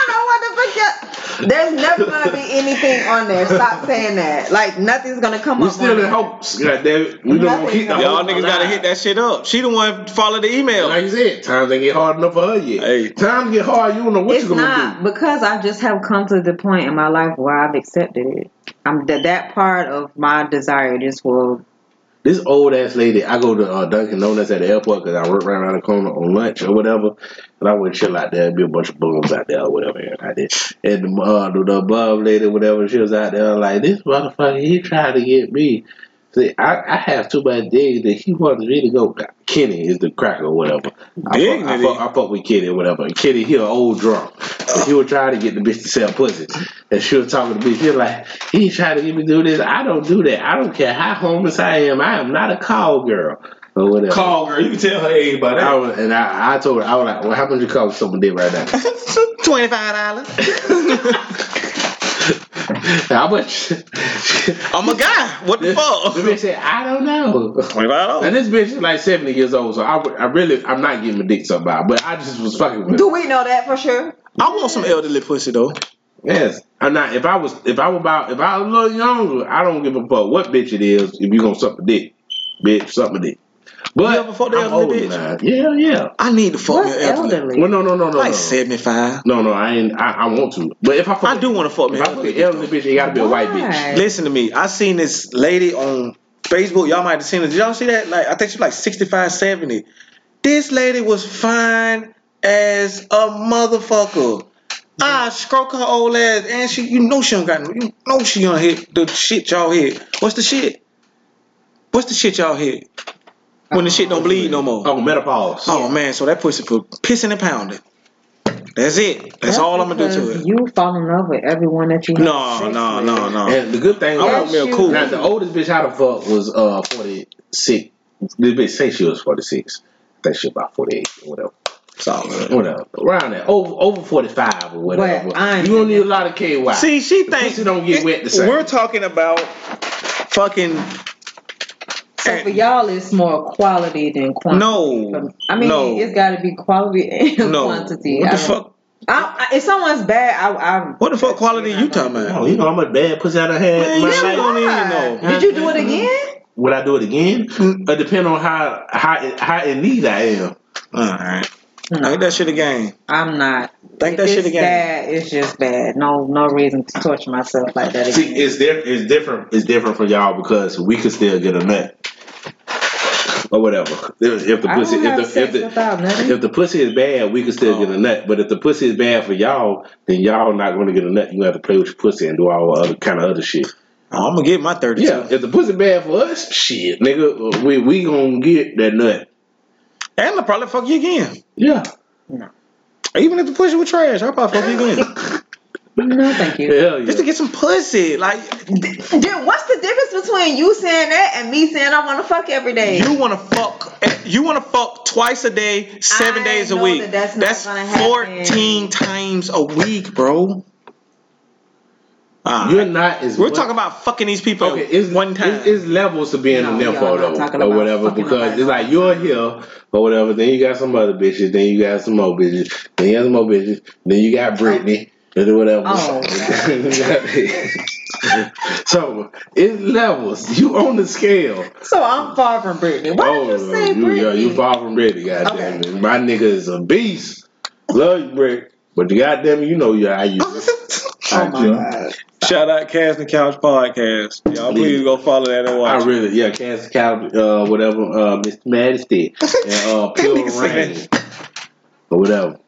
Speaker 4: know what the fuck. y'all- There's never gonna be anything on there. Stop saying that. Like nothing's gonna come
Speaker 5: We
Speaker 4: up.
Speaker 5: still
Speaker 4: on
Speaker 5: in hopes. God damn it. We don't
Speaker 4: Nothing
Speaker 5: keep the
Speaker 4: else.
Speaker 2: Y'all
Speaker 5: hope
Speaker 2: niggas gotta
Speaker 5: alive.
Speaker 2: hit that shit up. She the one follow the
Speaker 5: And
Speaker 2: email.
Speaker 5: Like you said, times ain't get hard enough for her yet.
Speaker 2: Hey.
Speaker 5: Times get hard, you don't know what
Speaker 4: It's
Speaker 5: you're gonna
Speaker 4: not
Speaker 5: do.
Speaker 4: because I just have come to the point in my life where I've accepted it. I'm that that part of my desire just will.
Speaker 5: This old ass lady, I go to uh, Dunkin' Donuts at the airport because I work right around the corner on lunch or whatever, and I would chill out there. Be a bunch of bums out there or whatever. And I did. And the, uh, the, the above lady, whatever, she was out there like this motherfucker. He tried to get me. See, I, I have too much dignity. He wanted me to go. Kenny is the cracker or whatever. I fuck, I
Speaker 2: Dignity?
Speaker 5: fuck, I fuck with Kenny or whatever. And Kenny, he an old drunk. And he would try to get the bitch to sell pussy. And she was talking to the bitch. He was like, he tried to get me to do this. I don't do that. I don't care how homeless I am. I am not a call girl. Or whatever.
Speaker 2: Call girl, you can tell her age by
Speaker 5: I
Speaker 2: that.
Speaker 5: was, and I, I told her, I was like, well, how much you call someone did right now?
Speaker 2: Twenty five dollars.
Speaker 5: how much? the
Speaker 2: I'm a guy. What the fuck?
Speaker 5: bitch said, I don't know.
Speaker 2: Twenty five
Speaker 5: And
Speaker 2: dollars.
Speaker 5: this bitch is like 70 years old, so I, would- I really, I'm not giving a dick something about, it, but I just was fucking with her.
Speaker 4: Do we know that for sure?
Speaker 2: I want some elderly pussy though.
Speaker 5: Yes. I'm not, if I was, if I was about, if I was a little younger, I don't give a fuck what bitch it is if you gonna suck a dick. Bitch, suck a dick. But,
Speaker 2: You ever fucked the
Speaker 5: I'm
Speaker 2: elderly
Speaker 5: older
Speaker 2: bitch?
Speaker 5: now. Yeah, yeah.
Speaker 2: I need to fuck
Speaker 4: What's
Speaker 2: me an elderly.
Speaker 4: elderly?
Speaker 5: Well, no, no, no, no.
Speaker 2: Like
Speaker 5: no.
Speaker 2: seventy five.
Speaker 5: No, no, I ain't, I, I want to. But if I fuck,
Speaker 2: I do want to fuck me.
Speaker 5: if I
Speaker 2: an
Speaker 5: fuck
Speaker 2: elderly
Speaker 5: an elderly bitch, it gotta be a white bitch.
Speaker 4: Why?
Speaker 2: Listen to me. I seen this lady on Facebook. Y'all might have seen it. Did y'all see that? Like, I think she's like 65, 70. This lady was fine as a motherfucker. I stroke her old ass, and she, you know, she don't got, no- you know, she don't hit the shit y'all hit. What's the shit? What's the shit y'all hit? When the shit don't bleed no more.
Speaker 5: Oh, menopause.
Speaker 2: Oh man, so that pussy put pissing and pounding. That's it. That's, all I'm gonna do to
Speaker 4: because
Speaker 2: it.
Speaker 4: You fall in love with everyone that you. have
Speaker 2: No,
Speaker 4: sex
Speaker 2: no,
Speaker 4: with.
Speaker 2: no, no.
Speaker 5: And the good thing
Speaker 2: I
Speaker 5: was,
Speaker 2: want me a
Speaker 4: Yes,
Speaker 2: cool.
Speaker 4: you-
Speaker 5: now the oldest bitch I done fucked was uh 46. This bitch say she was 46. I think she about 48 or whatever.
Speaker 2: It's all good.
Speaker 5: Whatever. Around that. Over over 45 or whatever.
Speaker 4: But I ain't-
Speaker 5: you don't need a lot of KY.
Speaker 2: See, she thinks
Speaker 5: pussy don't get wet the same.
Speaker 2: We're talking about fucking
Speaker 4: So for y'all, it's more quality than quantity.
Speaker 2: no.
Speaker 4: I mean,
Speaker 2: no,
Speaker 4: it's got to be quality and
Speaker 2: no.
Speaker 4: quantity.
Speaker 2: What
Speaker 4: I
Speaker 2: the
Speaker 4: don't-
Speaker 2: fuck?
Speaker 4: I, I, if someone's bad, I, I
Speaker 2: What the fuck quality you talking
Speaker 5: Oh,
Speaker 2: about?
Speaker 5: you know how much bad pussy I done had
Speaker 2: Man,
Speaker 5: in my
Speaker 2: you
Speaker 5: life?
Speaker 2: don't even
Speaker 4: Why?
Speaker 2: know.
Speaker 4: Did you do it again?
Speaker 5: Would I do it again?
Speaker 4: Mm.
Speaker 5: It depend on how how how in need I am.
Speaker 2: All right, think that shit again.
Speaker 4: I'm not.
Speaker 2: Think
Speaker 4: If
Speaker 2: that shit
Speaker 4: it's
Speaker 2: again.
Speaker 4: Bad, it's just bad. No, no reason to torture myself like that
Speaker 5: See,
Speaker 4: again.
Speaker 5: it's different. It's different. It's different for y'all because we can still get a nut or whatever. If if the
Speaker 4: I
Speaker 5: pussy,
Speaker 4: don't have
Speaker 5: if the, if
Speaker 4: sex
Speaker 5: the
Speaker 4: without nothing.
Speaker 5: if the pussy is bad, we can still get a nut. But if the pussy is bad for y'all, then y'all not going to get a nut. You gonna have to play with your pussy and do all other kind of other shit.
Speaker 2: Oh, I'm gonna get my thirty-two.
Speaker 5: Yeah, if the pussy bad for us, shit, nigga, we we gonna get that nut.
Speaker 2: and I'll probably fuck you again.
Speaker 5: Yeah,
Speaker 2: Even if the pussy was trash, I'll probably fuck you again
Speaker 4: no, thank you.
Speaker 5: hell yeah.
Speaker 2: just to get some pussy. Like
Speaker 4: Then what's the difference between you saying that and me saying I want to fuck every day?
Speaker 2: You want to fuck. You want to fuck twice a day, seven
Speaker 4: I
Speaker 2: days a
Speaker 4: know
Speaker 2: week.
Speaker 4: that that's not gonna happen.
Speaker 2: fourteen times a week, bro. Ah,
Speaker 5: You're not as
Speaker 2: we're
Speaker 5: much-
Speaker 2: talking about fucking these people
Speaker 5: Okay, it's
Speaker 2: one time.
Speaker 5: It's, it's levels to being
Speaker 4: No,
Speaker 5: a
Speaker 4: we are
Speaker 5: nympho
Speaker 4: not talking
Speaker 5: though, or
Speaker 4: about
Speaker 5: whatever,
Speaker 4: fucking
Speaker 5: because
Speaker 4: nobody.
Speaker 5: it's like you're here or whatever. Then you got some other bitches. Then you got some more bitches. Then you got some more bitches. Then you got Britney and whatever.
Speaker 4: Oh.
Speaker 5: so it's levels. You on the scale.
Speaker 4: so I'm far from Britney. Why did you say
Speaker 5: Oh, you, yeah,
Speaker 4: Britney?
Speaker 5: you far from Britney, goddamn
Speaker 4: Okay.
Speaker 5: it. My nigga is a beast. Love you, Brit. But goddamn, it, you know you how you.
Speaker 4: oh my
Speaker 5: you-
Speaker 4: god.
Speaker 2: Shout out Cast and Couch Podcast. Y'all please go follow that and watch.
Speaker 5: I really, yeah, Cass Cow, uh, whatever, uh, Mr. Majesty, and uh, Pure
Speaker 2: nigga said
Speaker 5: Rain, or whatever.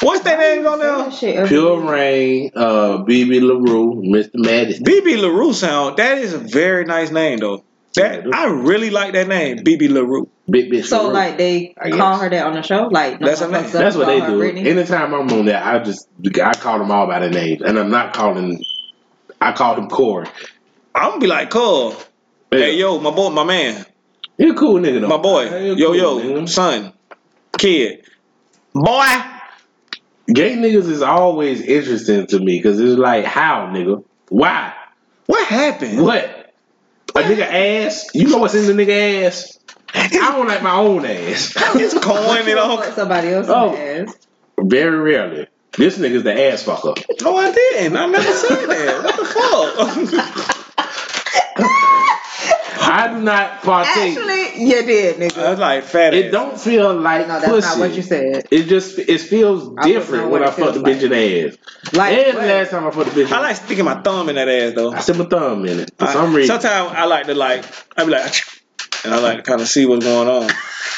Speaker 2: What's that name on
Speaker 4: That
Speaker 2: there?
Speaker 4: shit every
Speaker 5: Pure
Speaker 4: day.
Speaker 5: Rain, uh, BB LaRue, Mr. Majesty.
Speaker 2: BB LaRue sound. That is a very nice name though. That I really like that name, BB LaRue.
Speaker 5: Big Bitch
Speaker 4: So
Speaker 5: LaRue.
Speaker 4: like they
Speaker 5: I
Speaker 4: call
Speaker 5: guess.
Speaker 4: her that on the show, like no
Speaker 2: That's
Speaker 4: one
Speaker 2: her name.
Speaker 4: fucks up
Speaker 5: That's what
Speaker 4: call
Speaker 5: they
Speaker 4: her
Speaker 5: do.
Speaker 4: Britney?
Speaker 5: Anytime I'm on that, I just, I call them all by their names, and I'm not calling, I call them Corey.
Speaker 2: I'm gonna be like, cool. Hey yo, my boy, my man.
Speaker 5: You're a cool nigga, though.
Speaker 2: My boy,
Speaker 5: You're a
Speaker 2: yo,
Speaker 5: cool
Speaker 2: yo,
Speaker 5: nigga.
Speaker 2: son, kid, boy.
Speaker 5: Gay niggas is always interesting to me, because it's like, how, nigga? Why?
Speaker 2: What happened?
Speaker 5: What? A nigga ass? You know what's in the nigga ass? I don't like my own ass.
Speaker 2: It's coin and all.
Speaker 4: Fuck somebody else's
Speaker 5: Oh.
Speaker 4: ass.
Speaker 5: Very rarely. This nigga's the ass fucker.
Speaker 2: No, I didn't. I never said that. What the fuck?
Speaker 5: I do not partake.
Speaker 4: Actually, you did, nigga.
Speaker 2: I was like fat.
Speaker 5: it
Speaker 2: ass.
Speaker 5: don't feel like
Speaker 4: No, that's
Speaker 5: Uh, pussy.
Speaker 4: not what you said.
Speaker 5: It just it feels
Speaker 4: I wouldn't know
Speaker 5: different when
Speaker 4: what
Speaker 5: I
Speaker 4: it
Speaker 5: fuck the
Speaker 4: feels
Speaker 5: bitch in the ass.
Speaker 4: Like
Speaker 5: and the
Speaker 4: what?
Speaker 5: last time I fucked the bitch,
Speaker 2: I like sticking my thumb in that ass though.
Speaker 5: I said my thumb in it for some reason.
Speaker 2: Sometimes I like to like. I be like, and I like to kind of see what's going on.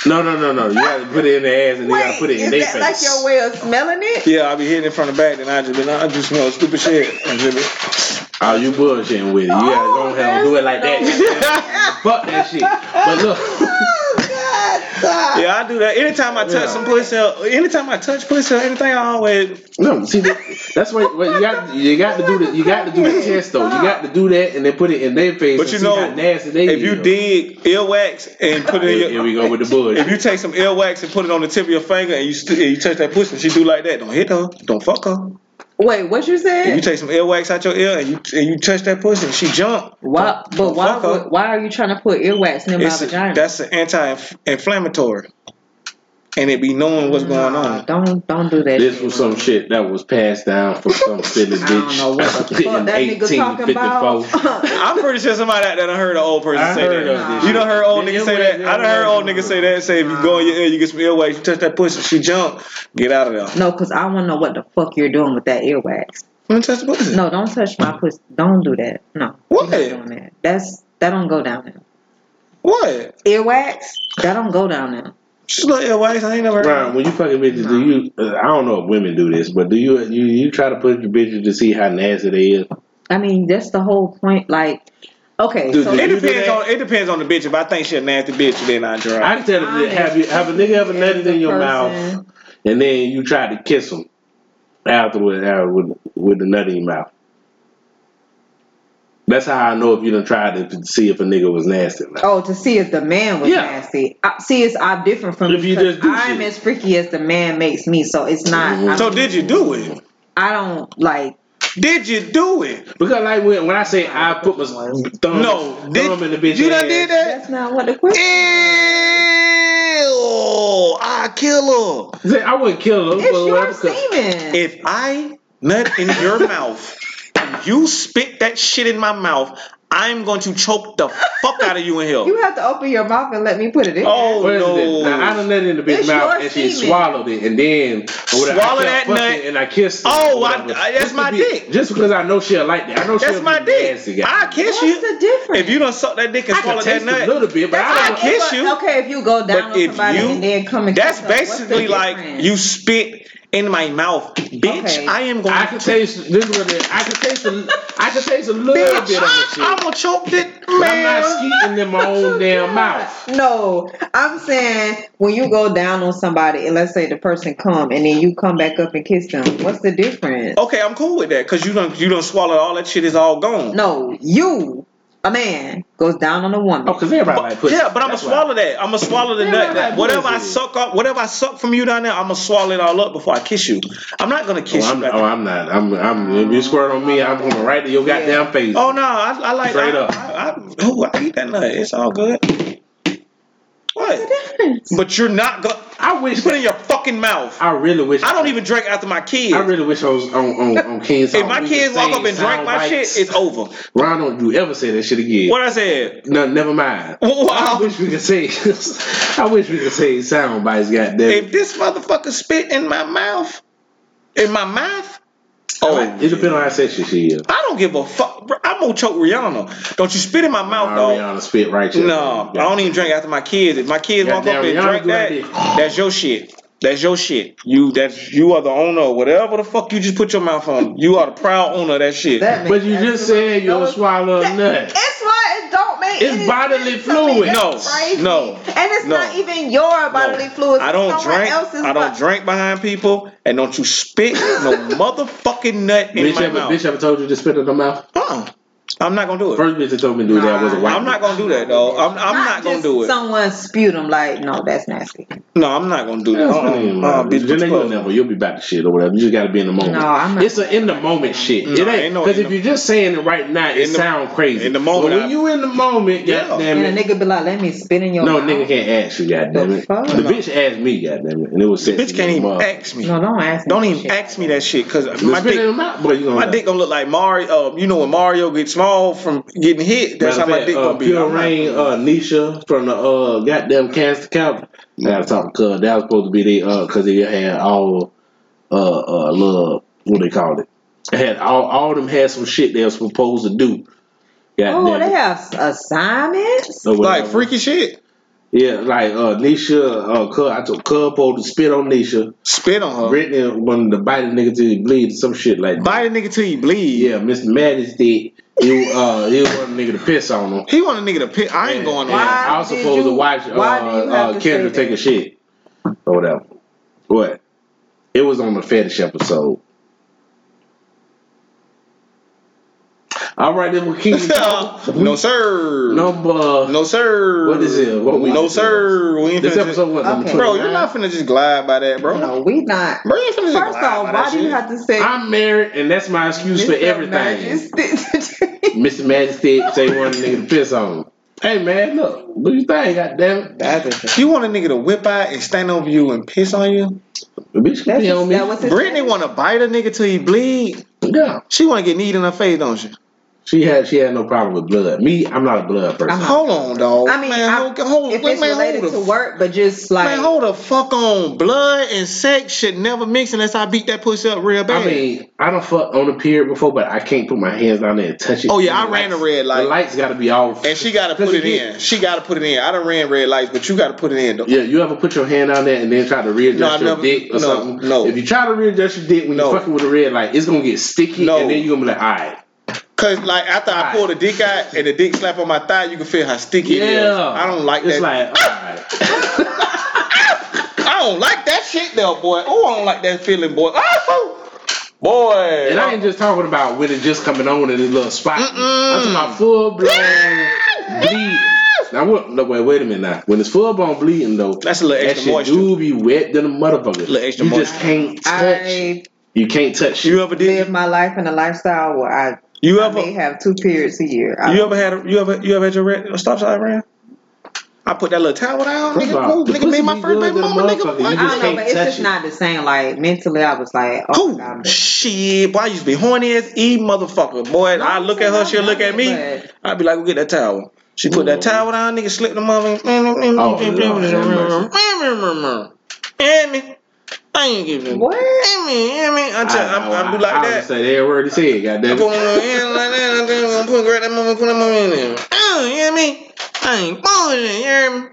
Speaker 5: No, no, no, no. You gotta put it in the ass and you gotta
Speaker 4: Wait,
Speaker 5: put it in
Speaker 4: is
Speaker 5: their
Speaker 4: that
Speaker 5: face.
Speaker 4: like your way of smelling it?
Speaker 2: Yeah, I be hitting it from the back, and I just be like, I just smell stupid shit. I just be-
Speaker 5: Oh, you bullshitting with it. You gotta
Speaker 4: Oh,
Speaker 5: go ahead and do it like
Speaker 4: that's-
Speaker 5: that. Fuck that shit. But look.
Speaker 4: Oh god. God.
Speaker 2: Yeah, I do that. Anytime I touch
Speaker 5: Yeah.
Speaker 2: some pussy, or anytime I touch pussy or anything, I always
Speaker 5: No, see, that, that's why well, you got you got to do the you got to do the test though. You got to do that and then put it in their face.
Speaker 2: But
Speaker 5: and
Speaker 2: you
Speaker 5: see
Speaker 2: know,
Speaker 5: how nasty they
Speaker 2: if you
Speaker 5: is.
Speaker 2: dig earwax and put it in
Speaker 5: here
Speaker 2: your
Speaker 5: we go with the
Speaker 2: if
Speaker 5: bush.
Speaker 2: you take some earwax and put it on the tip of your finger and you st- and you touch that pussy and she do like that, don't hit her, don't fuck her.
Speaker 4: Wait, what
Speaker 2: If
Speaker 4: you
Speaker 2: you
Speaker 4: said?
Speaker 2: take some earwax out your ear and you and you touch that pussy and she jump,
Speaker 4: Why,
Speaker 2: don't-
Speaker 4: but
Speaker 2: don't
Speaker 4: why
Speaker 2: fuck her.
Speaker 4: would, why are you trying to put earwax in my
Speaker 2: It's a-
Speaker 4: vagina?
Speaker 2: that's an anti-inflammatory, and it be knowing what's going
Speaker 4: Nah,
Speaker 2: on.
Speaker 4: Don't don't do that.
Speaker 5: This
Speaker 4: shit,
Speaker 5: was some
Speaker 4: man.
Speaker 5: shit that was passed down from some silly bitch
Speaker 4: I don't know what the
Speaker 5: in
Speaker 4: fuck that nigga talking
Speaker 5: 1854.
Speaker 4: about.
Speaker 2: I'm pretty sure somebody out there done heard an old person
Speaker 5: I
Speaker 2: say
Speaker 5: heard
Speaker 2: that.
Speaker 5: of this.
Speaker 2: You done heard old
Speaker 5: The
Speaker 2: niggas say
Speaker 5: earwax,
Speaker 2: that. I done heard old niggas say that. Say if you go in your ear, you get some earwax, you touch that pussy, she jump, get out of there.
Speaker 4: no, cause I want to know what the fuck you're doing with that earwax.
Speaker 2: Don't touch the pussy.
Speaker 4: No, don't touch
Speaker 5: Mm.
Speaker 4: my pussy. Don't do that. No,
Speaker 2: What?
Speaker 4: you're not doing that. That's that don't go down there.
Speaker 2: What?
Speaker 4: Earwax that don't go down there.
Speaker 2: She's like earwax. I ain't never heard.
Speaker 5: Brian,
Speaker 2: of it.
Speaker 5: when you fucking bitches, do you? uh, I don't know if women do this, but do you? You, you try to put your bitches to see how nasty they is.
Speaker 4: I mean, that's the whole point. Like, okay,
Speaker 5: Dude,
Speaker 4: so
Speaker 5: did
Speaker 2: It
Speaker 5: You do
Speaker 2: depends
Speaker 5: that?
Speaker 2: on it depends on the bitch. If I think she a nasty bitch, then I drive.
Speaker 5: I tell them, that have you have a nigga ever nutted in your mouth,
Speaker 4: Person-
Speaker 5: and then you try to kiss him afterward uh, with with the nut in your mouth. That's how I know if you done tried to see if a nigga was nasty. or not.
Speaker 4: Oh, to see if the man was
Speaker 5: Yeah.
Speaker 4: nasty. I, see, it's I'm different from
Speaker 5: If you
Speaker 4: because
Speaker 5: just do
Speaker 4: I'm
Speaker 5: shit.
Speaker 4: as freaky as the man makes me, so it's not.
Speaker 5: Mhm.
Speaker 4: I,
Speaker 2: so did you do it?
Speaker 4: I don't like.
Speaker 2: Did you do it?
Speaker 5: Because like when, when I say I put my thumb,
Speaker 2: No. Did
Speaker 5: thumb in Mm. the bitch,
Speaker 2: you
Speaker 5: ass,
Speaker 2: done did that?
Speaker 4: That's not what the question.
Speaker 5: Eh.
Speaker 2: Ew! I kill her.
Speaker 5: say, I wouldn't kill him.
Speaker 4: It's
Speaker 5: but
Speaker 4: your
Speaker 5: whatever, 'cause-
Speaker 4: semen.
Speaker 5: Eh.
Speaker 2: If I nut in your mouth and you spit that shit in my mouth, I'm going to choke the fuck out of you in here.
Speaker 4: you have to open your mouth and let me put it in.
Speaker 2: oh
Speaker 5: What is it?
Speaker 2: no!
Speaker 5: Now, I done let it in the
Speaker 4: It's
Speaker 5: bitch mouth
Speaker 4: your
Speaker 5: and she
Speaker 4: semen.
Speaker 5: swallowed it and then whatever, I
Speaker 2: Swallow
Speaker 5: kept
Speaker 2: that
Speaker 5: fucking
Speaker 2: nut.
Speaker 5: and I kissed her.
Speaker 2: Oh, I-
Speaker 5: whatever.
Speaker 2: I- that's
Speaker 5: Just to
Speaker 2: my
Speaker 5: be-
Speaker 2: dick.
Speaker 5: Just because I know she'll like that. I know
Speaker 2: That's
Speaker 5: she'll
Speaker 2: my
Speaker 5: be
Speaker 2: dick.
Speaker 5: nasty, guy.
Speaker 2: I kiss
Speaker 4: What's
Speaker 2: you.
Speaker 4: the difference?
Speaker 2: If you don't suck that dick and
Speaker 5: I
Speaker 2: swallow
Speaker 5: can
Speaker 2: that
Speaker 5: taste a
Speaker 2: nut,
Speaker 5: little bit, but
Speaker 4: That's
Speaker 5: I
Speaker 2: I
Speaker 5: don't
Speaker 4: not-
Speaker 2: kiss
Speaker 4: but-
Speaker 2: you.
Speaker 4: Okay, if you go down
Speaker 2: But
Speaker 4: on
Speaker 2: if
Speaker 4: somebody
Speaker 2: you-
Speaker 4: and then come and
Speaker 2: that's
Speaker 4: kiss them, what's the
Speaker 2: basically like
Speaker 4: difference?
Speaker 2: you spit in my mouth, bitch.
Speaker 4: Okay.
Speaker 2: I am going
Speaker 5: I can
Speaker 2: to.
Speaker 5: taste this is what it is. I can taste a I can taste a little
Speaker 2: bitch,
Speaker 5: bit of the shit.
Speaker 2: I'm gonna choke that
Speaker 5: But I'm not
Speaker 2: man.
Speaker 5: skeeting in my own damn mouth.
Speaker 4: No, I'm saying when you go down on somebody and let's say the person come and then you come back up and kiss them, what's the difference?
Speaker 2: Okay, I'm cool with that because you don't you don't swallow all that shit is all gone.
Speaker 4: No, you, a man, goes down on a woman.
Speaker 5: Oh, cause everybody like pussy.
Speaker 2: Yeah, but I'm gonna
Speaker 5: That's why.
Speaker 2: swallow that. I'm gonna swallow the
Speaker 5: Yeah,
Speaker 2: nut.
Speaker 5: but I like
Speaker 2: whatever I
Speaker 5: pussy.
Speaker 2: suck up, whatever I suck from you down there, I'm gonna swallow it all up before I kiss you. I'm not gonna
Speaker 5: Oh,
Speaker 2: kiss
Speaker 5: I'm,
Speaker 2: you. Right
Speaker 5: oh,
Speaker 2: there.
Speaker 5: I'm not. I'm. I'm. If you squirt on me, I'm going right to your
Speaker 4: Yeah.
Speaker 5: goddamn face.
Speaker 2: oh no, I, I like.
Speaker 5: Straight
Speaker 2: I,
Speaker 5: up.
Speaker 2: I, I, ooh, I eat that nut. It's all good.
Speaker 4: What's
Speaker 2: What?
Speaker 4: the difference?
Speaker 2: But you're not gonna.
Speaker 5: I wish.
Speaker 2: You put it in your fucking mouth.
Speaker 5: I really wish.
Speaker 2: I don't even drink after my kids.
Speaker 5: I really wish I was on on, on King's.
Speaker 2: if my kids walk up and drink my shit, it's over.
Speaker 5: Ron, don't you ever say that shit again?
Speaker 2: What I said.
Speaker 5: No, never mind. I
Speaker 2: Wow.
Speaker 5: wish we could say. I wish we could say sound bites. Goddamn.
Speaker 2: If this motherfucker spit in my mouth, in my mouth. Oh,
Speaker 5: it depends on how sexy she is.
Speaker 2: I don't give a fuck. bro. I'm gonna choke Rihanna. Don't you spit in my mouth, dog.
Speaker 5: Ariana spit right here.
Speaker 2: No, I don't even drink after my kids. If my kids walk
Speaker 5: Goddamn,
Speaker 2: up and
Speaker 5: Rihanna
Speaker 2: drink
Speaker 5: do
Speaker 2: that,
Speaker 5: that bitch.
Speaker 2: that's your shit. That's your shit. You that's you are the owner of whatever the fuck you just put your mouth on. You are the proud owner of that shit.
Speaker 4: That
Speaker 5: But
Speaker 4: makes
Speaker 5: you just said you don't
Speaker 4: absolute-
Speaker 5: swallow a
Speaker 4: That-
Speaker 5: nut.
Speaker 4: It's why it don't make
Speaker 5: It's
Speaker 4: any
Speaker 5: bodily
Speaker 4: sense to
Speaker 5: fluid.
Speaker 4: me. That's
Speaker 2: No,
Speaker 4: crazy.
Speaker 2: no,
Speaker 4: and it's
Speaker 2: no.
Speaker 4: not even your bodily fluid.
Speaker 2: I
Speaker 4: it's
Speaker 2: don't
Speaker 4: someone
Speaker 2: drink.
Speaker 4: else's
Speaker 2: I don't
Speaker 4: bo-
Speaker 2: drink behind people, and don't you spit no motherfucking nut in
Speaker 5: Bitch
Speaker 2: my
Speaker 5: ever,
Speaker 2: mouth.
Speaker 5: bitch ever told you to spit in her mouth?
Speaker 2: Uh-uh. I'm not gonna do it.
Speaker 5: First bitch that told me to do that was a white.
Speaker 2: I'm not gonna do that though. I'm, I'm not, gonna
Speaker 4: just
Speaker 2: do it.
Speaker 4: Someone spewed them like, no, that's nasty.
Speaker 2: no, I'm not gonna do that.
Speaker 5: That's
Speaker 2: Uh-uh.
Speaker 5: not even
Speaker 2: Uh-uh,
Speaker 5: matter.
Speaker 2: bitch, put
Speaker 5: Then
Speaker 2: your
Speaker 5: you'll
Speaker 2: clothes on.
Speaker 5: never, you'll be back to shit or whatever. You just gotta be in the moment.
Speaker 4: No, I'm not-
Speaker 5: It's an in the moment shit.
Speaker 2: No,
Speaker 5: it
Speaker 2: ain't
Speaker 5: ain't
Speaker 2: no
Speaker 5: because
Speaker 2: in
Speaker 5: if
Speaker 2: the-
Speaker 5: you're just saying it right now, it
Speaker 2: In the-
Speaker 5: sound crazy.
Speaker 2: in the moment,
Speaker 5: But when
Speaker 2: I-
Speaker 5: you in the moment,
Speaker 2: Yeah.
Speaker 5: goddamn
Speaker 4: And a
Speaker 5: it.
Speaker 4: nigga be like, let me spit in your
Speaker 5: No
Speaker 4: mouth.
Speaker 5: nigga can't ask you, goddamn it. The
Speaker 4: fuck?
Speaker 5: bitch asked me, goddamn it, and it was
Speaker 2: The
Speaker 5: sexy.
Speaker 2: bitch can't
Speaker 5: as
Speaker 2: even
Speaker 5: fuck.
Speaker 2: ask me.
Speaker 4: No, don't ask. me
Speaker 2: Don't
Speaker 4: that
Speaker 2: even
Speaker 4: shit.
Speaker 2: ask me that shit because
Speaker 5: The
Speaker 2: my
Speaker 5: spit in the
Speaker 2: dick,
Speaker 5: mouth, boy, you gonna
Speaker 2: my
Speaker 5: die.
Speaker 2: dick gonna look like Mario. Uh, you know when Mario gets small from getting hit, that's
Speaker 5: Matter
Speaker 2: how
Speaker 5: of
Speaker 2: my
Speaker 5: fact,
Speaker 2: dick
Speaker 5: uh,
Speaker 2: gonna be.
Speaker 5: Pure
Speaker 2: I'm not-
Speaker 5: Rain, uh, Nisha from the uh, goddamn Cancer Couch. I gotta talk to her. That was supposed to be the uh, cause they had all uh, uh, little what they called it. They had all all them had some shit they was supposed to do. Goddamn
Speaker 4: Oh,
Speaker 5: it.
Speaker 4: they have s- assignments.
Speaker 5: Or whatever.
Speaker 2: like freaky shit.
Speaker 5: Yeah, like uh, Nisha. Uh, Cub, I took Cub supposed to spit on Nisha.
Speaker 2: Spit on her.
Speaker 5: Brittany wanted to bite a nigga till he bleed. Some shit like that.
Speaker 2: Bite a nigga till you bleed.
Speaker 5: Yeah, Miss Majesty You uh, he was one nigga to piss on him.
Speaker 2: He want a nigga to pick. I ain't going
Speaker 5: And
Speaker 2: on.
Speaker 4: Why
Speaker 5: I was
Speaker 4: did
Speaker 5: supposed to
Speaker 4: you-
Speaker 5: watch uh,
Speaker 4: why do you have
Speaker 5: uh,
Speaker 4: to say
Speaker 5: Kendra
Speaker 4: that?
Speaker 5: take a shit or whatever. What? It was on the fetish episode. All right, then we keep
Speaker 2: no sir.
Speaker 5: uh, number.
Speaker 2: No sir.
Speaker 5: What is it? What we-
Speaker 2: no sir. We ain't
Speaker 5: This
Speaker 2: finna just-
Speaker 5: episode was number
Speaker 4: Okay.
Speaker 5: twenty.
Speaker 2: Bro, you're not finna just glide by that, bro.
Speaker 4: No, we not.
Speaker 2: Bro, you ain't finna just
Speaker 4: First
Speaker 2: glide by
Speaker 4: off,
Speaker 2: that
Speaker 4: why do you
Speaker 2: shit.
Speaker 4: have to say
Speaker 5: I'm married, and that's my excuse for
Speaker 4: Mr.
Speaker 5: everything.
Speaker 4: Majesty?
Speaker 5: Mr. Majesty say one nigga to piss on. him. Hey man, look, do your thing, goddamn it.
Speaker 4: that is
Speaker 2: You want a nigga to whip out and stand over you and piss on you?
Speaker 5: The bitch can
Speaker 4: That's
Speaker 5: pee on
Speaker 4: just,
Speaker 5: me.
Speaker 4: that was his
Speaker 2: Brittany want to bite a nigga till he bleed.
Speaker 5: yeah,
Speaker 2: She want to get kneed in her face, don't she?
Speaker 5: she had she had no problem with blood. Me, I'm not a blood person.
Speaker 2: Hold on, dog.
Speaker 4: I mean,
Speaker 2: man,
Speaker 4: I-
Speaker 2: hold, hold,
Speaker 4: if it's
Speaker 2: man,
Speaker 4: related
Speaker 2: hold the
Speaker 4: to work, but just like
Speaker 2: Man, hold the fuck on. Blood and sex should never mix unless I beat that pussy up real bad.
Speaker 5: I mean, I don't fuck on the period before, but I can't put my hands down there and touch it.
Speaker 2: Oh, yeah,
Speaker 5: And
Speaker 2: I
Speaker 5: the
Speaker 2: ran
Speaker 5: lights-
Speaker 2: a red light.
Speaker 5: The lights got to be off.
Speaker 2: and she got to put
Speaker 5: Does
Speaker 2: it in. She got to put it in. I done ran red lights, but you got to put it in. though.
Speaker 5: Yeah, you ever put your hand down there and then try to readjust
Speaker 2: No, I've
Speaker 5: your
Speaker 2: never-
Speaker 5: dick or
Speaker 2: no,
Speaker 5: something?
Speaker 2: no.
Speaker 5: If you try to readjust your dick when
Speaker 2: No.
Speaker 5: you're fucking with a red light, it's gonna get sticky,
Speaker 2: No.
Speaker 5: and then you're gonna be like, all right.
Speaker 2: Cause like after I
Speaker 5: Right.
Speaker 2: pull the dick out and the dick slap on my thigh, you can feel how sticky it is.
Speaker 5: Yeah,
Speaker 2: I don't like
Speaker 5: it's
Speaker 2: that.
Speaker 5: It's like, all right.
Speaker 2: I don't like that shit though, boy. Oh, I don't like that feeling, boy. Oh, boy.
Speaker 5: And I ain't just talking about when it just coming on in this little spot.
Speaker 2: Mm-mm.
Speaker 5: I'm talking about full blown bleeding. Now what? No, wait, wait a minute. Now, when it's full blown bleeding though,
Speaker 2: That's a little
Speaker 5: that
Speaker 2: extra
Speaker 5: shit
Speaker 2: moisture.
Speaker 5: do be wet than a motherfucker.
Speaker 2: Little extra
Speaker 5: you
Speaker 2: moisture.
Speaker 5: just can't touch.
Speaker 4: I
Speaker 5: you can't touch.
Speaker 2: you ever
Speaker 4: live
Speaker 2: did?
Speaker 4: my life in a lifestyle where I,
Speaker 2: You
Speaker 4: I
Speaker 2: ever?
Speaker 4: may have two periods a year. I
Speaker 2: You
Speaker 4: don't-
Speaker 2: ever had? A, you ever? You ever had your red, stop sign ran? I put that little towel down,
Speaker 5: First of
Speaker 2: nigga.
Speaker 5: all,
Speaker 2: Move,
Speaker 5: the
Speaker 2: nigga.
Speaker 5: pussy
Speaker 2: Me, and my
Speaker 5: be
Speaker 2: first
Speaker 5: good
Speaker 2: baby
Speaker 5: than a
Speaker 2: mama, nigga.
Speaker 5: motherfucker. You
Speaker 2: I-
Speaker 4: I don't know,
Speaker 5: can't
Speaker 4: but it's
Speaker 5: touch
Speaker 4: just
Speaker 5: it.
Speaker 4: not the same. Like mentally, I was like, oh my
Speaker 2: Cool.
Speaker 4: God, but-
Speaker 2: Shit, boy, I used to be horny as E motherfucker. Boy, I
Speaker 4: I'm
Speaker 2: look
Speaker 4: saying
Speaker 2: at her,
Speaker 4: I'm
Speaker 2: she'll look
Speaker 4: not,
Speaker 2: at me.
Speaker 4: but-
Speaker 2: I'd be like, go get that towel. She put that
Speaker 5: Mm.
Speaker 2: towel down, nigga, slipped the mother. mm,
Speaker 5: Oh, Lord, have mercy.
Speaker 2: And me. mm, I ain't giving
Speaker 4: What?
Speaker 2: And me, and me. I tell- I- I do like
Speaker 5: I, I
Speaker 2: that.
Speaker 5: just said every word he said. Goddamn.
Speaker 2: Put one in like that, and then I'm gonna grab that mother, put that mother in there. Oh, you hear me? I ain't bullshit, you hear me?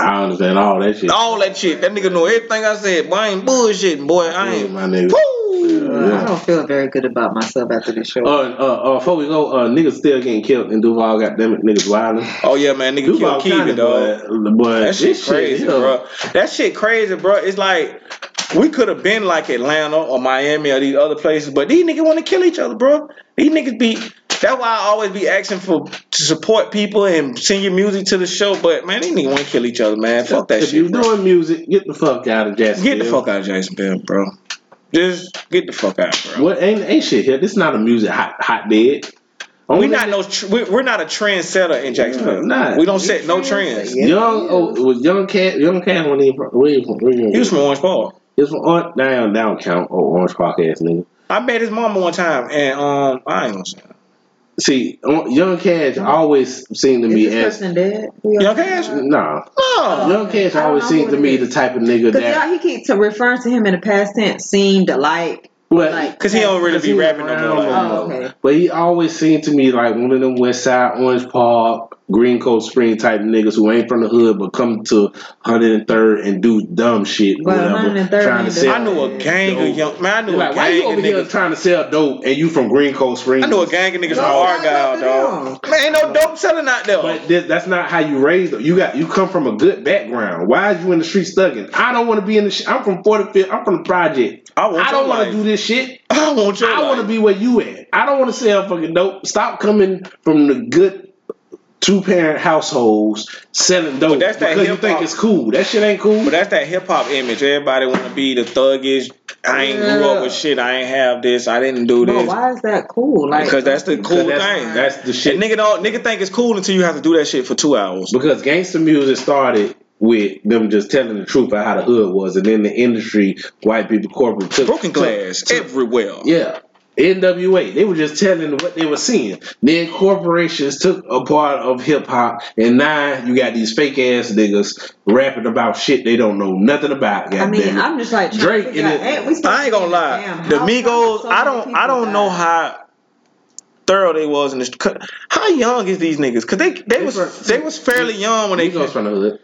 Speaker 5: I understand all that shit.
Speaker 2: All that shit. That nigga know everything I said, boy. I ain't bullshitting, boy. I
Speaker 5: Yeah,
Speaker 2: ain't.
Speaker 5: my nigga.
Speaker 2: Woo!
Speaker 4: Well,
Speaker 5: Yeah.
Speaker 4: I don't feel very good about myself after this show.
Speaker 5: Uh, uh, uh, before we go, uh, niggas still getting killed in Duval. Goddamn it, niggas wilding.
Speaker 2: Oh yeah, man, nigga
Speaker 5: Duval
Speaker 2: killed Kiwi,
Speaker 5: County,
Speaker 2: dog.
Speaker 5: boy. boy
Speaker 2: That shit
Speaker 5: this
Speaker 2: crazy,
Speaker 5: yeah.
Speaker 2: bro. That shit crazy, bro. It's like we could have been like Atlanta or Miami or these other places, but these niggas want to kill each other, bro. These niggas be. That's why I always be asking for to support people and send your music to the show. But man, these niggas want to kill each other, man. Fuck that
Speaker 5: if
Speaker 2: shit,
Speaker 5: you
Speaker 2: bro.
Speaker 5: doing music, get the fuck out of Jacksonville.
Speaker 2: Get the fuck out of Jacksonville, bro. Just get the fuck out, bro.
Speaker 5: What ain't ain't shit here? This is not a music hot hotbed. Only
Speaker 2: We not no tr- we, we're not a trendsetter in Jacksonville.
Speaker 5: Nah, nah.
Speaker 2: we don't set no trends.
Speaker 4: Yeah,
Speaker 5: young.
Speaker 4: it
Speaker 5: Oh,
Speaker 4: is.
Speaker 5: it was young cat. Young cat when he from where he from? Where he from?
Speaker 2: He was from Orange Park.
Speaker 5: He was from Orange- down down count. Oh, Orange Park ass nigga.
Speaker 2: I met his mama one time, and um, I ain't gonna say. it.
Speaker 5: See, on- young cats always seem to me
Speaker 4: Is this
Speaker 5: as
Speaker 4: person dead?
Speaker 2: Young Cash?
Speaker 5: nah.
Speaker 2: No,
Speaker 5: Young cats
Speaker 4: I don't
Speaker 5: always
Speaker 4: know
Speaker 5: seem
Speaker 4: who
Speaker 5: to
Speaker 4: it
Speaker 5: me
Speaker 4: is.
Speaker 5: the type of nigga
Speaker 4: Because y'all,
Speaker 5: that.
Speaker 4: he keeps referring to him in the past tense. Seemed like,
Speaker 5: But,
Speaker 4: like,
Speaker 2: cause he don't really
Speaker 5: Cause
Speaker 2: be
Speaker 5: he
Speaker 2: rapping no more.
Speaker 5: around
Speaker 2: Like,
Speaker 4: Oh, okay.
Speaker 5: But he always seemed to me like one of them West Side, Orange Park, Green Coast Spring type niggas who ain't from the hood but come to 103rd and do dumb shit or
Speaker 4: But
Speaker 5: whatever.
Speaker 4: 103rd
Speaker 5: Trying to
Speaker 4: ain't
Speaker 5: sell.
Speaker 2: I knew a gang of young man. I knew
Speaker 5: like,
Speaker 2: a
Speaker 5: why you
Speaker 2: gang
Speaker 5: over
Speaker 2: of
Speaker 5: here
Speaker 2: niggas.
Speaker 5: trying to sell dope and you from Green Coast Spring?
Speaker 2: I knew a gang of niggas from
Speaker 4: No,
Speaker 2: Argyle,
Speaker 4: that's not
Speaker 2: dog. Man, ain't no dope selling out there.
Speaker 5: But this, that's not how you raised. Them. You got you come from a good background. Why is you in the streets thugging? I don't want to be in the. Sh- I'm from 45th. I'm from the project.
Speaker 2: I want
Speaker 5: don't
Speaker 2: your
Speaker 5: wanna
Speaker 2: life.
Speaker 5: do this shit.
Speaker 2: I want your.
Speaker 5: I want to be where you at. I don't want to sell fucking dope. Stop coming from the good two parent households selling dope
Speaker 2: that's that
Speaker 5: because you
Speaker 2: hip
Speaker 5: think
Speaker 2: hop.
Speaker 5: it's cool. That shit ain't cool.
Speaker 2: But that's that hip hop image. Everybody want to be the thuggish. I ain't grew up with shit. I ain't have this. I didn't do
Speaker 4: But
Speaker 2: this.
Speaker 4: why is that cool? Like,
Speaker 2: Because that's the cool
Speaker 5: 'Cause that's,
Speaker 2: thing.
Speaker 5: That's the shit.
Speaker 2: And nigga don't nigga think it's cool until you have to do that shit for two hours.
Speaker 5: because gangster music started with them just telling the truth about how the hood was, and then the industry, white people, corporate took
Speaker 2: Broken
Speaker 5: took-
Speaker 2: glass
Speaker 5: took-
Speaker 2: everywhere.
Speaker 5: Yeah. NWA, they were just telling what they were seeing. Then corporations took a part of hip hop, and now you got these fake ass niggas rapping about shit they don't know nothing about.
Speaker 4: I
Speaker 5: goddamn
Speaker 4: mean,
Speaker 5: it.
Speaker 4: I'm just like,
Speaker 5: Drake
Speaker 4: Drake.
Speaker 5: in it-
Speaker 2: I ain't gonna lie. the Migos, I don't I don't know how thorough they was in this. Cause how young is these niggas? Cause they they
Speaker 5: They
Speaker 2: was
Speaker 5: from-
Speaker 2: they was fairly young when they.
Speaker 5: Migos from the hood.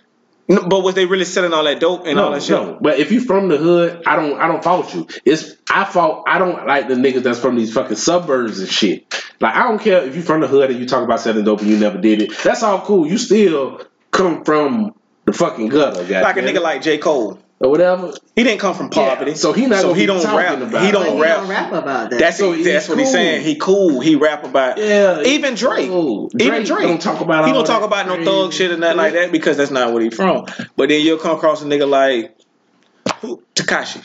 Speaker 2: No, but was they really selling all that dope and all
Speaker 5: No,
Speaker 2: that shit?
Speaker 5: no. But if you from the hood, I don't, I don't fault you. It's I fault. I don't like the niggas that's from these fucking suburbs and shit. Like I don't care if you from the hood and you talk about selling dope and you never did it. That's all cool. You still come from the fucking gutter, goddamn.
Speaker 2: Like a nigga like J. Cole.
Speaker 5: or whatever.
Speaker 2: He didn't come from poverty.
Speaker 5: Yeah, so he not
Speaker 2: so
Speaker 5: gonna
Speaker 2: he
Speaker 5: be
Speaker 2: don't
Speaker 5: talking
Speaker 2: rap.
Speaker 5: about
Speaker 2: he
Speaker 5: it.
Speaker 4: But
Speaker 2: don't
Speaker 4: he
Speaker 2: rap.
Speaker 4: don't rap about that.
Speaker 2: That's
Speaker 5: So
Speaker 2: he, that's
Speaker 5: he's
Speaker 2: what he's
Speaker 5: cool.
Speaker 2: saying. He cool. He rap about.
Speaker 5: Yeah,
Speaker 2: Even Drake.
Speaker 5: cool.
Speaker 2: Even
Speaker 5: Drake
Speaker 2: Drake.
Speaker 5: don't talk about
Speaker 2: He
Speaker 5: all
Speaker 2: don't talk
Speaker 5: that
Speaker 2: about no
Speaker 5: crazy
Speaker 2: thug shit or nothing like that because that's not where he from. But then you'll come across a nigga like who Takashi.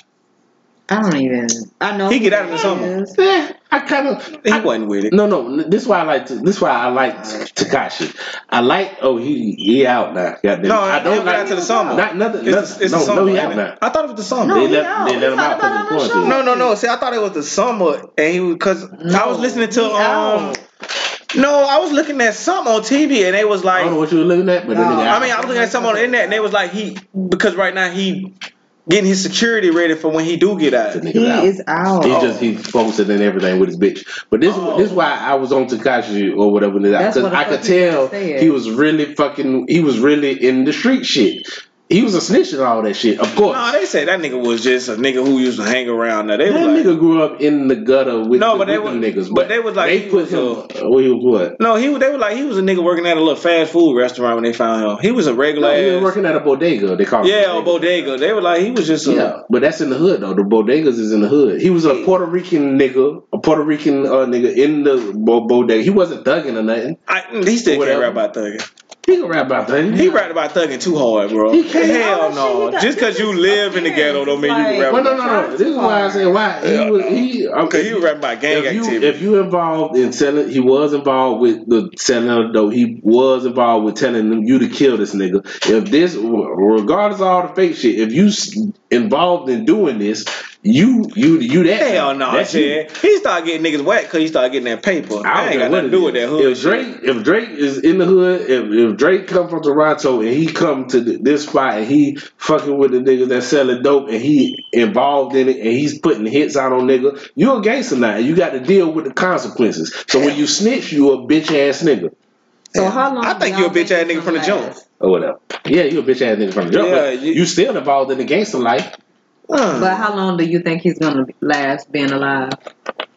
Speaker 4: I don't even. I know
Speaker 2: He
Speaker 4: who
Speaker 2: get out in the
Speaker 4: that
Speaker 2: summer.
Speaker 4: is.
Speaker 5: Yeah, Eh, I kind of
Speaker 2: He wasn't with it.
Speaker 5: No, no. This is why I like. To, this is why I like Takashi. I like. Oh, he he out now. Goddamn.
Speaker 2: No,
Speaker 5: I
Speaker 2: he don't
Speaker 5: don't
Speaker 2: got
Speaker 5: like
Speaker 2: out to the summer.
Speaker 5: Not nothing.
Speaker 2: It's, the-
Speaker 5: nothing
Speaker 2: it's
Speaker 5: no,
Speaker 2: the summer.
Speaker 5: no, he
Speaker 2: ain't
Speaker 5: out
Speaker 2: it?
Speaker 5: now.
Speaker 2: I thought it was the summer.
Speaker 4: No,
Speaker 5: they
Speaker 4: he
Speaker 5: let
Speaker 4: out.
Speaker 5: they let him
Speaker 4: He
Speaker 5: out
Speaker 4: talked
Speaker 5: because of
Speaker 4: about it on the
Speaker 5: quarantine.
Speaker 4: show.
Speaker 2: No, no, no. See, I thought it was the summer, and he because I was
Speaker 4: No,
Speaker 2: listening to
Speaker 4: he
Speaker 2: um.
Speaker 4: out.
Speaker 2: No, I was looking at something on TV, and they was
Speaker 5: I
Speaker 2: like,
Speaker 5: don't know what you were looking at, but
Speaker 4: No.
Speaker 5: the nigga
Speaker 2: I
Speaker 5: out.
Speaker 2: mean, I was looking at something on the internet, and they was like, he because right now he getting his security ready for when he do get out.
Speaker 5: the nigga
Speaker 4: He
Speaker 5: out.
Speaker 4: is Oh. out.
Speaker 5: He just he posted and everything with his bitch. But this this why I was on Takashi or whatever
Speaker 4: Oh. That's
Speaker 5: because
Speaker 4: what the
Speaker 5: I
Speaker 4: fuck
Speaker 5: could
Speaker 4: he
Speaker 5: tell
Speaker 4: said.
Speaker 5: he was really fucking. He was really in the street shit. He was a snitch and all that shit. Of course.
Speaker 2: No, they say that nigga was just a nigga who used to hang around. Now they
Speaker 5: That
Speaker 2: was like,
Speaker 5: nigga grew up in the gutter with
Speaker 2: No,
Speaker 5: the,
Speaker 2: but they
Speaker 5: with them
Speaker 2: was-
Speaker 5: niggas.
Speaker 2: but they was like,
Speaker 5: they
Speaker 2: he
Speaker 5: put
Speaker 2: was
Speaker 5: him.
Speaker 2: a-
Speaker 5: oh, he was what?
Speaker 2: no, he they were like he was a nigga working at a little fast food restaurant when they found him. He was a regular.
Speaker 5: No, he was
Speaker 2: ass-
Speaker 5: working at a bodega. They call
Speaker 2: yeah,
Speaker 5: it.
Speaker 2: or bodega. They were like he was just a.
Speaker 5: Yeah, but that's in the hood though. The bodegas is in the hood. He was a Puerto Rican nigga, a Puerto Rican uh, nigga in the bo- bodega. He wasn't thugging or nothing.
Speaker 2: I, he still can't
Speaker 5: Whatever.
Speaker 2: rap about thugging.
Speaker 5: He can rap about that.
Speaker 2: He rapped about thugging too hard, bro.
Speaker 5: He can't-
Speaker 2: Hell
Speaker 4: All the shit he
Speaker 2: no.
Speaker 4: got-
Speaker 2: Just because
Speaker 4: this
Speaker 2: you
Speaker 4: is
Speaker 2: live in the
Speaker 4: appearance.
Speaker 2: ghetto don't mean you
Speaker 4: Like-
Speaker 2: can rap
Speaker 5: Well,
Speaker 2: about
Speaker 5: no, no, no.
Speaker 4: Trying
Speaker 5: This is why I
Speaker 4: hard.
Speaker 5: said why he
Speaker 2: Yeah.
Speaker 5: was he.
Speaker 2: Okay, he was rapping about gang
Speaker 5: if you,
Speaker 2: activity.
Speaker 5: If you involved in selling, he was involved with the selling of dope. He was involved with telling them you to kill this nigga. If this, regardless of all the fake shit, if you s- involved in doing this, you you you that
Speaker 2: Hell no,
Speaker 5: That's you.
Speaker 2: shit. He started getting niggas whack because he started getting that paper. I, ain't
Speaker 5: care
Speaker 2: got
Speaker 5: what
Speaker 2: nothing to
Speaker 5: it
Speaker 2: do
Speaker 5: is.
Speaker 2: with that hood.
Speaker 5: If Drake, if Drake is in the hood, if, if Drake come from Toronto and he come to th- this spot and he fucking with the niggas that selling dope and he involved in it and he's putting hits out on nigga, you a gangster now and you got to deal with the consequences. So when you snitch, you a bitch ass nigga
Speaker 4: So how long?
Speaker 2: I think
Speaker 4: do
Speaker 2: you a
Speaker 4: y'all
Speaker 2: bitch ass
Speaker 4: think
Speaker 2: nigga
Speaker 4: this
Speaker 2: from the
Speaker 4: gonna
Speaker 2: jump.
Speaker 4: last?
Speaker 5: or whatever. Yeah, you a bitch ass nigga from the jump,
Speaker 2: Yeah,
Speaker 5: but
Speaker 2: you-
Speaker 5: you, still involved in the gangster life
Speaker 2: Uh.
Speaker 4: But how long do you think he's gonna last being alive?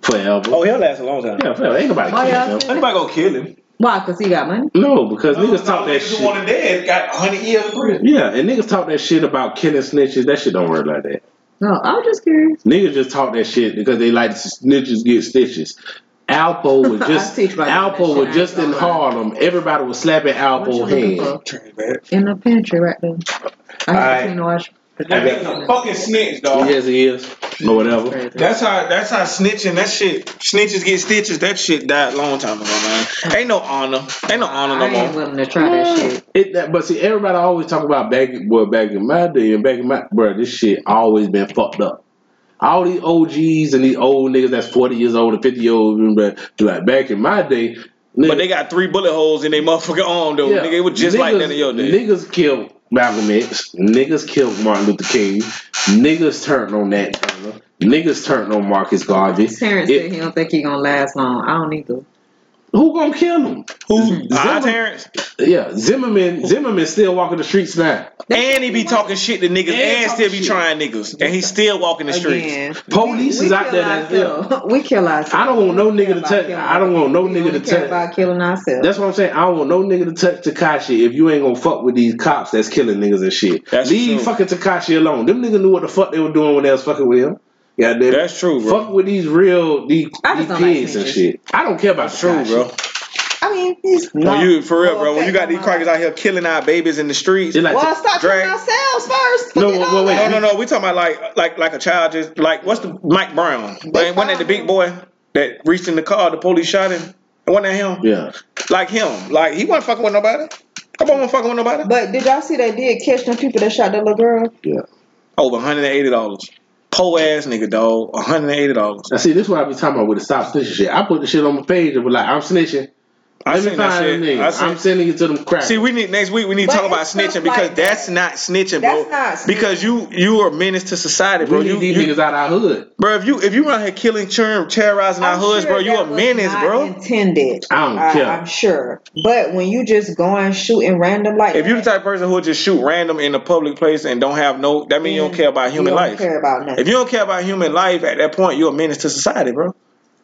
Speaker 5: forever.
Speaker 2: oh, he'll last a long time.
Speaker 5: yeah, forever. Ain't nobody
Speaker 4: Why y'all
Speaker 5: killing him.
Speaker 4: think-
Speaker 2: Anybody gonna kill him?
Speaker 4: Why? Cause he got money.
Speaker 5: No, because niggas talk that shit.
Speaker 2: to dead got 100 years of prison.
Speaker 5: Yeah, and niggas talk that shit about killing snitches. That shit don't work like that.
Speaker 4: No, I'm just curious.
Speaker 5: Niggas just talk that shit because they like snitches get stitches. Alpo was
Speaker 4: I
Speaker 5: just
Speaker 4: teach my
Speaker 5: Alpo
Speaker 4: kids that
Speaker 5: was
Speaker 4: shit.
Speaker 5: just
Speaker 4: I ain't
Speaker 5: in
Speaker 4: gonna lie.
Speaker 5: Harlem. Everybody was slapping
Speaker 4: What
Speaker 5: Alpo
Speaker 4: you looking
Speaker 5: hand.
Speaker 4: for? In the pantry right there.
Speaker 2: Alright.
Speaker 4: I have to clean the wash.
Speaker 2: fucking snitch,
Speaker 5: Yes, he is or whatever.
Speaker 4: Crazy.
Speaker 2: That's how that's how snitching that shit snitches get stitches. That shit died long time ago, man. Ain't no honor. Ain't no honor
Speaker 4: I
Speaker 2: no
Speaker 4: ain't
Speaker 2: more.
Speaker 4: willing to try that shit.
Speaker 5: It, that, but see, everybody always talk about back, boy, back in my day and back in my bro. This shit always been fucked up. All these OGs and these old niggas that's forty years old and fifty years old, remember, do like back in my day.
Speaker 2: But
Speaker 5: nigga-
Speaker 2: they got three bullet holes in their motherfucking arm though. Nigga, it was just like that in your day.
Speaker 5: Niggas killed Malcolm X. Niggas killed Martin Luther King. Niggas turned on Nat Turner. Niggas turned on Marcus Garvey.
Speaker 4: Terrence
Speaker 5: It-
Speaker 4: said he don't think he gonna last long. I don't either.
Speaker 5: who gonna kill him?
Speaker 2: Who? Ah,
Speaker 5: Zimmer-
Speaker 2: Terrence.
Speaker 5: Yeah, Zimmerman. Zimmerman still walking the streets now.
Speaker 2: And he be talking shit to niggas,
Speaker 5: And
Speaker 2: and
Speaker 5: talking
Speaker 2: still be
Speaker 5: shit.
Speaker 2: trying niggas, and he still walking the streets.
Speaker 4: Again,
Speaker 5: Police is out there. That, yeah.
Speaker 4: ourselves. We kill ourselves.
Speaker 5: I don't want no
Speaker 4: We
Speaker 5: nigga
Speaker 4: care
Speaker 5: to
Speaker 4: about
Speaker 5: touch.
Speaker 4: killing
Speaker 5: I don't want no
Speaker 4: ourselves. We
Speaker 5: nigga to
Speaker 4: only care
Speaker 5: touch.
Speaker 4: about killing ourselves.
Speaker 5: That's what I'm saying. I don't want no nigga to touch Takashi if you ain't gonna fuck with these cops that's killing niggas and shit.
Speaker 2: That's
Speaker 5: Leave
Speaker 2: true.
Speaker 5: fucking Takashi alone. Them niggas knew what the fuck they were doing when they was fucking with him. Yeah,
Speaker 2: That's true, bro.
Speaker 5: Fuck with these real these,
Speaker 4: I
Speaker 5: these
Speaker 4: just don't like
Speaker 5: kids and
Speaker 4: snitches.
Speaker 5: shit. I don't care about
Speaker 2: That's true,
Speaker 5: Takashi.
Speaker 2: bro.
Speaker 4: I mean, he's
Speaker 2: When
Speaker 4: no.
Speaker 2: you for real, bro.
Speaker 4: Well,
Speaker 2: When you got these
Speaker 4: okay,
Speaker 2: crackers out here killing our babies in the streets.
Speaker 5: They like
Speaker 4: Well,
Speaker 5: to-
Speaker 4: stop
Speaker 2: Drake.
Speaker 4: killing ourselves first.
Speaker 5: No,
Speaker 4: Forget
Speaker 5: wait,
Speaker 4: all
Speaker 5: wait,
Speaker 4: that.
Speaker 2: No, no, no. We talking about like like like a child just like what's the Mike Brown? Like, wasn't that the big boy that reached in the car? The police shot him. Wasn't that him?
Speaker 5: yeah.
Speaker 2: Like him. Like he wasn't fucking with nobody. That boy wasn't fucking with nobody.
Speaker 4: But did y'all see they did catch them people that shot that little girl?
Speaker 5: Yeah.
Speaker 2: Over Oh, one hundred and eighty dollars. Poor ass nigga, dog. One hundred and eighty dollars.
Speaker 5: Now see, this is what I be talking about with the stop snitching shit. I put the shit on my page and be like, I'm snitching.
Speaker 2: I
Speaker 5: Let me
Speaker 2: seen that
Speaker 5: find them
Speaker 2: shit. I
Speaker 5: niggas. I'm
Speaker 2: seen.
Speaker 5: sending it to them crackers.
Speaker 2: See, we need next week. We need to
Speaker 4: But
Speaker 2: talk about
Speaker 4: it's stuff
Speaker 2: snitching because
Speaker 4: like that.
Speaker 2: that's not snitching, bro.
Speaker 4: That's not snitching.
Speaker 2: Because you you are a menace to society,
Speaker 5: We
Speaker 2: bro.
Speaker 5: need
Speaker 2: You,
Speaker 5: these
Speaker 2: you
Speaker 5: niggas out our hood.
Speaker 2: bro. If you if you around here killing, terrorizing terrorizing our
Speaker 4: I'm
Speaker 2: hoods,
Speaker 4: sure
Speaker 2: bro, you
Speaker 4: that
Speaker 2: a
Speaker 4: was
Speaker 2: menace,
Speaker 4: not
Speaker 2: bro.
Speaker 4: Intended.
Speaker 5: I don't care.
Speaker 4: I'm sure. But when you just going shooting random like
Speaker 2: If
Speaker 4: that,
Speaker 2: you're the type of person who would just shoot random in a public place and don't have no, that means you don't
Speaker 4: then
Speaker 2: care about human
Speaker 4: Mm, you don't
Speaker 2: life.
Speaker 4: Care about nothing.
Speaker 2: If you don't care about human life at that point, you're a menace to society, bro.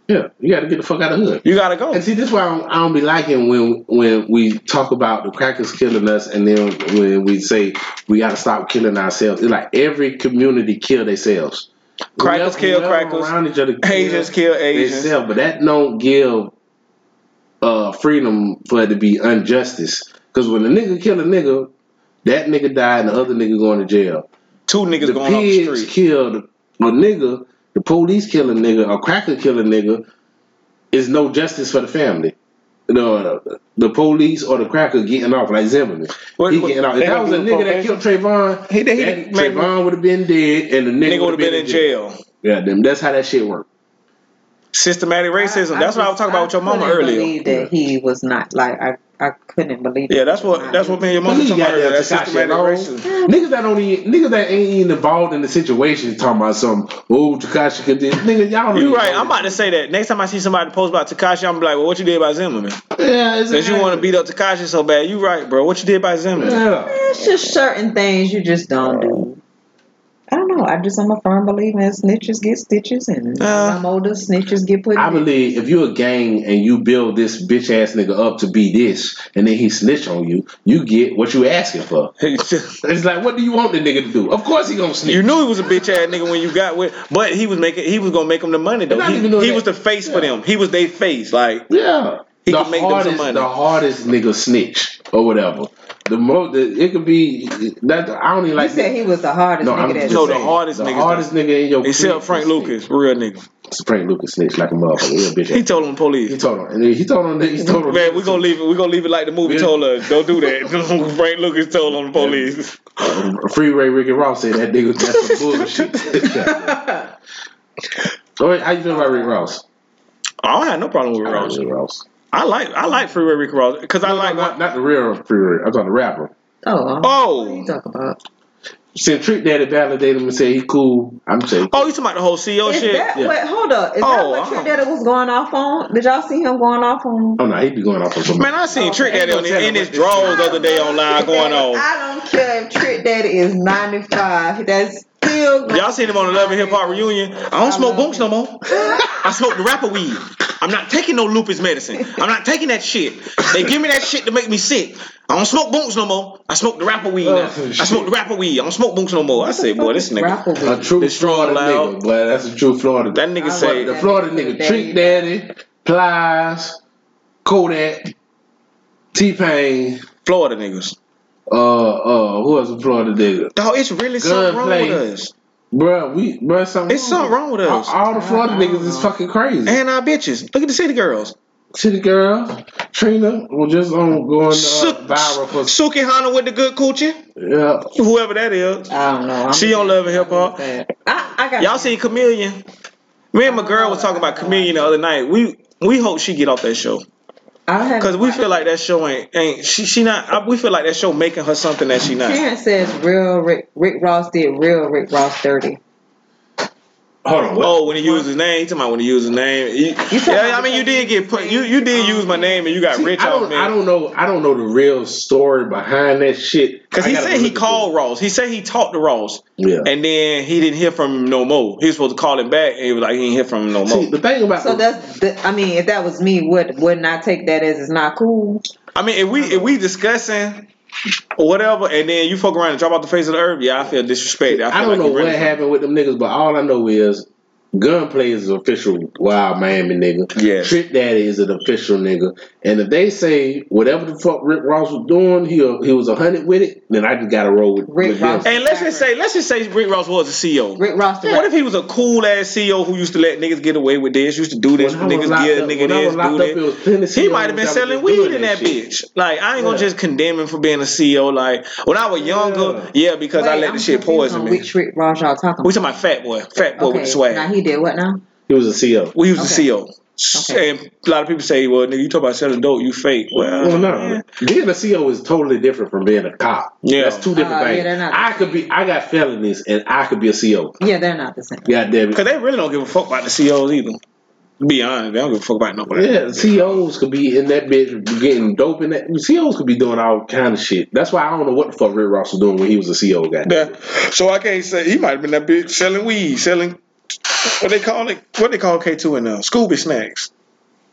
Speaker 5: Yeah, you got to get the fuck out of the hood.
Speaker 2: You gotta go.
Speaker 5: And see, this why I don't, I don't be liking when when we talk about the crackers killing us, and then when we say we got to stop killing ourselves. It's like every community kill themselves.
Speaker 2: Crackers kill crackers.
Speaker 5: Around each other,
Speaker 2: Asians kill Asians.
Speaker 5: themselves, but that don't give uh, freedom for it to be injustice. Because when a nigga kill a nigga, that nigga die and the other nigga going to jail.
Speaker 2: Two niggas
Speaker 5: The
Speaker 2: going off the
Speaker 5: pigs
Speaker 2: street.
Speaker 5: killed a nigga. The police kill a nigga. A cracker kill a nigga. Is no justice for the family. No, the, the police or the cracker getting off like Zimmerman.
Speaker 2: What-
Speaker 5: he
Speaker 2: what-
Speaker 5: getting off. If
Speaker 2: they
Speaker 5: that
Speaker 2: gonna
Speaker 5: was a
Speaker 2: do
Speaker 5: nigga that
Speaker 2: probation?
Speaker 5: killed Trayvon,
Speaker 2: He- he-
Speaker 5: that,
Speaker 2: man-
Speaker 5: Trayvon would have been dead, and the nigga,
Speaker 2: Nigga would have been in jail.
Speaker 5: Yeah, them. That's how that shit worked.
Speaker 2: Systematic racism. that's what I was talking about with your mama
Speaker 4: couldn't
Speaker 2: earlier.
Speaker 4: Believe that he was not like I. I couldn't believe.
Speaker 2: Yeah,
Speaker 4: it.
Speaker 2: that's what that's what me and your mama
Speaker 5: Niggas
Speaker 2: talking about
Speaker 5: goddamn
Speaker 2: earlier. That's
Speaker 5: Tekashi
Speaker 2: systematic
Speaker 5: alone.
Speaker 2: racism.
Speaker 5: Niggas that don't even, niggas that ain't even involved in the situation talking about some. Oh, Takashi could this. Nigga, y'all. don't even
Speaker 2: You right.
Speaker 5: know
Speaker 2: I'm about to
Speaker 5: this.
Speaker 2: say that. Next time I see somebody post about Takashi, I'm like, well, what you did about Zimmerman?
Speaker 5: Yeah, it's
Speaker 2: Since you want to beat up Takashi so bad, you right, bro. What you did by Zimmerman?
Speaker 5: Yeah.
Speaker 4: It's just certain things you just don't do. I don't know. I just I'm a firm believer in snitches get stitches, and
Speaker 2: Uh.
Speaker 4: as I'm older, snitches get put.
Speaker 5: I
Speaker 4: in believe.
Speaker 5: believe if you're a gang and you build this bitch ass nigga up to be this, and then he snitch on you, you get what you asking for. It's like, what do you want the nigga to do? Of course he gonna snitch.
Speaker 2: you knew he was a bitch ass nigga when you got with, but he was making he was gonna make him the money though.
Speaker 5: And I
Speaker 2: He,
Speaker 5: didn't even know
Speaker 2: he
Speaker 5: that.
Speaker 2: was the face for
Speaker 5: Yeah.
Speaker 2: them. He was their face. Like
Speaker 5: yeah.
Speaker 2: He
Speaker 5: the
Speaker 2: can make them some
Speaker 5: hardest,
Speaker 2: money.
Speaker 5: the hardest nigga snitch or whatever. The most, it could be that I don't even
Speaker 4: You
Speaker 5: like.
Speaker 4: said he was the hardest
Speaker 5: no,
Speaker 4: nigga
Speaker 5: I'm
Speaker 4: that.
Speaker 5: just
Speaker 2: No, the
Speaker 5: saying,
Speaker 2: hardest
Speaker 5: the
Speaker 2: niggas
Speaker 5: hardest nigga in your clique
Speaker 2: except Frank
Speaker 5: snitch.
Speaker 2: Lucas, real nigga.
Speaker 5: Frank Lucas snitch like a motherfucker. He a bitch.
Speaker 2: He
Speaker 5: ass.
Speaker 2: told him
Speaker 5: He
Speaker 2: police.
Speaker 5: told on. He told on. He told on.
Speaker 2: Man, we gonna leave it. We gonna leave it like the movie
Speaker 5: Yeah.
Speaker 2: told us. Don't do that. Frank Lucas told on the police.
Speaker 5: Uh, Freeway Ricky Ross said that nigga that's some bullshit. so wait, how you feel about Rick Ross?
Speaker 2: Oh, I don't have no problem with
Speaker 5: I like
Speaker 2: Ross.
Speaker 5: Rick Ross.
Speaker 2: I like I like Freeway Rick Ross because I like
Speaker 5: Not, not the real Freeway. I'm talking the rapper.
Speaker 4: Oh, what are
Speaker 2: oh
Speaker 4: you talking about?
Speaker 5: Since Trick Daddy validated him and said he cool, I'm saying
Speaker 2: oh you talking about the whole CEO
Speaker 4: Is
Speaker 2: shit?
Speaker 4: that
Speaker 5: yeah.
Speaker 4: what? Hold up. Is
Speaker 2: Oh,
Speaker 4: that what
Speaker 2: I
Speaker 4: Trick Daddy was going off on? Did y'all see him going off on?
Speaker 5: oh no, he be going off on somebody.
Speaker 2: Man, I seen
Speaker 5: Oh,
Speaker 2: Trick
Speaker 5: ain't
Speaker 2: Daddy
Speaker 5: no
Speaker 2: on his,
Speaker 5: telling
Speaker 2: in
Speaker 5: what
Speaker 2: his
Speaker 5: this
Speaker 2: drawers
Speaker 5: is.
Speaker 2: the other day online going on.
Speaker 4: I don't care if Trick Daddy is 95. That's still.
Speaker 2: Y'all seen him on the Love and Hip Hop reunion. I don't smoke bunks no more. I smoke the rapper weed. I'm not taking no lupus medicine. I'm not taking that shit. They give me that shit to make me sick. I don't smoke bunks no more. I smoke the rapper weed
Speaker 5: Oh,
Speaker 2: now.
Speaker 5: shit.
Speaker 2: I smoke the rapper weed. I don't smoke bunks no more. I say, boy, this nigga.
Speaker 4: Rapper with
Speaker 5: A true
Speaker 2: This strong
Speaker 5: Florida
Speaker 2: loud.
Speaker 5: nigga, boy. That's a true Florida.
Speaker 2: That nigga
Speaker 4: I
Speaker 2: say,
Speaker 4: like
Speaker 5: the Florida nigga, Trick Daddy, Plies, Kodak, T Pain,
Speaker 2: Florida niggas.
Speaker 5: uh, uh, who else a Florida nigga?
Speaker 2: Dog, it's really something wrong
Speaker 5: Gunplay.
Speaker 2: with us.
Speaker 5: Bruh, we bruh something.
Speaker 2: It's something wrong with
Speaker 5: All,
Speaker 2: us.
Speaker 5: all the Florida niggas is fucking crazy.
Speaker 2: And our bitches. Look at the city girls.
Speaker 5: City girl, Trina, was just on going uh,
Speaker 2: Su-
Speaker 5: viral for
Speaker 2: Suki Hana with the good coochie.
Speaker 5: yeah.
Speaker 2: Whoever that is.
Speaker 4: I don't know. I'm
Speaker 2: She on Love and Hip Hop.
Speaker 4: I, I got
Speaker 2: Y'all seen Chameleon? Me and my girl was talking about Chameleon the other night. We we hope she get off that show
Speaker 4: I have
Speaker 2: because we feel like that show ain't ain't she she not. I, we feel like that show making her something that she not.
Speaker 4: Karen says real Rick, Rick Ross did real Rick Ross dirty.
Speaker 5: Hold on,
Speaker 2: Oh, when he used his name, talking about when he used his name. You- yeah, I mean you did get put. You you did use my name and you got
Speaker 5: Um, See,
Speaker 2: rich
Speaker 5: I
Speaker 2: off
Speaker 5: don't, I
Speaker 2: me.
Speaker 5: don't know, I don't know the real story behind that shit.
Speaker 2: Cause
Speaker 5: I
Speaker 2: he
Speaker 5: gotta
Speaker 2: said he
Speaker 5: look at
Speaker 2: called Ross. He said he talked to Ross.
Speaker 5: this. Yeah.
Speaker 2: And then he didn't hear from him no more. He was supposed to call him back, and he was like, he didn't hear from him no
Speaker 5: See,
Speaker 2: more.
Speaker 5: the thing about
Speaker 4: So that's the, I mean, if that was me, would wouldn't I take that as it's not cool?
Speaker 2: I mean, if we if we discussing or whatever, and then you fuck around and drop out the face of the earth, yeah, I feel disrespected. I, feel
Speaker 5: I don't
Speaker 2: like
Speaker 5: know
Speaker 2: you
Speaker 5: what
Speaker 2: really-
Speaker 5: happened with them niggas, but all I know is Gunplay is an official wild Miami nigga.
Speaker 2: Yes.
Speaker 5: Trick Daddy is an official nigga. And if they say whatever the fuck Rick Ross was doing, he he was a hundred with it, then I just gotta roll with
Speaker 4: Rick
Speaker 5: with them.
Speaker 4: Ross.
Speaker 2: And let's just say, let's just say Rick Ross was a CEO.
Speaker 4: Rick Ross the
Speaker 2: What if he was a cool ass CEO who used to let niggas get away with this, used to do this,
Speaker 5: When I was
Speaker 2: niggas
Speaker 5: locked
Speaker 2: give
Speaker 5: up-
Speaker 2: nigga
Speaker 5: when I was
Speaker 2: this,
Speaker 5: locked
Speaker 2: do
Speaker 5: up, it was plenty
Speaker 2: this. He
Speaker 5: CEOs
Speaker 2: might have been
Speaker 5: that was
Speaker 2: selling
Speaker 5: doing
Speaker 2: weed in
Speaker 5: that
Speaker 2: that
Speaker 5: shit.
Speaker 2: bitch. Like I ain't gonna
Speaker 5: Yeah.
Speaker 2: just condemn him for being a CEO. Like when I was younger, yeah, because I let the shit poison me.
Speaker 4: Which Rick Ross y'all talking
Speaker 2: We
Speaker 4: about?
Speaker 2: talking about fat boy, fat boy
Speaker 4: okay,
Speaker 2: with the swag.
Speaker 4: now he did what now?
Speaker 5: He was a CEO.
Speaker 2: Well, he was
Speaker 4: Okay.
Speaker 2: the CEO.
Speaker 4: Okay.
Speaker 2: And a lot of people say, well, nigga, you talk about selling dope, you fake. Well,
Speaker 5: Well,
Speaker 2: man.
Speaker 5: no, being a CEO is totally different from being a cop.
Speaker 2: Yeah.
Speaker 5: that's two different
Speaker 4: Oh, yeah,
Speaker 5: things.
Speaker 4: they're not the
Speaker 5: I could be, I got felonies, and I could be a CEO.
Speaker 4: Yeah, they're not the same.
Speaker 5: God damn it.
Speaker 2: Because they really don't give a fuck about the CEOs either. To be honest, they don't give a fuck about nobody.
Speaker 5: Yeah, CEOs could be in that bitch getting dope in that. CEOs could be doing all kind of shit. That's why I don't know what the fuck Rick Ross was doing when he was a CEO guy.
Speaker 2: Yeah. So I can't say he might have been that bitch selling weed, selling what they call it? What they call K two and uh, Scooby snacks?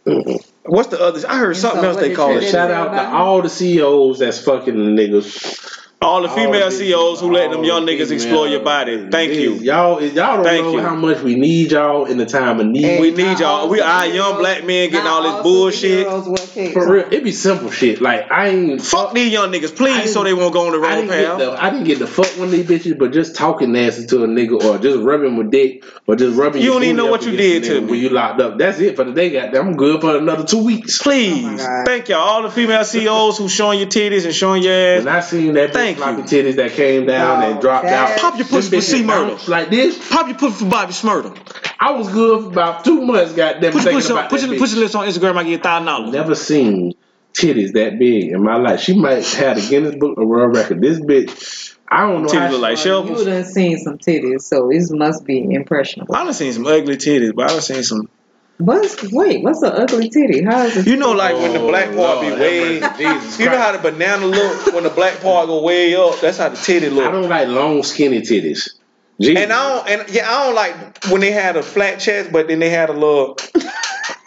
Speaker 5: Mm-hmm.
Speaker 2: What's the other? I heard
Speaker 4: so
Speaker 2: something else
Speaker 4: what
Speaker 2: they
Speaker 4: did
Speaker 2: call
Speaker 4: you
Speaker 5: And
Speaker 2: it.
Speaker 4: do?
Speaker 5: shout out to all the CEOs that's fucking niggas.
Speaker 2: All the
Speaker 5: All
Speaker 2: female
Speaker 5: the
Speaker 2: CEOs who let them
Speaker 5: all
Speaker 2: young
Speaker 5: the
Speaker 2: niggas
Speaker 5: female- E
Speaker 2: explore your body. Thank
Speaker 5: Niggas,
Speaker 2: you.
Speaker 5: Y'all, if y'all don't
Speaker 2: Thank
Speaker 5: know
Speaker 2: you.
Speaker 5: how much we need y'all in the time of need.
Speaker 2: We
Speaker 4: Not
Speaker 2: need y'all.
Speaker 4: all
Speaker 2: We our young
Speaker 4: superheroes-
Speaker 2: black men getting
Speaker 4: not
Speaker 2: all this bullshit.
Speaker 4: superheroes were kids.
Speaker 5: For real, it be simple shit. Like I ain't
Speaker 2: Fuck these young niggas,
Speaker 5: I
Speaker 2: please,
Speaker 5: didn't-
Speaker 2: so they won't go on the
Speaker 5: I
Speaker 2: wrong
Speaker 5: didn't get
Speaker 2: path.
Speaker 5: the I didn't get the fuck one of these bitches, but just talking nasty to a nigga or just rubbing my dick or just rubbing.
Speaker 2: You
Speaker 5: your
Speaker 2: don't even
Speaker 5: booty
Speaker 2: know
Speaker 5: up
Speaker 2: what you
Speaker 5: against a
Speaker 2: did to
Speaker 5: nigga
Speaker 2: me.
Speaker 5: when you locked up. That's it for the day. Goddamn, I'm good for another two weeks.
Speaker 2: Please,
Speaker 4: God.
Speaker 2: thank y'all. All the female CEOs who showing your titties and showing your ass.
Speaker 5: When I seen that bitch
Speaker 2: Thank
Speaker 5: floppy
Speaker 2: you.
Speaker 5: titties that came down
Speaker 4: No,
Speaker 5: and dropped
Speaker 4: that-
Speaker 5: out,
Speaker 2: Pop your
Speaker 5: them
Speaker 2: pussy for
Speaker 5: bitches
Speaker 2: C murder.
Speaker 5: bounced like this.
Speaker 2: Pop your pussy for Bobby Smurder.
Speaker 5: I was good for about two months. Goddamn,
Speaker 2: Put your
Speaker 5: thinking
Speaker 2: pussy on,
Speaker 5: about
Speaker 2: put
Speaker 5: that
Speaker 2: your,
Speaker 5: bitch.
Speaker 2: put your lips on Instagram. I get a thousand dollars.
Speaker 5: Never seen titties that big in my life. She might have the Guinness Book of World Record. This bitch, I don't know.
Speaker 2: Titties
Speaker 5: how
Speaker 2: look
Speaker 5: she-
Speaker 2: like
Speaker 4: You
Speaker 2: shovels.
Speaker 4: done seen some titties, so it must be impressionable.
Speaker 2: I done seen some ugly titties, but I done seen some.
Speaker 4: What's wait? What's an ugly titty? How is it?
Speaker 2: You know, like when the
Speaker 5: Oh,
Speaker 2: black part be
Speaker 5: Lord,
Speaker 2: way.
Speaker 5: have mercy. Jesus
Speaker 2: You know
Speaker 5: Christ.
Speaker 2: how the banana look when the black part go way up. That's how the titty look.
Speaker 5: I don't like long, skinny titties. Jesus.
Speaker 2: And I don't, and yeah, I don't like when they had a flat chest, but then they had a little.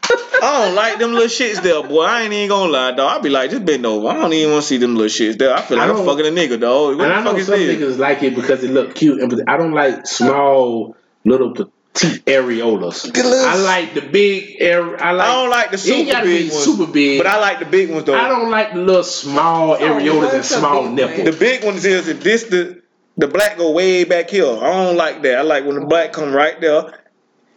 Speaker 2: I don't like them little shits there, boy. I ain't even gonna lie, dog. I be like, just bend over. I don't even want to see them little shits there. I feel
Speaker 5: I
Speaker 2: like I'm
Speaker 5: don't-
Speaker 2: fucking a nigga, dog. What
Speaker 5: and
Speaker 2: the
Speaker 5: I
Speaker 2: fuck
Speaker 5: know
Speaker 2: is
Speaker 5: some
Speaker 2: this?
Speaker 5: niggas like it because it look cute, and but I don't like small, little petite areolas.
Speaker 2: Get a little-
Speaker 5: I like the big. Are- I like.
Speaker 2: I don't like the
Speaker 5: It ain't
Speaker 2: super
Speaker 5: gotta
Speaker 2: big
Speaker 5: be
Speaker 2: ones,
Speaker 5: super big.
Speaker 2: but I like the big ones though.
Speaker 5: I don't like the little small areolas and
Speaker 4: what's a
Speaker 5: small
Speaker 4: big
Speaker 5: nipples.
Speaker 2: The big ones is if this the the black go way back here. I don't like that. I like when the black come right there.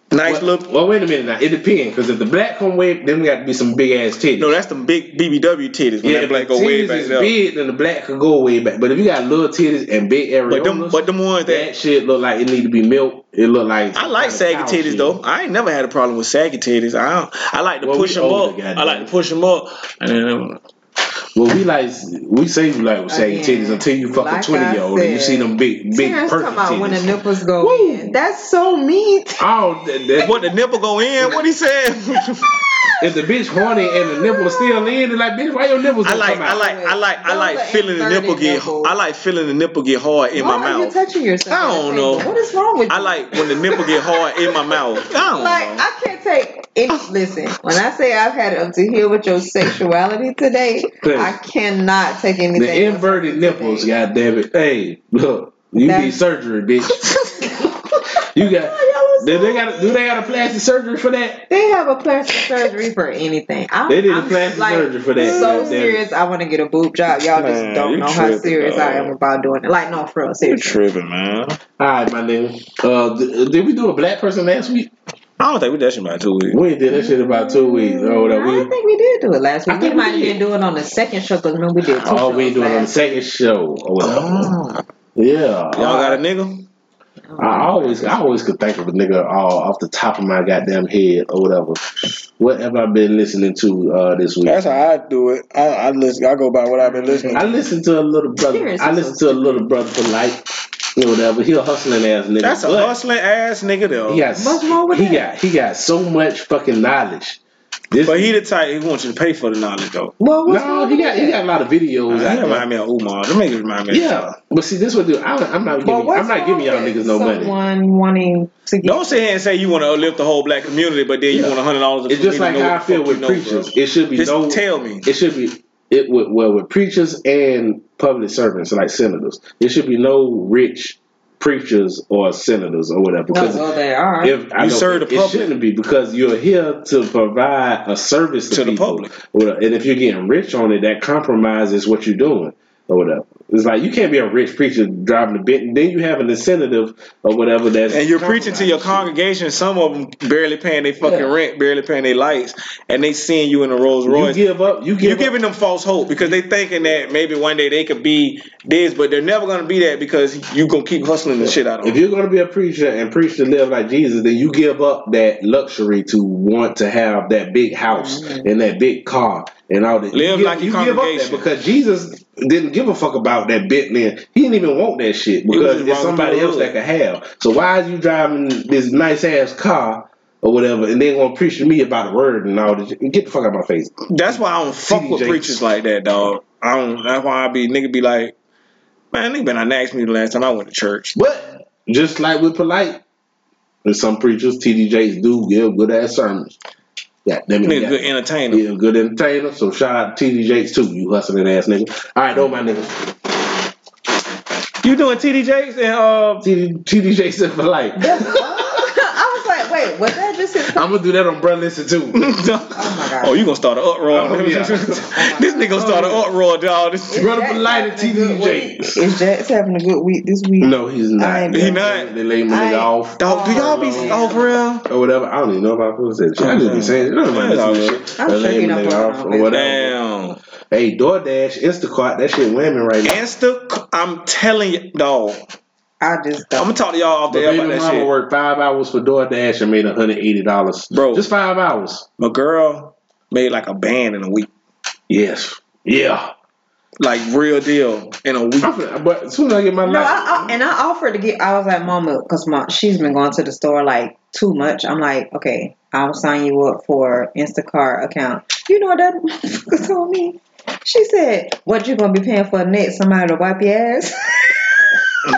Speaker 2: Nice
Speaker 5: Well,
Speaker 2: little.
Speaker 5: well, wait a minute now. It depends because if the black come way, then got to be some big ass titties.
Speaker 2: No, that's the big BBW titties when
Speaker 5: yeah,
Speaker 2: that
Speaker 5: if
Speaker 2: black
Speaker 5: the
Speaker 2: go way
Speaker 5: titties
Speaker 2: back
Speaker 5: is
Speaker 2: there.
Speaker 5: big, then the black could go way back. But if you got little titties and big areolas,
Speaker 2: But them, but them ones
Speaker 5: that
Speaker 2: that
Speaker 5: shit look like it need to be milked. It look like
Speaker 2: I like
Speaker 5: some
Speaker 2: saggy
Speaker 5: kind of cow
Speaker 2: titties
Speaker 5: shit.
Speaker 2: though. I ain't never had a problem with saggy titties. I don't, I like to
Speaker 5: Well, we
Speaker 2: push 'em
Speaker 5: older,
Speaker 2: up.
Speaker 5: goddamn.
Speaker 2: I like to push them up, and then um,
Speaker 5: Well, we like we say we like saggy
Speaker 4: Again,
Speaker 5: titties until you fucking
Speaker 4: Oh, like
Speaker 5: twenty
Speaker 4: I
Speaker 5: year old and you
Speaker 4: said,
Speaker 5: see them big big
Speaker 4: Terrence
Speaker 5: perfect
Speaker 4: come out when the
Speaker 5: titties.
Speaker 4: nipples go
Speaker 5: Woo.
Speaker 4: in. That's so mean.
Speaker 5: Oh, that, that-
Speaker 2: what the nipple go in? What he said?
Speaker 5: if the bitch horny and the nipple is still in, then like bitch, why your nipples
Speaker 2: I
Speaker 5: don't
Speaker 2: like,
Speaker 5: come
Speaker 2: I
Speaker 5: out?
Speaker 2: like, I like, I
Speaker 4: Those
Speaker 2: like
Speaker 4: are
Speaker 2: feeling the
Speaker 4: inverted
Speaker 2: nipple get.
Speaker 4: nipples.
Speaker 2: I like feeling the nipple get hard in
Speaker 4: Why
Speaker 2: my
Speaker 4: are you
Speaker 2: mouth.
Speaker 4: touching yourself?
Speaker 2: I
Speaker 4: at the
Speaker 2: don't
Speaker 4: table?
Speaker 2: know.
Speaker 4: What is wrong with
Speaker 2: I
Speaker 4: you?
Speaker 2: like when the nipple get hard in my mouth. I don't
Speaker 4: Like
Speaker 2: know.
Speaker 4: I can't take any. Listen, when I say I've had it up to here with your sexuality today,
Speaker 5: Listen.
Speaker 4: I cannot take anything.
Speaker 5: The inverted
Speaker 4: else up to
Speaker 5: nipples,
Speaker 4: today.
Speaker 5: god damn it. Hey, look, you
Speaker 4: That's-
Speaker 5: need surgery, bitch. you got
Speaker 4: Oh, y'all
Speaker 5: do
Speaker 4: are so
Speaker 5: they got do they got a plastic surgery for that?
Speaker 4: They have a plastic surgery for anything. I,
Speaker 5: They did a
Speaker 4: I'm,
Speaker 5: plastic
Speaker 4: like,
Speaker 5: surgery for that.
Speaker 4: So
Speaker 5: Goddamn it.
Speaker 4: serious, I want to get a boob job. Y'all just
Speaker 2: Man,
Speaker 4: don't
Speaker 2: you
Speaker 4: know how
Speaker 2: tripping,
Speaker 4: serious I am
Speaker 2: dog.
Speaker 4: about doing it. Like, no, for real, seriously.
Speaker 2: tripping, man.
Speaker 5: All right, my nigga. Uh, th- did we do a black person last week?
Speaker 2: I don't think we dashing about two weeks.
Speaker 5: We ain't did that shit about two weeks. Oh,
Speaker 4: I
Speaker 5: that
Speaker 4: don't
Speaker 5: we.
Speaker 4: think we did do it last
Speaker 5: I
Speaker 4: week. We
Speaker 5: think we
Speaker 4: might have
Speaker 5: did.
Speaker 4: been doing it on the second show because remember we did two
Speaker 5: Oh, we
Speaker 4: shows
Speaker 5: doing on the
Speaker 4: last
Speaker 5: second show or whatever.
Speaker 2: Oh.
Speaker 5: Yeah.
Speaker 2: Y'all got a nigga?
Speaker 5: I always, I always could think of a nigga all off the top of my goddamn head or whatever. What have I been listening to uh, this week?
Speaker 2: That's how I do it. I, I listen. I go by what I've been listening.
Speaker 5: I
Speaker 2: to.
Speaker 5: listen to a little brother.
Speaker 4: Serious,
Speaker 5: I
Speaker 4: it's
Speaker 5: listen
Speaker 4: so
Speaker 5: to a little brother polite, you know, whatever. He a hustling ass nigga.
Speaker 2: That's a
Speaker 5: but
Speaker 2: hustling ass nigga though.
Speaker 5: He got
Speaker 4: What's wrong with
Speaker 5: he
Speaker 4: that?
Speaker 5: got he got so much fucking knowledge. This
Speaker 2: But he the type he wants you to pay for the knowledge though.
Speaker 4: Well, what's
Speaker 5: no,
Speaker 4: wrong
Speaker 5: he
Speaker 4: with
Speaker 5: got he
Speaker 4: that?
Speaker 5: got a lot of videos
Speaker 2: He
Speaker 5: out there.
Speaker 2: remind me of Umar. Them niggas remind me. Of
Speaker 5: Yeah, but see, this what do I, I'm not
Speaker 4: But
Speaker 5: giving
Speaker 4: what's
Speaker 5: I'm not giving y'all niggas no money.
Speaker 4: someone wanting to get
Speaker 2: Don't sit here and say you want to uplift the whole black community, but then you
Speaker 5: Yeah.
Speaker 2: want a hundred dollars.
Speaker 5: It's just like how I feel with preachers. It should be
Speaker 2: Just
Speaker 5: no.
Speaker 2: tell me.
Speaker 5: It should be it with well with preachers and public servants like senators. There should be no rich preachers or senators or whatever
Speaker 4: well,
Speaker 5: because
Speaker 4: well, they are.
Speaker 5: if I
Speaker 2: You
Speaker 5: know,
Speaker 2: serve the
Speaker 5: it
Speaker 2: public.
Speaker 5: shouldn't be because you're here to provide a service to,
Speaker 2: To the
Speaker 5: people.
Speaker 2: public.
Speaker 5: Well, and if you're getting rich on it, that compromises what you're doing or whatever. It's like you can't be a rich preacher driving a bit, and then you have an incentive or whatever that's
Speaker 2: And you're preaching to your
Speaker 5: compromising
Speaker 2: congregation. Some of them barely paying their fucking
Speaker 5: Yeah.
Speaker 2: rent, barely paying their lights, and they seeing you in a Rolls
Speaker 5: shit. You
Speaker 2: Royce.
Speaker 5: give up. You
Speaker 2: You're
Speaker 5: give up.
Speaker 2: giving them false hope because they thinking that maybe one day they could be this, but they're never gonna be that because you gonna keep hustling the shit out of
Speaker 5: If
Speaker 2: them.
Speaker 5: you're going to be a preacher and preach to live like Jesus, then you give up that luxury to want to have that big house and that big car and all that.
Speaker 2: Live
Speaker 5: you give,
Speaker 2: like your
Speaker 5: you give up that
Speaker 2: congregation.
Speaker 5: because Jesus didn't give a fuck about that Bentley. He didn't even want that shit
Speaker 2: was
Speaker 5: because
Speaker 2: just
Speaker 5: it's
Speaker 2: walking
Speaker 5: somebody
Speaker 2: through
Speaker 5: else
Speaker 2: the
Speaker 5: that
Speaker 2: hood.
Speaker 5: could have. So why are you driving this nice ass car or whatever and then going to preach to me about the word and all this? Get the fuck out of my face.
Speaker 2: That's why I don't fuck
Speaker 5: TD
Speaker 2: with
Speaker 5: Jakes.
Speaker 2: preachers like that, dog. I don't. That's why I be nigga be like, man, nigga been on asked me the last time I went to church.
Speaker 5: But just like with polite, There's some preachers, TDJs do give good ass sermons. Yeah, damn it.
Speaker 2: Nigga,
Speaker 5: yeah.
Speaker 2: good entertainer.
Speaker 5: He a good entertainer, so shout out to TD Jakes too, you hustling ass nigga. All right, though, my nigga.
Speaker 2: You doing TD Jakes and uh,
Speaker 5: TD, TD Jakes is for life.
Speaker 4: I was like, wait, was that just his?
Speaker 5: I'm gonna do that on Bruh Listen too.
Speaker 2: oh, you gonna start an uproar?
Speaker 5: Oh, yeah. Oh,
Speaker 2: this nigga gonna start an uproar, dog. This,
Speaker 5: Brother
Speaker 4: Jax
Speaker 5: for life and
Speaker 4: having
Speaker 5: TD
Speaker 4: a good week?
Speaker 5: Jakes.
Speaker 4: Is Jax having a good week this week?
Speaker 5: No, he's
Speaker 4: I
Speaker 5: not.
Speaker 4: ain't
Speaker 2: he
Speaker 4: doing
Speaker 2: not.
Speaker 5: They laid my
Speaker 4: I-
Speaker 5: nigga off
Speaker 2: Dog, do y'all be oh for real?
Speaker 5: or whatever. I don't even know if I supposed to say shit. I just be saying it. Don't nobody
Speaker 2: Yeah.
Speaker 5: listen to this shit.
Speaker 4: I'm
Speaker 5: They
Speaker 4: sure
Speaker 5: laid
Speaker 4: he
Speaker 5: my
Speaker 4: don't
Speaker 5: nigga
Speaker 4: fuck
Speaker 5: off
Speaker 4: around,
Speaker 5: or
Speaker 4: baby.
Speaker 5: whatever.
Speaker 2: Damn.
Speaker 5: Hey, DoorDash, Instacart, that shit women right now.
Speaker 2: Insta, I'm telling you, dog.
Speaker 4: I just
Speaker 2: I'm
Speaker 4: don't.
Speaker 2: gonna talk to y'all off
Speaker 5: But
Speaker 2: the air
Speaker 5: baby
Speaker 2: about that
Speaker 5: mama
Speaker 2: shit.
Speaker 5: worked five hours for DoorDash and made hundred eighty dollars,
Speaker 2: Bro.
Speaker 5: Just five hours.
Speaker 2: My girl made like a band in a week,
Speaker 5: Yes. Yeah.
Speaker 2: like real deal in a week.
Speaker 5: I'm finna- but as soon as I get my
Speaker 4: No,
Speaker 5: life,
Speaker 4: I, I, and I offered to get. I was like, Mama, because mom, she's been going to the store like too much. I'm like, okay, I'll sign you up for Instacart account. You know what that motherfucker told me? She said, "What you gonna be paying for next? Somebody to wipe your ass."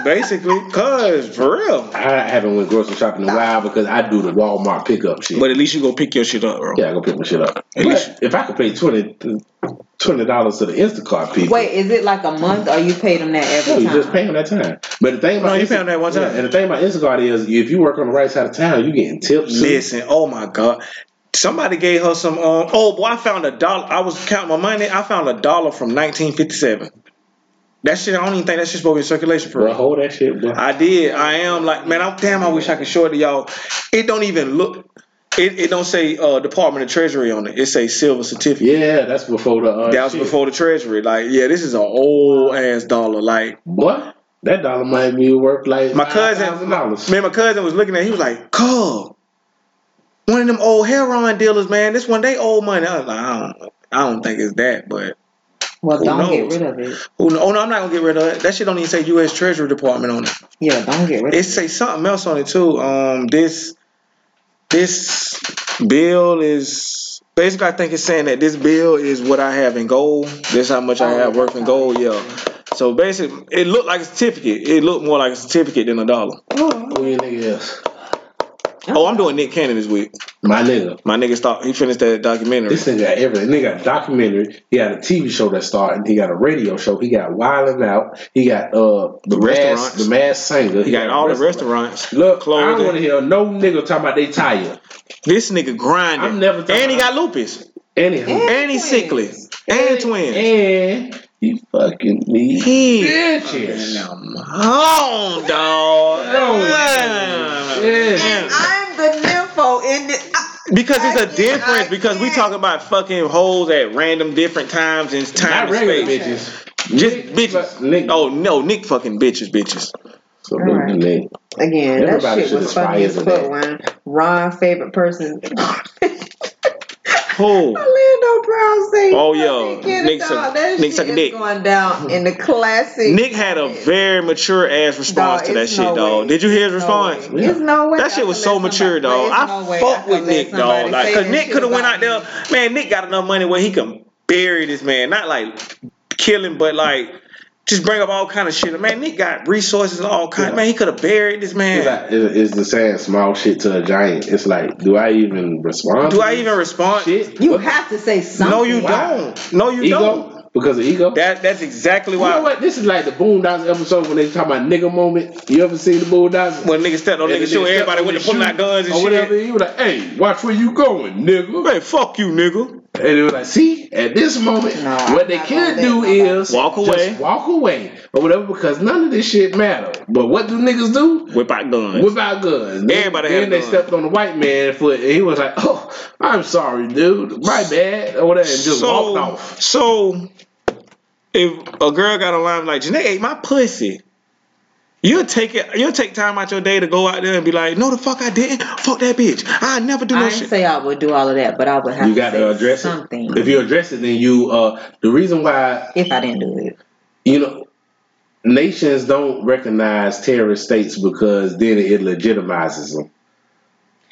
Speaker 2: Basically, cause for real.
Speaker 5: I haven't went grocery shopping in a while because I do the Walmart pickup shit.
Speaker 2: But at least you go pick your shit up, bro.
Speaker 5: yeah, I go pick my shit up.
Speaker 2: At least-
Speaker 5: But if I could pay twenty dollars to the Instacart people,
Speaker 4: Wait, is it like a month, or you pay them that every
Speaker 5: no, you
Speaker 4: time?
Speaker 5: just pay them that time. But the thing about
Speaker 2: No, you
Speaker 5: Insta-
Speaker 2: pay them that one
Speaker 5: Yeah,
Speaker 2: time.
Speaker 5: and the thing about Instacart is if you work on the right side of town, you getting tips. too.
Speaker 2: Listen, oh my god. Somebody gave her some um oh boy, I found a dollar. I was counting my money, I found a dollar from nineteen fifty seven. That shit, I don't even think that shit's supposed to be in circulation for
Speaker 5: Bro,
Speaker 2: real.
Speaker 5: hold that shit, bro.
Speaker 2: I did. I am like, man, I'm damn I wish I could show it to y'all. It don't even look it, it don't say uh Department of Treasury on it. It say silver certificate.
Speaker 5: yeah, that's before the. Uh,
Speaker 2: That was
Speaker 5: shit.
Speaker 2: before the treasury. Like, yeah, this is an old ass dollar. Like,
Speaker 5: Boy, that dollar might be worth like
Speaker 2: My cousin-
Speaker 5: dollars.
Speaker 2: man, my cousin was looking at. it, He was like, "Cub, one of them old heroin dealers, man. This one they owe money." I was like, "I don't, I don't think it's that, but
Speaker 4: well,
Speaker 2: Who
Speaker 4: don't
Speaker 2: knows?
Speaker 4: get rid of it.
Speaker 2: who? kno- Oh no, I'm not gonna get rid of it. That shit don't even say U.S. Treasury Department on it.
Speaker 4: Yeah, don't get rid
Speaker 2: It
Speaker 4: of
Speaker 2: say something else on it too. Um, this, this bill is basically. I think it's saying that this bill is what I have in gold. This how much I have worth in gold. Yeah. So basically, it looked like a certificate. It looked more like a certificate than a dollar.
Speaker 5: Who your nigga is?
Speaker 2: Oh, I'm doing Nick Cannon this week.
Speaker 5: My nigga.
Speaker 2: My nigga start. He finished that documentary.
Speaker 5: This nigga got everything. Nigga got a documentary. He got a TV show that started. He got a radio show. He got Wildin' Out. He got uh the
Speaker 2: Restaurants.
Speaker 5: mass, the mass singer.
Speaker 2: he got all the restaurants.
Speaker 5: Look, I
Speaker 2: clothes.
Speaker 5: don't want to hear no nigga talking about they tire.
Speaker 2: This nigga grinding.
Speaker 5: I'm never talking
Speaker 2: and he
Speaker 5: about-
Speaker 2: got lupus.
Speaker 5: Anyhow.
Speaker 2: And he's sickly. And twins.
Speaker 5: And he fucking needs
Speaker 2: He
Speaker 5: bitches.
Speaker 2: on dog.
Speaker 5: Yeah.
Speaker 4: I'm the nympho in this.
Speaker 2: Because it's a
Speaker 4: I
Speaker 2: difference.
Speaker 4: can't.
Speaker 2: Because we talk about fucking hoes at random different times and time
Speaker 5: Not
Speaker 2: and
Speaker 5: regular
Speaker 2: space.
Speaker 5: bitches.
Speaker 2: Just
Speaker 5: fuck-
Speaker 2: bitches.
Speaker 5: Nick.
Speaker 2: Oh no, Nick fucking bitches, bitches.
Speaker 5: So,
Speaker 4: Alright.
Speaker 5: nigga.
Speaker 4: Again, that
Speaker 5: Everybody
Speaker 4: shit
Speaker 5: should
Speaker 4: was funny
Speaker 5: aspire
Speaker 4: as
Speaker 5: to
Speaker 4: fuck
Speaker 5: that.
Speaker 4: when Ron favorite person
Speaker 2: Who?
Speaker 4: Orlando Brown say
Speaker 2: Oh,
Speaker 4: "Fuck
Speaker 2: yeah.
Speaker 4: that kid,
Speaker 2: Nick
Speaker 4: dog."
Speaker 2: suck-
Speaker 4: that
Speaker 2: Nick
Speaker 4: shit
Speaker 2: suck a
Speaker 4: is
Speaker 2: dick.
Speaker 4: going down in the classic
Speaker 2: Nick had a very mature ass response
Speaker 4: Dog,
Speaker 2: to that
Speaker 4: it's
Speaker 2: shit,
Speaker 4: no
Speaker 2: dog.
Speaker 4: way.
Speaker 2: Did you hear his
Speaker 4: It's no
Speaker 2: response?
Speaker 4: way. It's no way.
Speaker 2: That shit was so mature, dog. I fuck with Nick, dog. Like, cause Nick could have went out there. Man, Nick got enough money where he can bury this man. Not like kill him, but like just bring up all kind of shit. Man, Nick got resources and all kind. Man, he could have buried this man.
Speaker 5: It's like it- it's the saying small shit to a giant. It's like, do I even respond?
Speaker 2: Do
Speaker 5: to
Speaker 2: I
Speaker 5: this
Speaker 2: even respond?
Speaker 5: shit?
Speaker 4: You
Speaker 5: What-
Speaker 4: have to say something.
Speaker 2: No, you
Speaker 5: Why?
Speaker 2: don't. No, you
Speaker 5: ego
Speaker 2: don't.
Speaker 5: because of ego.
Speaker 2: That that's exactly
Speaker 5: you
Speaker 2: why.
Speaker 5: know what? This is like the Boondocks episode when they talk about nigga moment. You ever seen the Boondocks?
Speaker 2: When niggas stepped on
Speaker 5: And the
Speaker 2: niggas show,
Speaker 5: nigga
Speaker 2: everybody
Speaker 5: stepped
Speaker 2: went
Speaker 5: on
Speaker 2: to
Speaker 5: the
Speaker 2: pulling out
Speaker 5: shoe
Speaker 2: guns and
Speaker 5: or whatever.
Speaker 2: shit.
Speaker 5: You like, hey, watch where you going, nigga.
Speaker 2: Man, fuck you, nigga.
Speaker 5: And it was like, see, at this moment,
Speaker 4: No,
Speaker 5: what
Speaker 4: I'm
Speaker 5: they
Speaker 4: not
Speaker 5: could do
Speaker 4: gonna let nobody-
Speaker 5: is
Speaker 2: Walk away.
Speaker 5: just walk away, or whatever, because none of this shit matter. But what do niggas do?
Speaker 2: Whip out guns.
Speaker 5: Without guns. Then,
Speaker 2: Everybody had
Speaker 5: then
Speaker 2: a
Speaker 5: they
Speaker 2: gun.
Speaker 5: stepped on the white man foot and he was like, Oh, I'm sorry, dude. My bad. Or whatever and just walked off.
Speaker 2: So if a girl got a line like Janae ate my pussy, you'll take it you'll take time out your day to go out there and be like, No the fuck I didn't. Fuck that bitch. I never do
Speaker 4: I
Speaker 2: no
Speaker 4: didn't
Speaker 2: shit.
Speaker 4: say I would do all of that, but I would have
Speaker 5: You
Speaker 4: to
Speaker 5: got
Speaker 4: say
Speaker 5: to address
Speaker 4: something
Speaker 5: it. If you address it, then you uh the reason why,
Speaker 4: if I didn't do it.
Speaker 5: you know, nations don't recognize terrorist states because then it legitimizes them.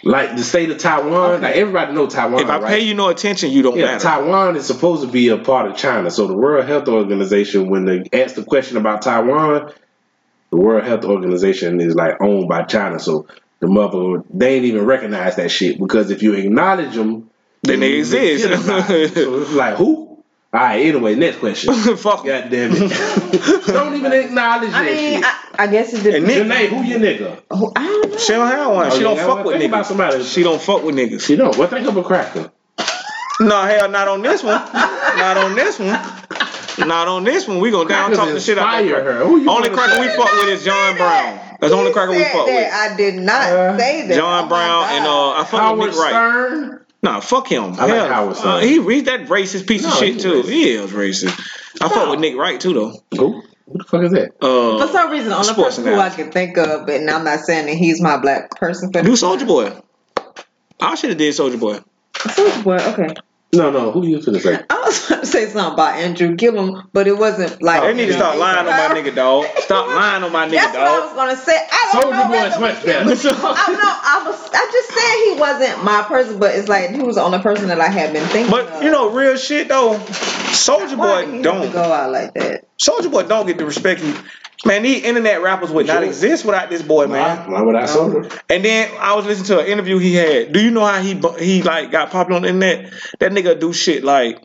Speaker 5: Like the state of Taiwan, like everybody know Taiwan.
Speaker 2: if I
Speaker 5: right?
Speaker 2: pay you no attention, you don't
Speaker 5: Yeah,
Speaker 2: matter.
Speaker 5: Taiwan is supposed to be a part of China. So the World Health Organization, when they asked the question about Taiwan, the World Health Organization is like owned by China. So the mother they ain't even recognize that shit because if you acknowledge them,
Speaker 2: Then they
Speaker 5: you
Speaker 2: exist.
Speaker 5: legitimize 'em. so it's like who? All right. Anyway, next question.
Speaker 2: Fuck 'em.
Speaker 5: God damn it! Don't even acknowledge
Speaker 4: I
Speaker 5: that
Speaker 4: mean,
Speaker 5: shit.
Speaker 4: I, I guess it
Speaker 2: And
Speaker 4: depends.
Speaker 5: Your name, who your nigga?
Speaker 4: Who- I don't know.
Speaker 2: She don't have one.
Speaker 5: Oh,
Speaker 2: She don't
Speaker 5: yeah,
Speaker 2: fuck with
Speaker 5: think about
Speaker 2: niggas.
Speaker 5: somebody.
Speaker 2: She don't fuck with niggas.
Speaker 5: She don't. Well, think of a cracker.
Speaker 2: No, hell, not on this one. not on this one. Not on this one. We gonna down
Speaker 5: Crackers
Speaker 2: talk the shit out that
Speaker 5: inspire
Speaker 2: cracker.
Speaker 5: her. Who you wanna
Speaker 2: Only cracker we
Speaker 5: fuck?
Speaker 2: fuck with is John Brown. That's the only
Speaker 4: He
Speaker 2: cracker we
Speaker 4: said
Speaker 2: fuck
Speaker 4: that.
Speaker 2: with.
Speaker 4: I did not
Speaker 5: Uh,
Speaker 4: say that. Oh
Speaker 2: John
Speaker 4: my
Speaker 2: Brown and
Speaker 4: God.
Speaker 2: uh, I fuck
Speaker 5: Howard
Speaker 2: with Nick Wright.
Speaker 5: Stern.
Speaker 2: Nah, fuck him.
Speaker 5: I like
Speaker 2: Hell,
Speaker 5: Howard Stern.
Speaker 2: uh, he he's that racist piece of
Speaker 5: No,
Speaker 2: shit
Speaker 5: he
Speaker 2: too.
Speaker 5: racist.
Speaker 2: He is racist. I fuck with Nick Wright too though.
Speaker 5: Who? Who the fuck is that?
Speaker 2: Uh,
Speaker 4: For some reason, the only
Speaker 2: Sports
Speaker 4: person who I
Speaker 2: analogy.
Speaker 4: can think of, and I'm not saying that he's my black person for
Speaker 2: do
Speaker 4: the
Speaker 2: Soldier Boy. I should have did Soldier Boy.
Speaker 4: Soulja Boy. Okay,
Speaker 5: No, no. Who you finna say?
Speaker 4: I was about to say something about Andrew Gillum, but it wasn't like
Speaker 2: Oh, They need to stop lying on my nigga, dog. Stop lying on my nigga,
Speaker 4: That's what I was
Speaker 2: dog.
Speaker 4: gonna say. I don't
Speaker 5: Soldier
Speaker 4: know
Speaker 5: Boy is
Speaker 4: whether
Speaker 5: much
Speaker 4: we can-
Speaker 5: better.
Speaker 4: I know I was. I just said he wasn't my person, but it's like he was the only person that I had been thinking.
Speaker 2: But
Speaker 4: of.
Speaker 2: you know, real shit though. Soldier
Speaker 4: Why did he
Speaker 2: Boy
Speaker 4: have to
Speaker 2: don't.
Speaker 4: go out like that.
Speaker 2: Soldier Boy don't get the respect he. Man, these internet rappers would not
Speaker 5: Sure.
Speaker 2: exist without this boy, man.
Speaker 5: Why would I soldier?
Speaker 2: And then I was listening to an interview he had. Do you know how he bu- he like got popular on the internet? That nigga do shit like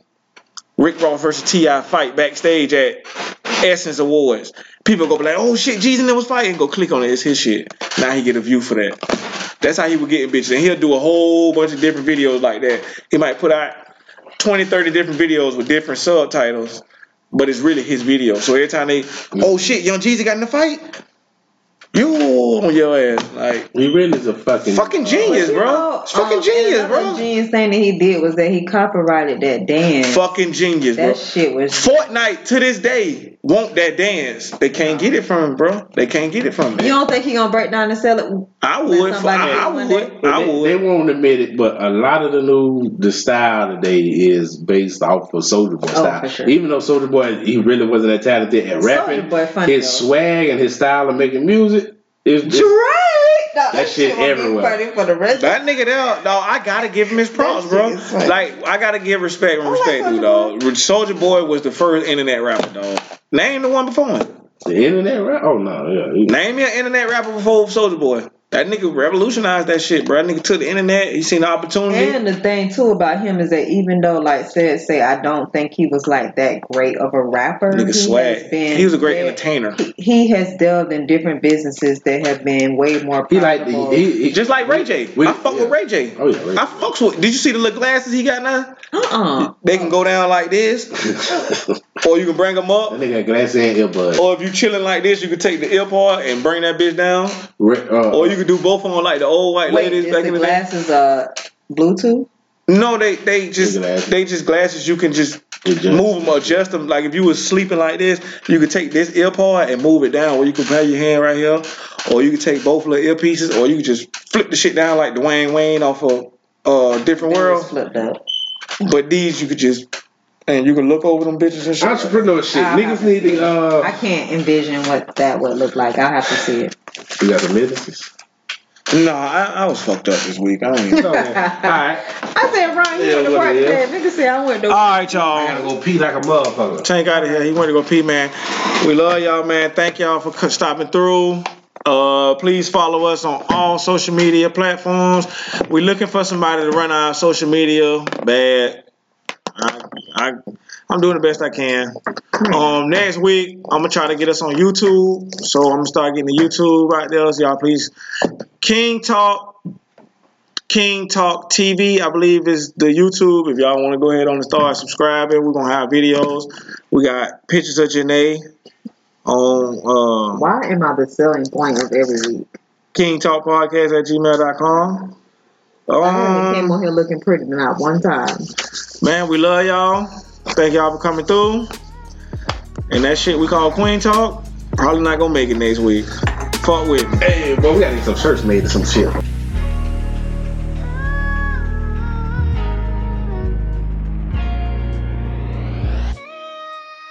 Speaker 2: Rick Ross versus Ti fight backstage at Essence Awards. People go be like, "Oh shit, Jesus was fighting." Go click on it. It's his shit. Now he get a view for that. That's how he would get in bitches. And he'll do a whole bunch of different videos like that. He might put out 20, 30 different videos with different subtitles, but it's really his video. So every time they, oh shit, Young Jeezy got in the fight, you on your ass. Like,
Speaker 5: He really is a fucking
Speaker 2: fucking genius,
Speaker 4: You
Speaker 2: bro.
Speaker 4: know,
Speaker 2: It's fucking
Speaker 4: um,
Speaker 2: genius,
Speaker 4: another
Speaker 2: bro.
Speaker 4: Genius thing that he did was that he copyrighted that dance.
Speaker 2: Fucking genius, bro.
Speaker 4: that shit was.
Speaker 2: Fortnite to this day want that dance. They can't get it from him, bro. They can't get it from
Speaker 4: You
Speaker 2: him.
Speaker 4: don't think he gonna break down and sell it?
Speaker 2: I
Speaker 4: Let
Speaker 2: would.
Speaker 4: somebody
Speaker 2: I, I
Speaker 4: do one day.
Speaker 2: would.
Speaker 5: But
Speaker 2: I
Speaker 5: they,
Speaker 2: would.
Speaker 5: they won't admit it, but a lot of the new the style today is based off of Soldier Boy style.
Speaker 4: for sure.
Speaker 5: Even though Soldier Boy he really wasn't that talented at rapping,
Speaker 4: Soulja Boy funny,
Speaker 5: his
Speaker 4: though.
Speaker 5: swag and his style of making music is
Speaker 4: Drake. No, that,
Speaker 5: shit
Speaker 4: gonna be
Speaker 5: everywhere.
Speaker 4: funny for the rest.
Speaker 2: That nigga there, dog, I gotta give him his props,
Speaker 4: That
Speaker 2: bro.
Speaker 4: shit is funny.
Speaker 2: Like, I gotta give respect and
Speaker 4: like
Speaker 2: respect, dude,
Speaker 4: Soulja
Speaker 2: dog. Soldier Boy was the first internet rapper, dog. Name the one before him.
Speaker 5: the internet rap. Oh no, yeah, he-
Speaker 2: Name me an internet rapper before Soldier Boy. That nigga revolutionized that shit, bro. That nigga took the internet. He seen the opportunity.
Speaker 4: and the thing too about him is that even though, like said, say I don't think he was like that great of a rapper.
Speaker 2: nigga
Speaker 4: he
Speaker 2: swag.
Speaker 4: has been
Speaker 2: He was a great
Speaker 4: very-
Speaker 2: entertainer.
Speaker 4: He has delved in different businesses that have been way more.
Speaker 5: he like
Speaker 4: profitable.
Speaker 5: the he, he
Speaker 2: Just like Ray J. I
Speaker 5: We-
Speaker 2: fuck
Speaker 5: yeah.
Speaker 2: with Ray J.
Speaker 5: Oh, yeah, Ray
Speaker 2: I fucks with. Did you see the little glasses he got now?
Speaker 4: uh-uh.
Speaker 2: They can go down like this,
Speaker 5: that
Speaker 2: or you can bring them up.
Speaker 5: nigga got glass and earbuds.
Speaker 2: Or if you chilling like this, you can take the ear part and bring that bitch down.
Speaker 5: Re- uh,
Speaker 2: Or Oh, you could do both on like the old white
Speaker 4: Wait,
Speaker 2: ladies
Speaker 4: is
Speaker 2: back
Speaker 4: the
Speaker 2: in the day.
Speaker 4: glasses uh Bluetooth?
Speaker 2: No, they they just
Speaker 5: glasses.
Speaker 2: they just glasses. You can just
Speaker 5: Adjust.
Speaker 2: move them, adjust them. Like if you was sleeping like this, you could take this ear part and move it down, or you could have your hand right here, or you could take both little ear pieces, or you could just flip the shit down like Dwayne Wayne off of uh different
Speaker 4: It was
Speaker 2: world.
Speaker 4: flipped up.
Speaker 2: But these you could just and you can look over them bitches and shit.
Speaker 5: entrepreneurship.
Speaker 4: I-
Speaker 5: Niggas need to.
Speaker 4: I
Speaker 5: Uh,
Speaker 4: can't envision what that would look like. I have to see it.
Speaker 5: you got some businesses.
Speaker 2: No, I, I was fucked up this week. I don't even.
Speaker 5: All right,
Speaker 4: I said, Ron, you
Speaker 5: Yeah,
Speaker 4: went to
Speaker 5: what
Speaker 4: work
Speaker 5: it
Speaker 4: today.
Speaker 5: is.
Speaker 4: Nigga said I went to
Speaker 2: All right, y'all.
Speaker 5: I gotta go pee like a motherfucker.
Speaker 2: Tank out of here. He went to go pee, man. We love y'all, man. Thank y'all for co- stopping through. Uh, please follow us on all social media platforms. We're looking for somebody to run our social media. Bad. I, I, I'm doing the best I can. Um, next week I'm gonna try to get us on YouTube, so I'm gonna start getting the YouTube right there. So y'all, please, King Talk King Talk TV, I believe is the YouTube. If y'all want to go ahead on and start subscribing, we're gonna have videos. We got pictures of Janae on uh,
Speaker 4: Why am I the selling point of every week?
Speaker 2: King Talk Podcast at gmail.com.
Speaker 4: I only came
Speaker 2: Um,
Speaker 4: on here looking pretty not one time.
Speaker 2: man, we love y'all. Thank y'all for coming through. And that shit we call Queen Talk, probably not gonna make it next week. Fuck with me.
Speaker 5: Hey, bro, we gotta get some shirts made or some shit.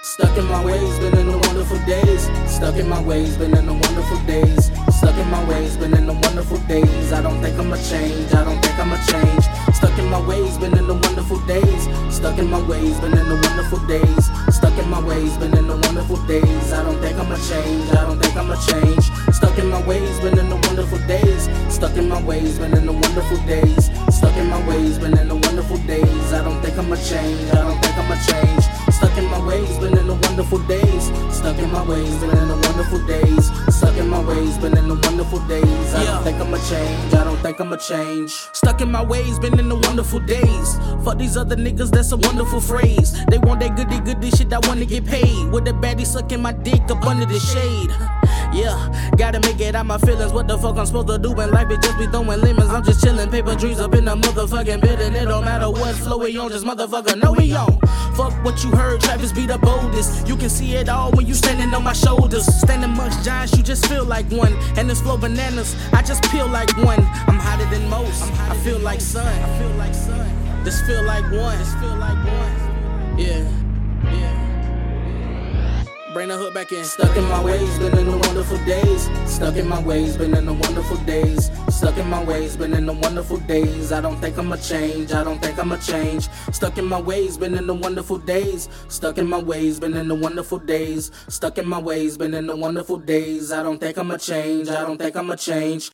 Speaker 6: Stuck in my ways, been in the wonderful days. Stuck in my ways, been in the wonderful days. Stuck in my ways, been in the wonderful days. I don't think I'ma change, I don't think I'ma change. Stuck in my ways, been in the wonderful days. Stuck in my ways, been in the wonderful days. Stuck in my ways, been in the wonderful days. I don't think I'ma change, I don't think I'ma change. Stuck Stuck in my ways, been in the wonderful days. Stuck in my ways, been in the wonderful days. Stuck in my ways, been in the wonderful days. I don't think I'ma change, I don't think I'ma change. Stuck in my ways, been in the wonderful days. Stuck in my ways, been in the wonderful days. Stuck in my ways, been in the wonderful days. I don't think I'ma change, I don't think I'ma change. Stuck in my ways, been in the wonderful days. Fuck these other niggas, that's a wonderful phrase. They want that goody goody shit, I wanna get paid. With the baddie sucking my dick up under the shade. Yeah, gotta make it out my feelings. What the fuck I'm supposed to do when life it just be throwing lemons? I'm just chilling, paper dreams up in the motherfucking building. It don't matter what flow we on, just motherfucker know we on. Fuck what you heard, Travis be the boldest. You can see it all when you standing on my shoulders. Standing amongst giants, you just feel like one. And this flow bananas, I just peel like one. I'm hotter than most. I feel like sun. I feel like sun. This feel like one. This feel like one. Yeah, yeah. Bring the hood back in. Stuck in my ways, been in the wonderful days. Stuck in my ways, been in the wonderful days. Stuck in my ways, been in the wonderful days. I don't think I'ma change. I don't think I'ma change. Stuck in my ways, been in the wonderful days. Stuck in my ways, been in the wonderful days. Stuck in my ways, been in the wonderful days. I don't think I'ma change. I don't think I'ma change.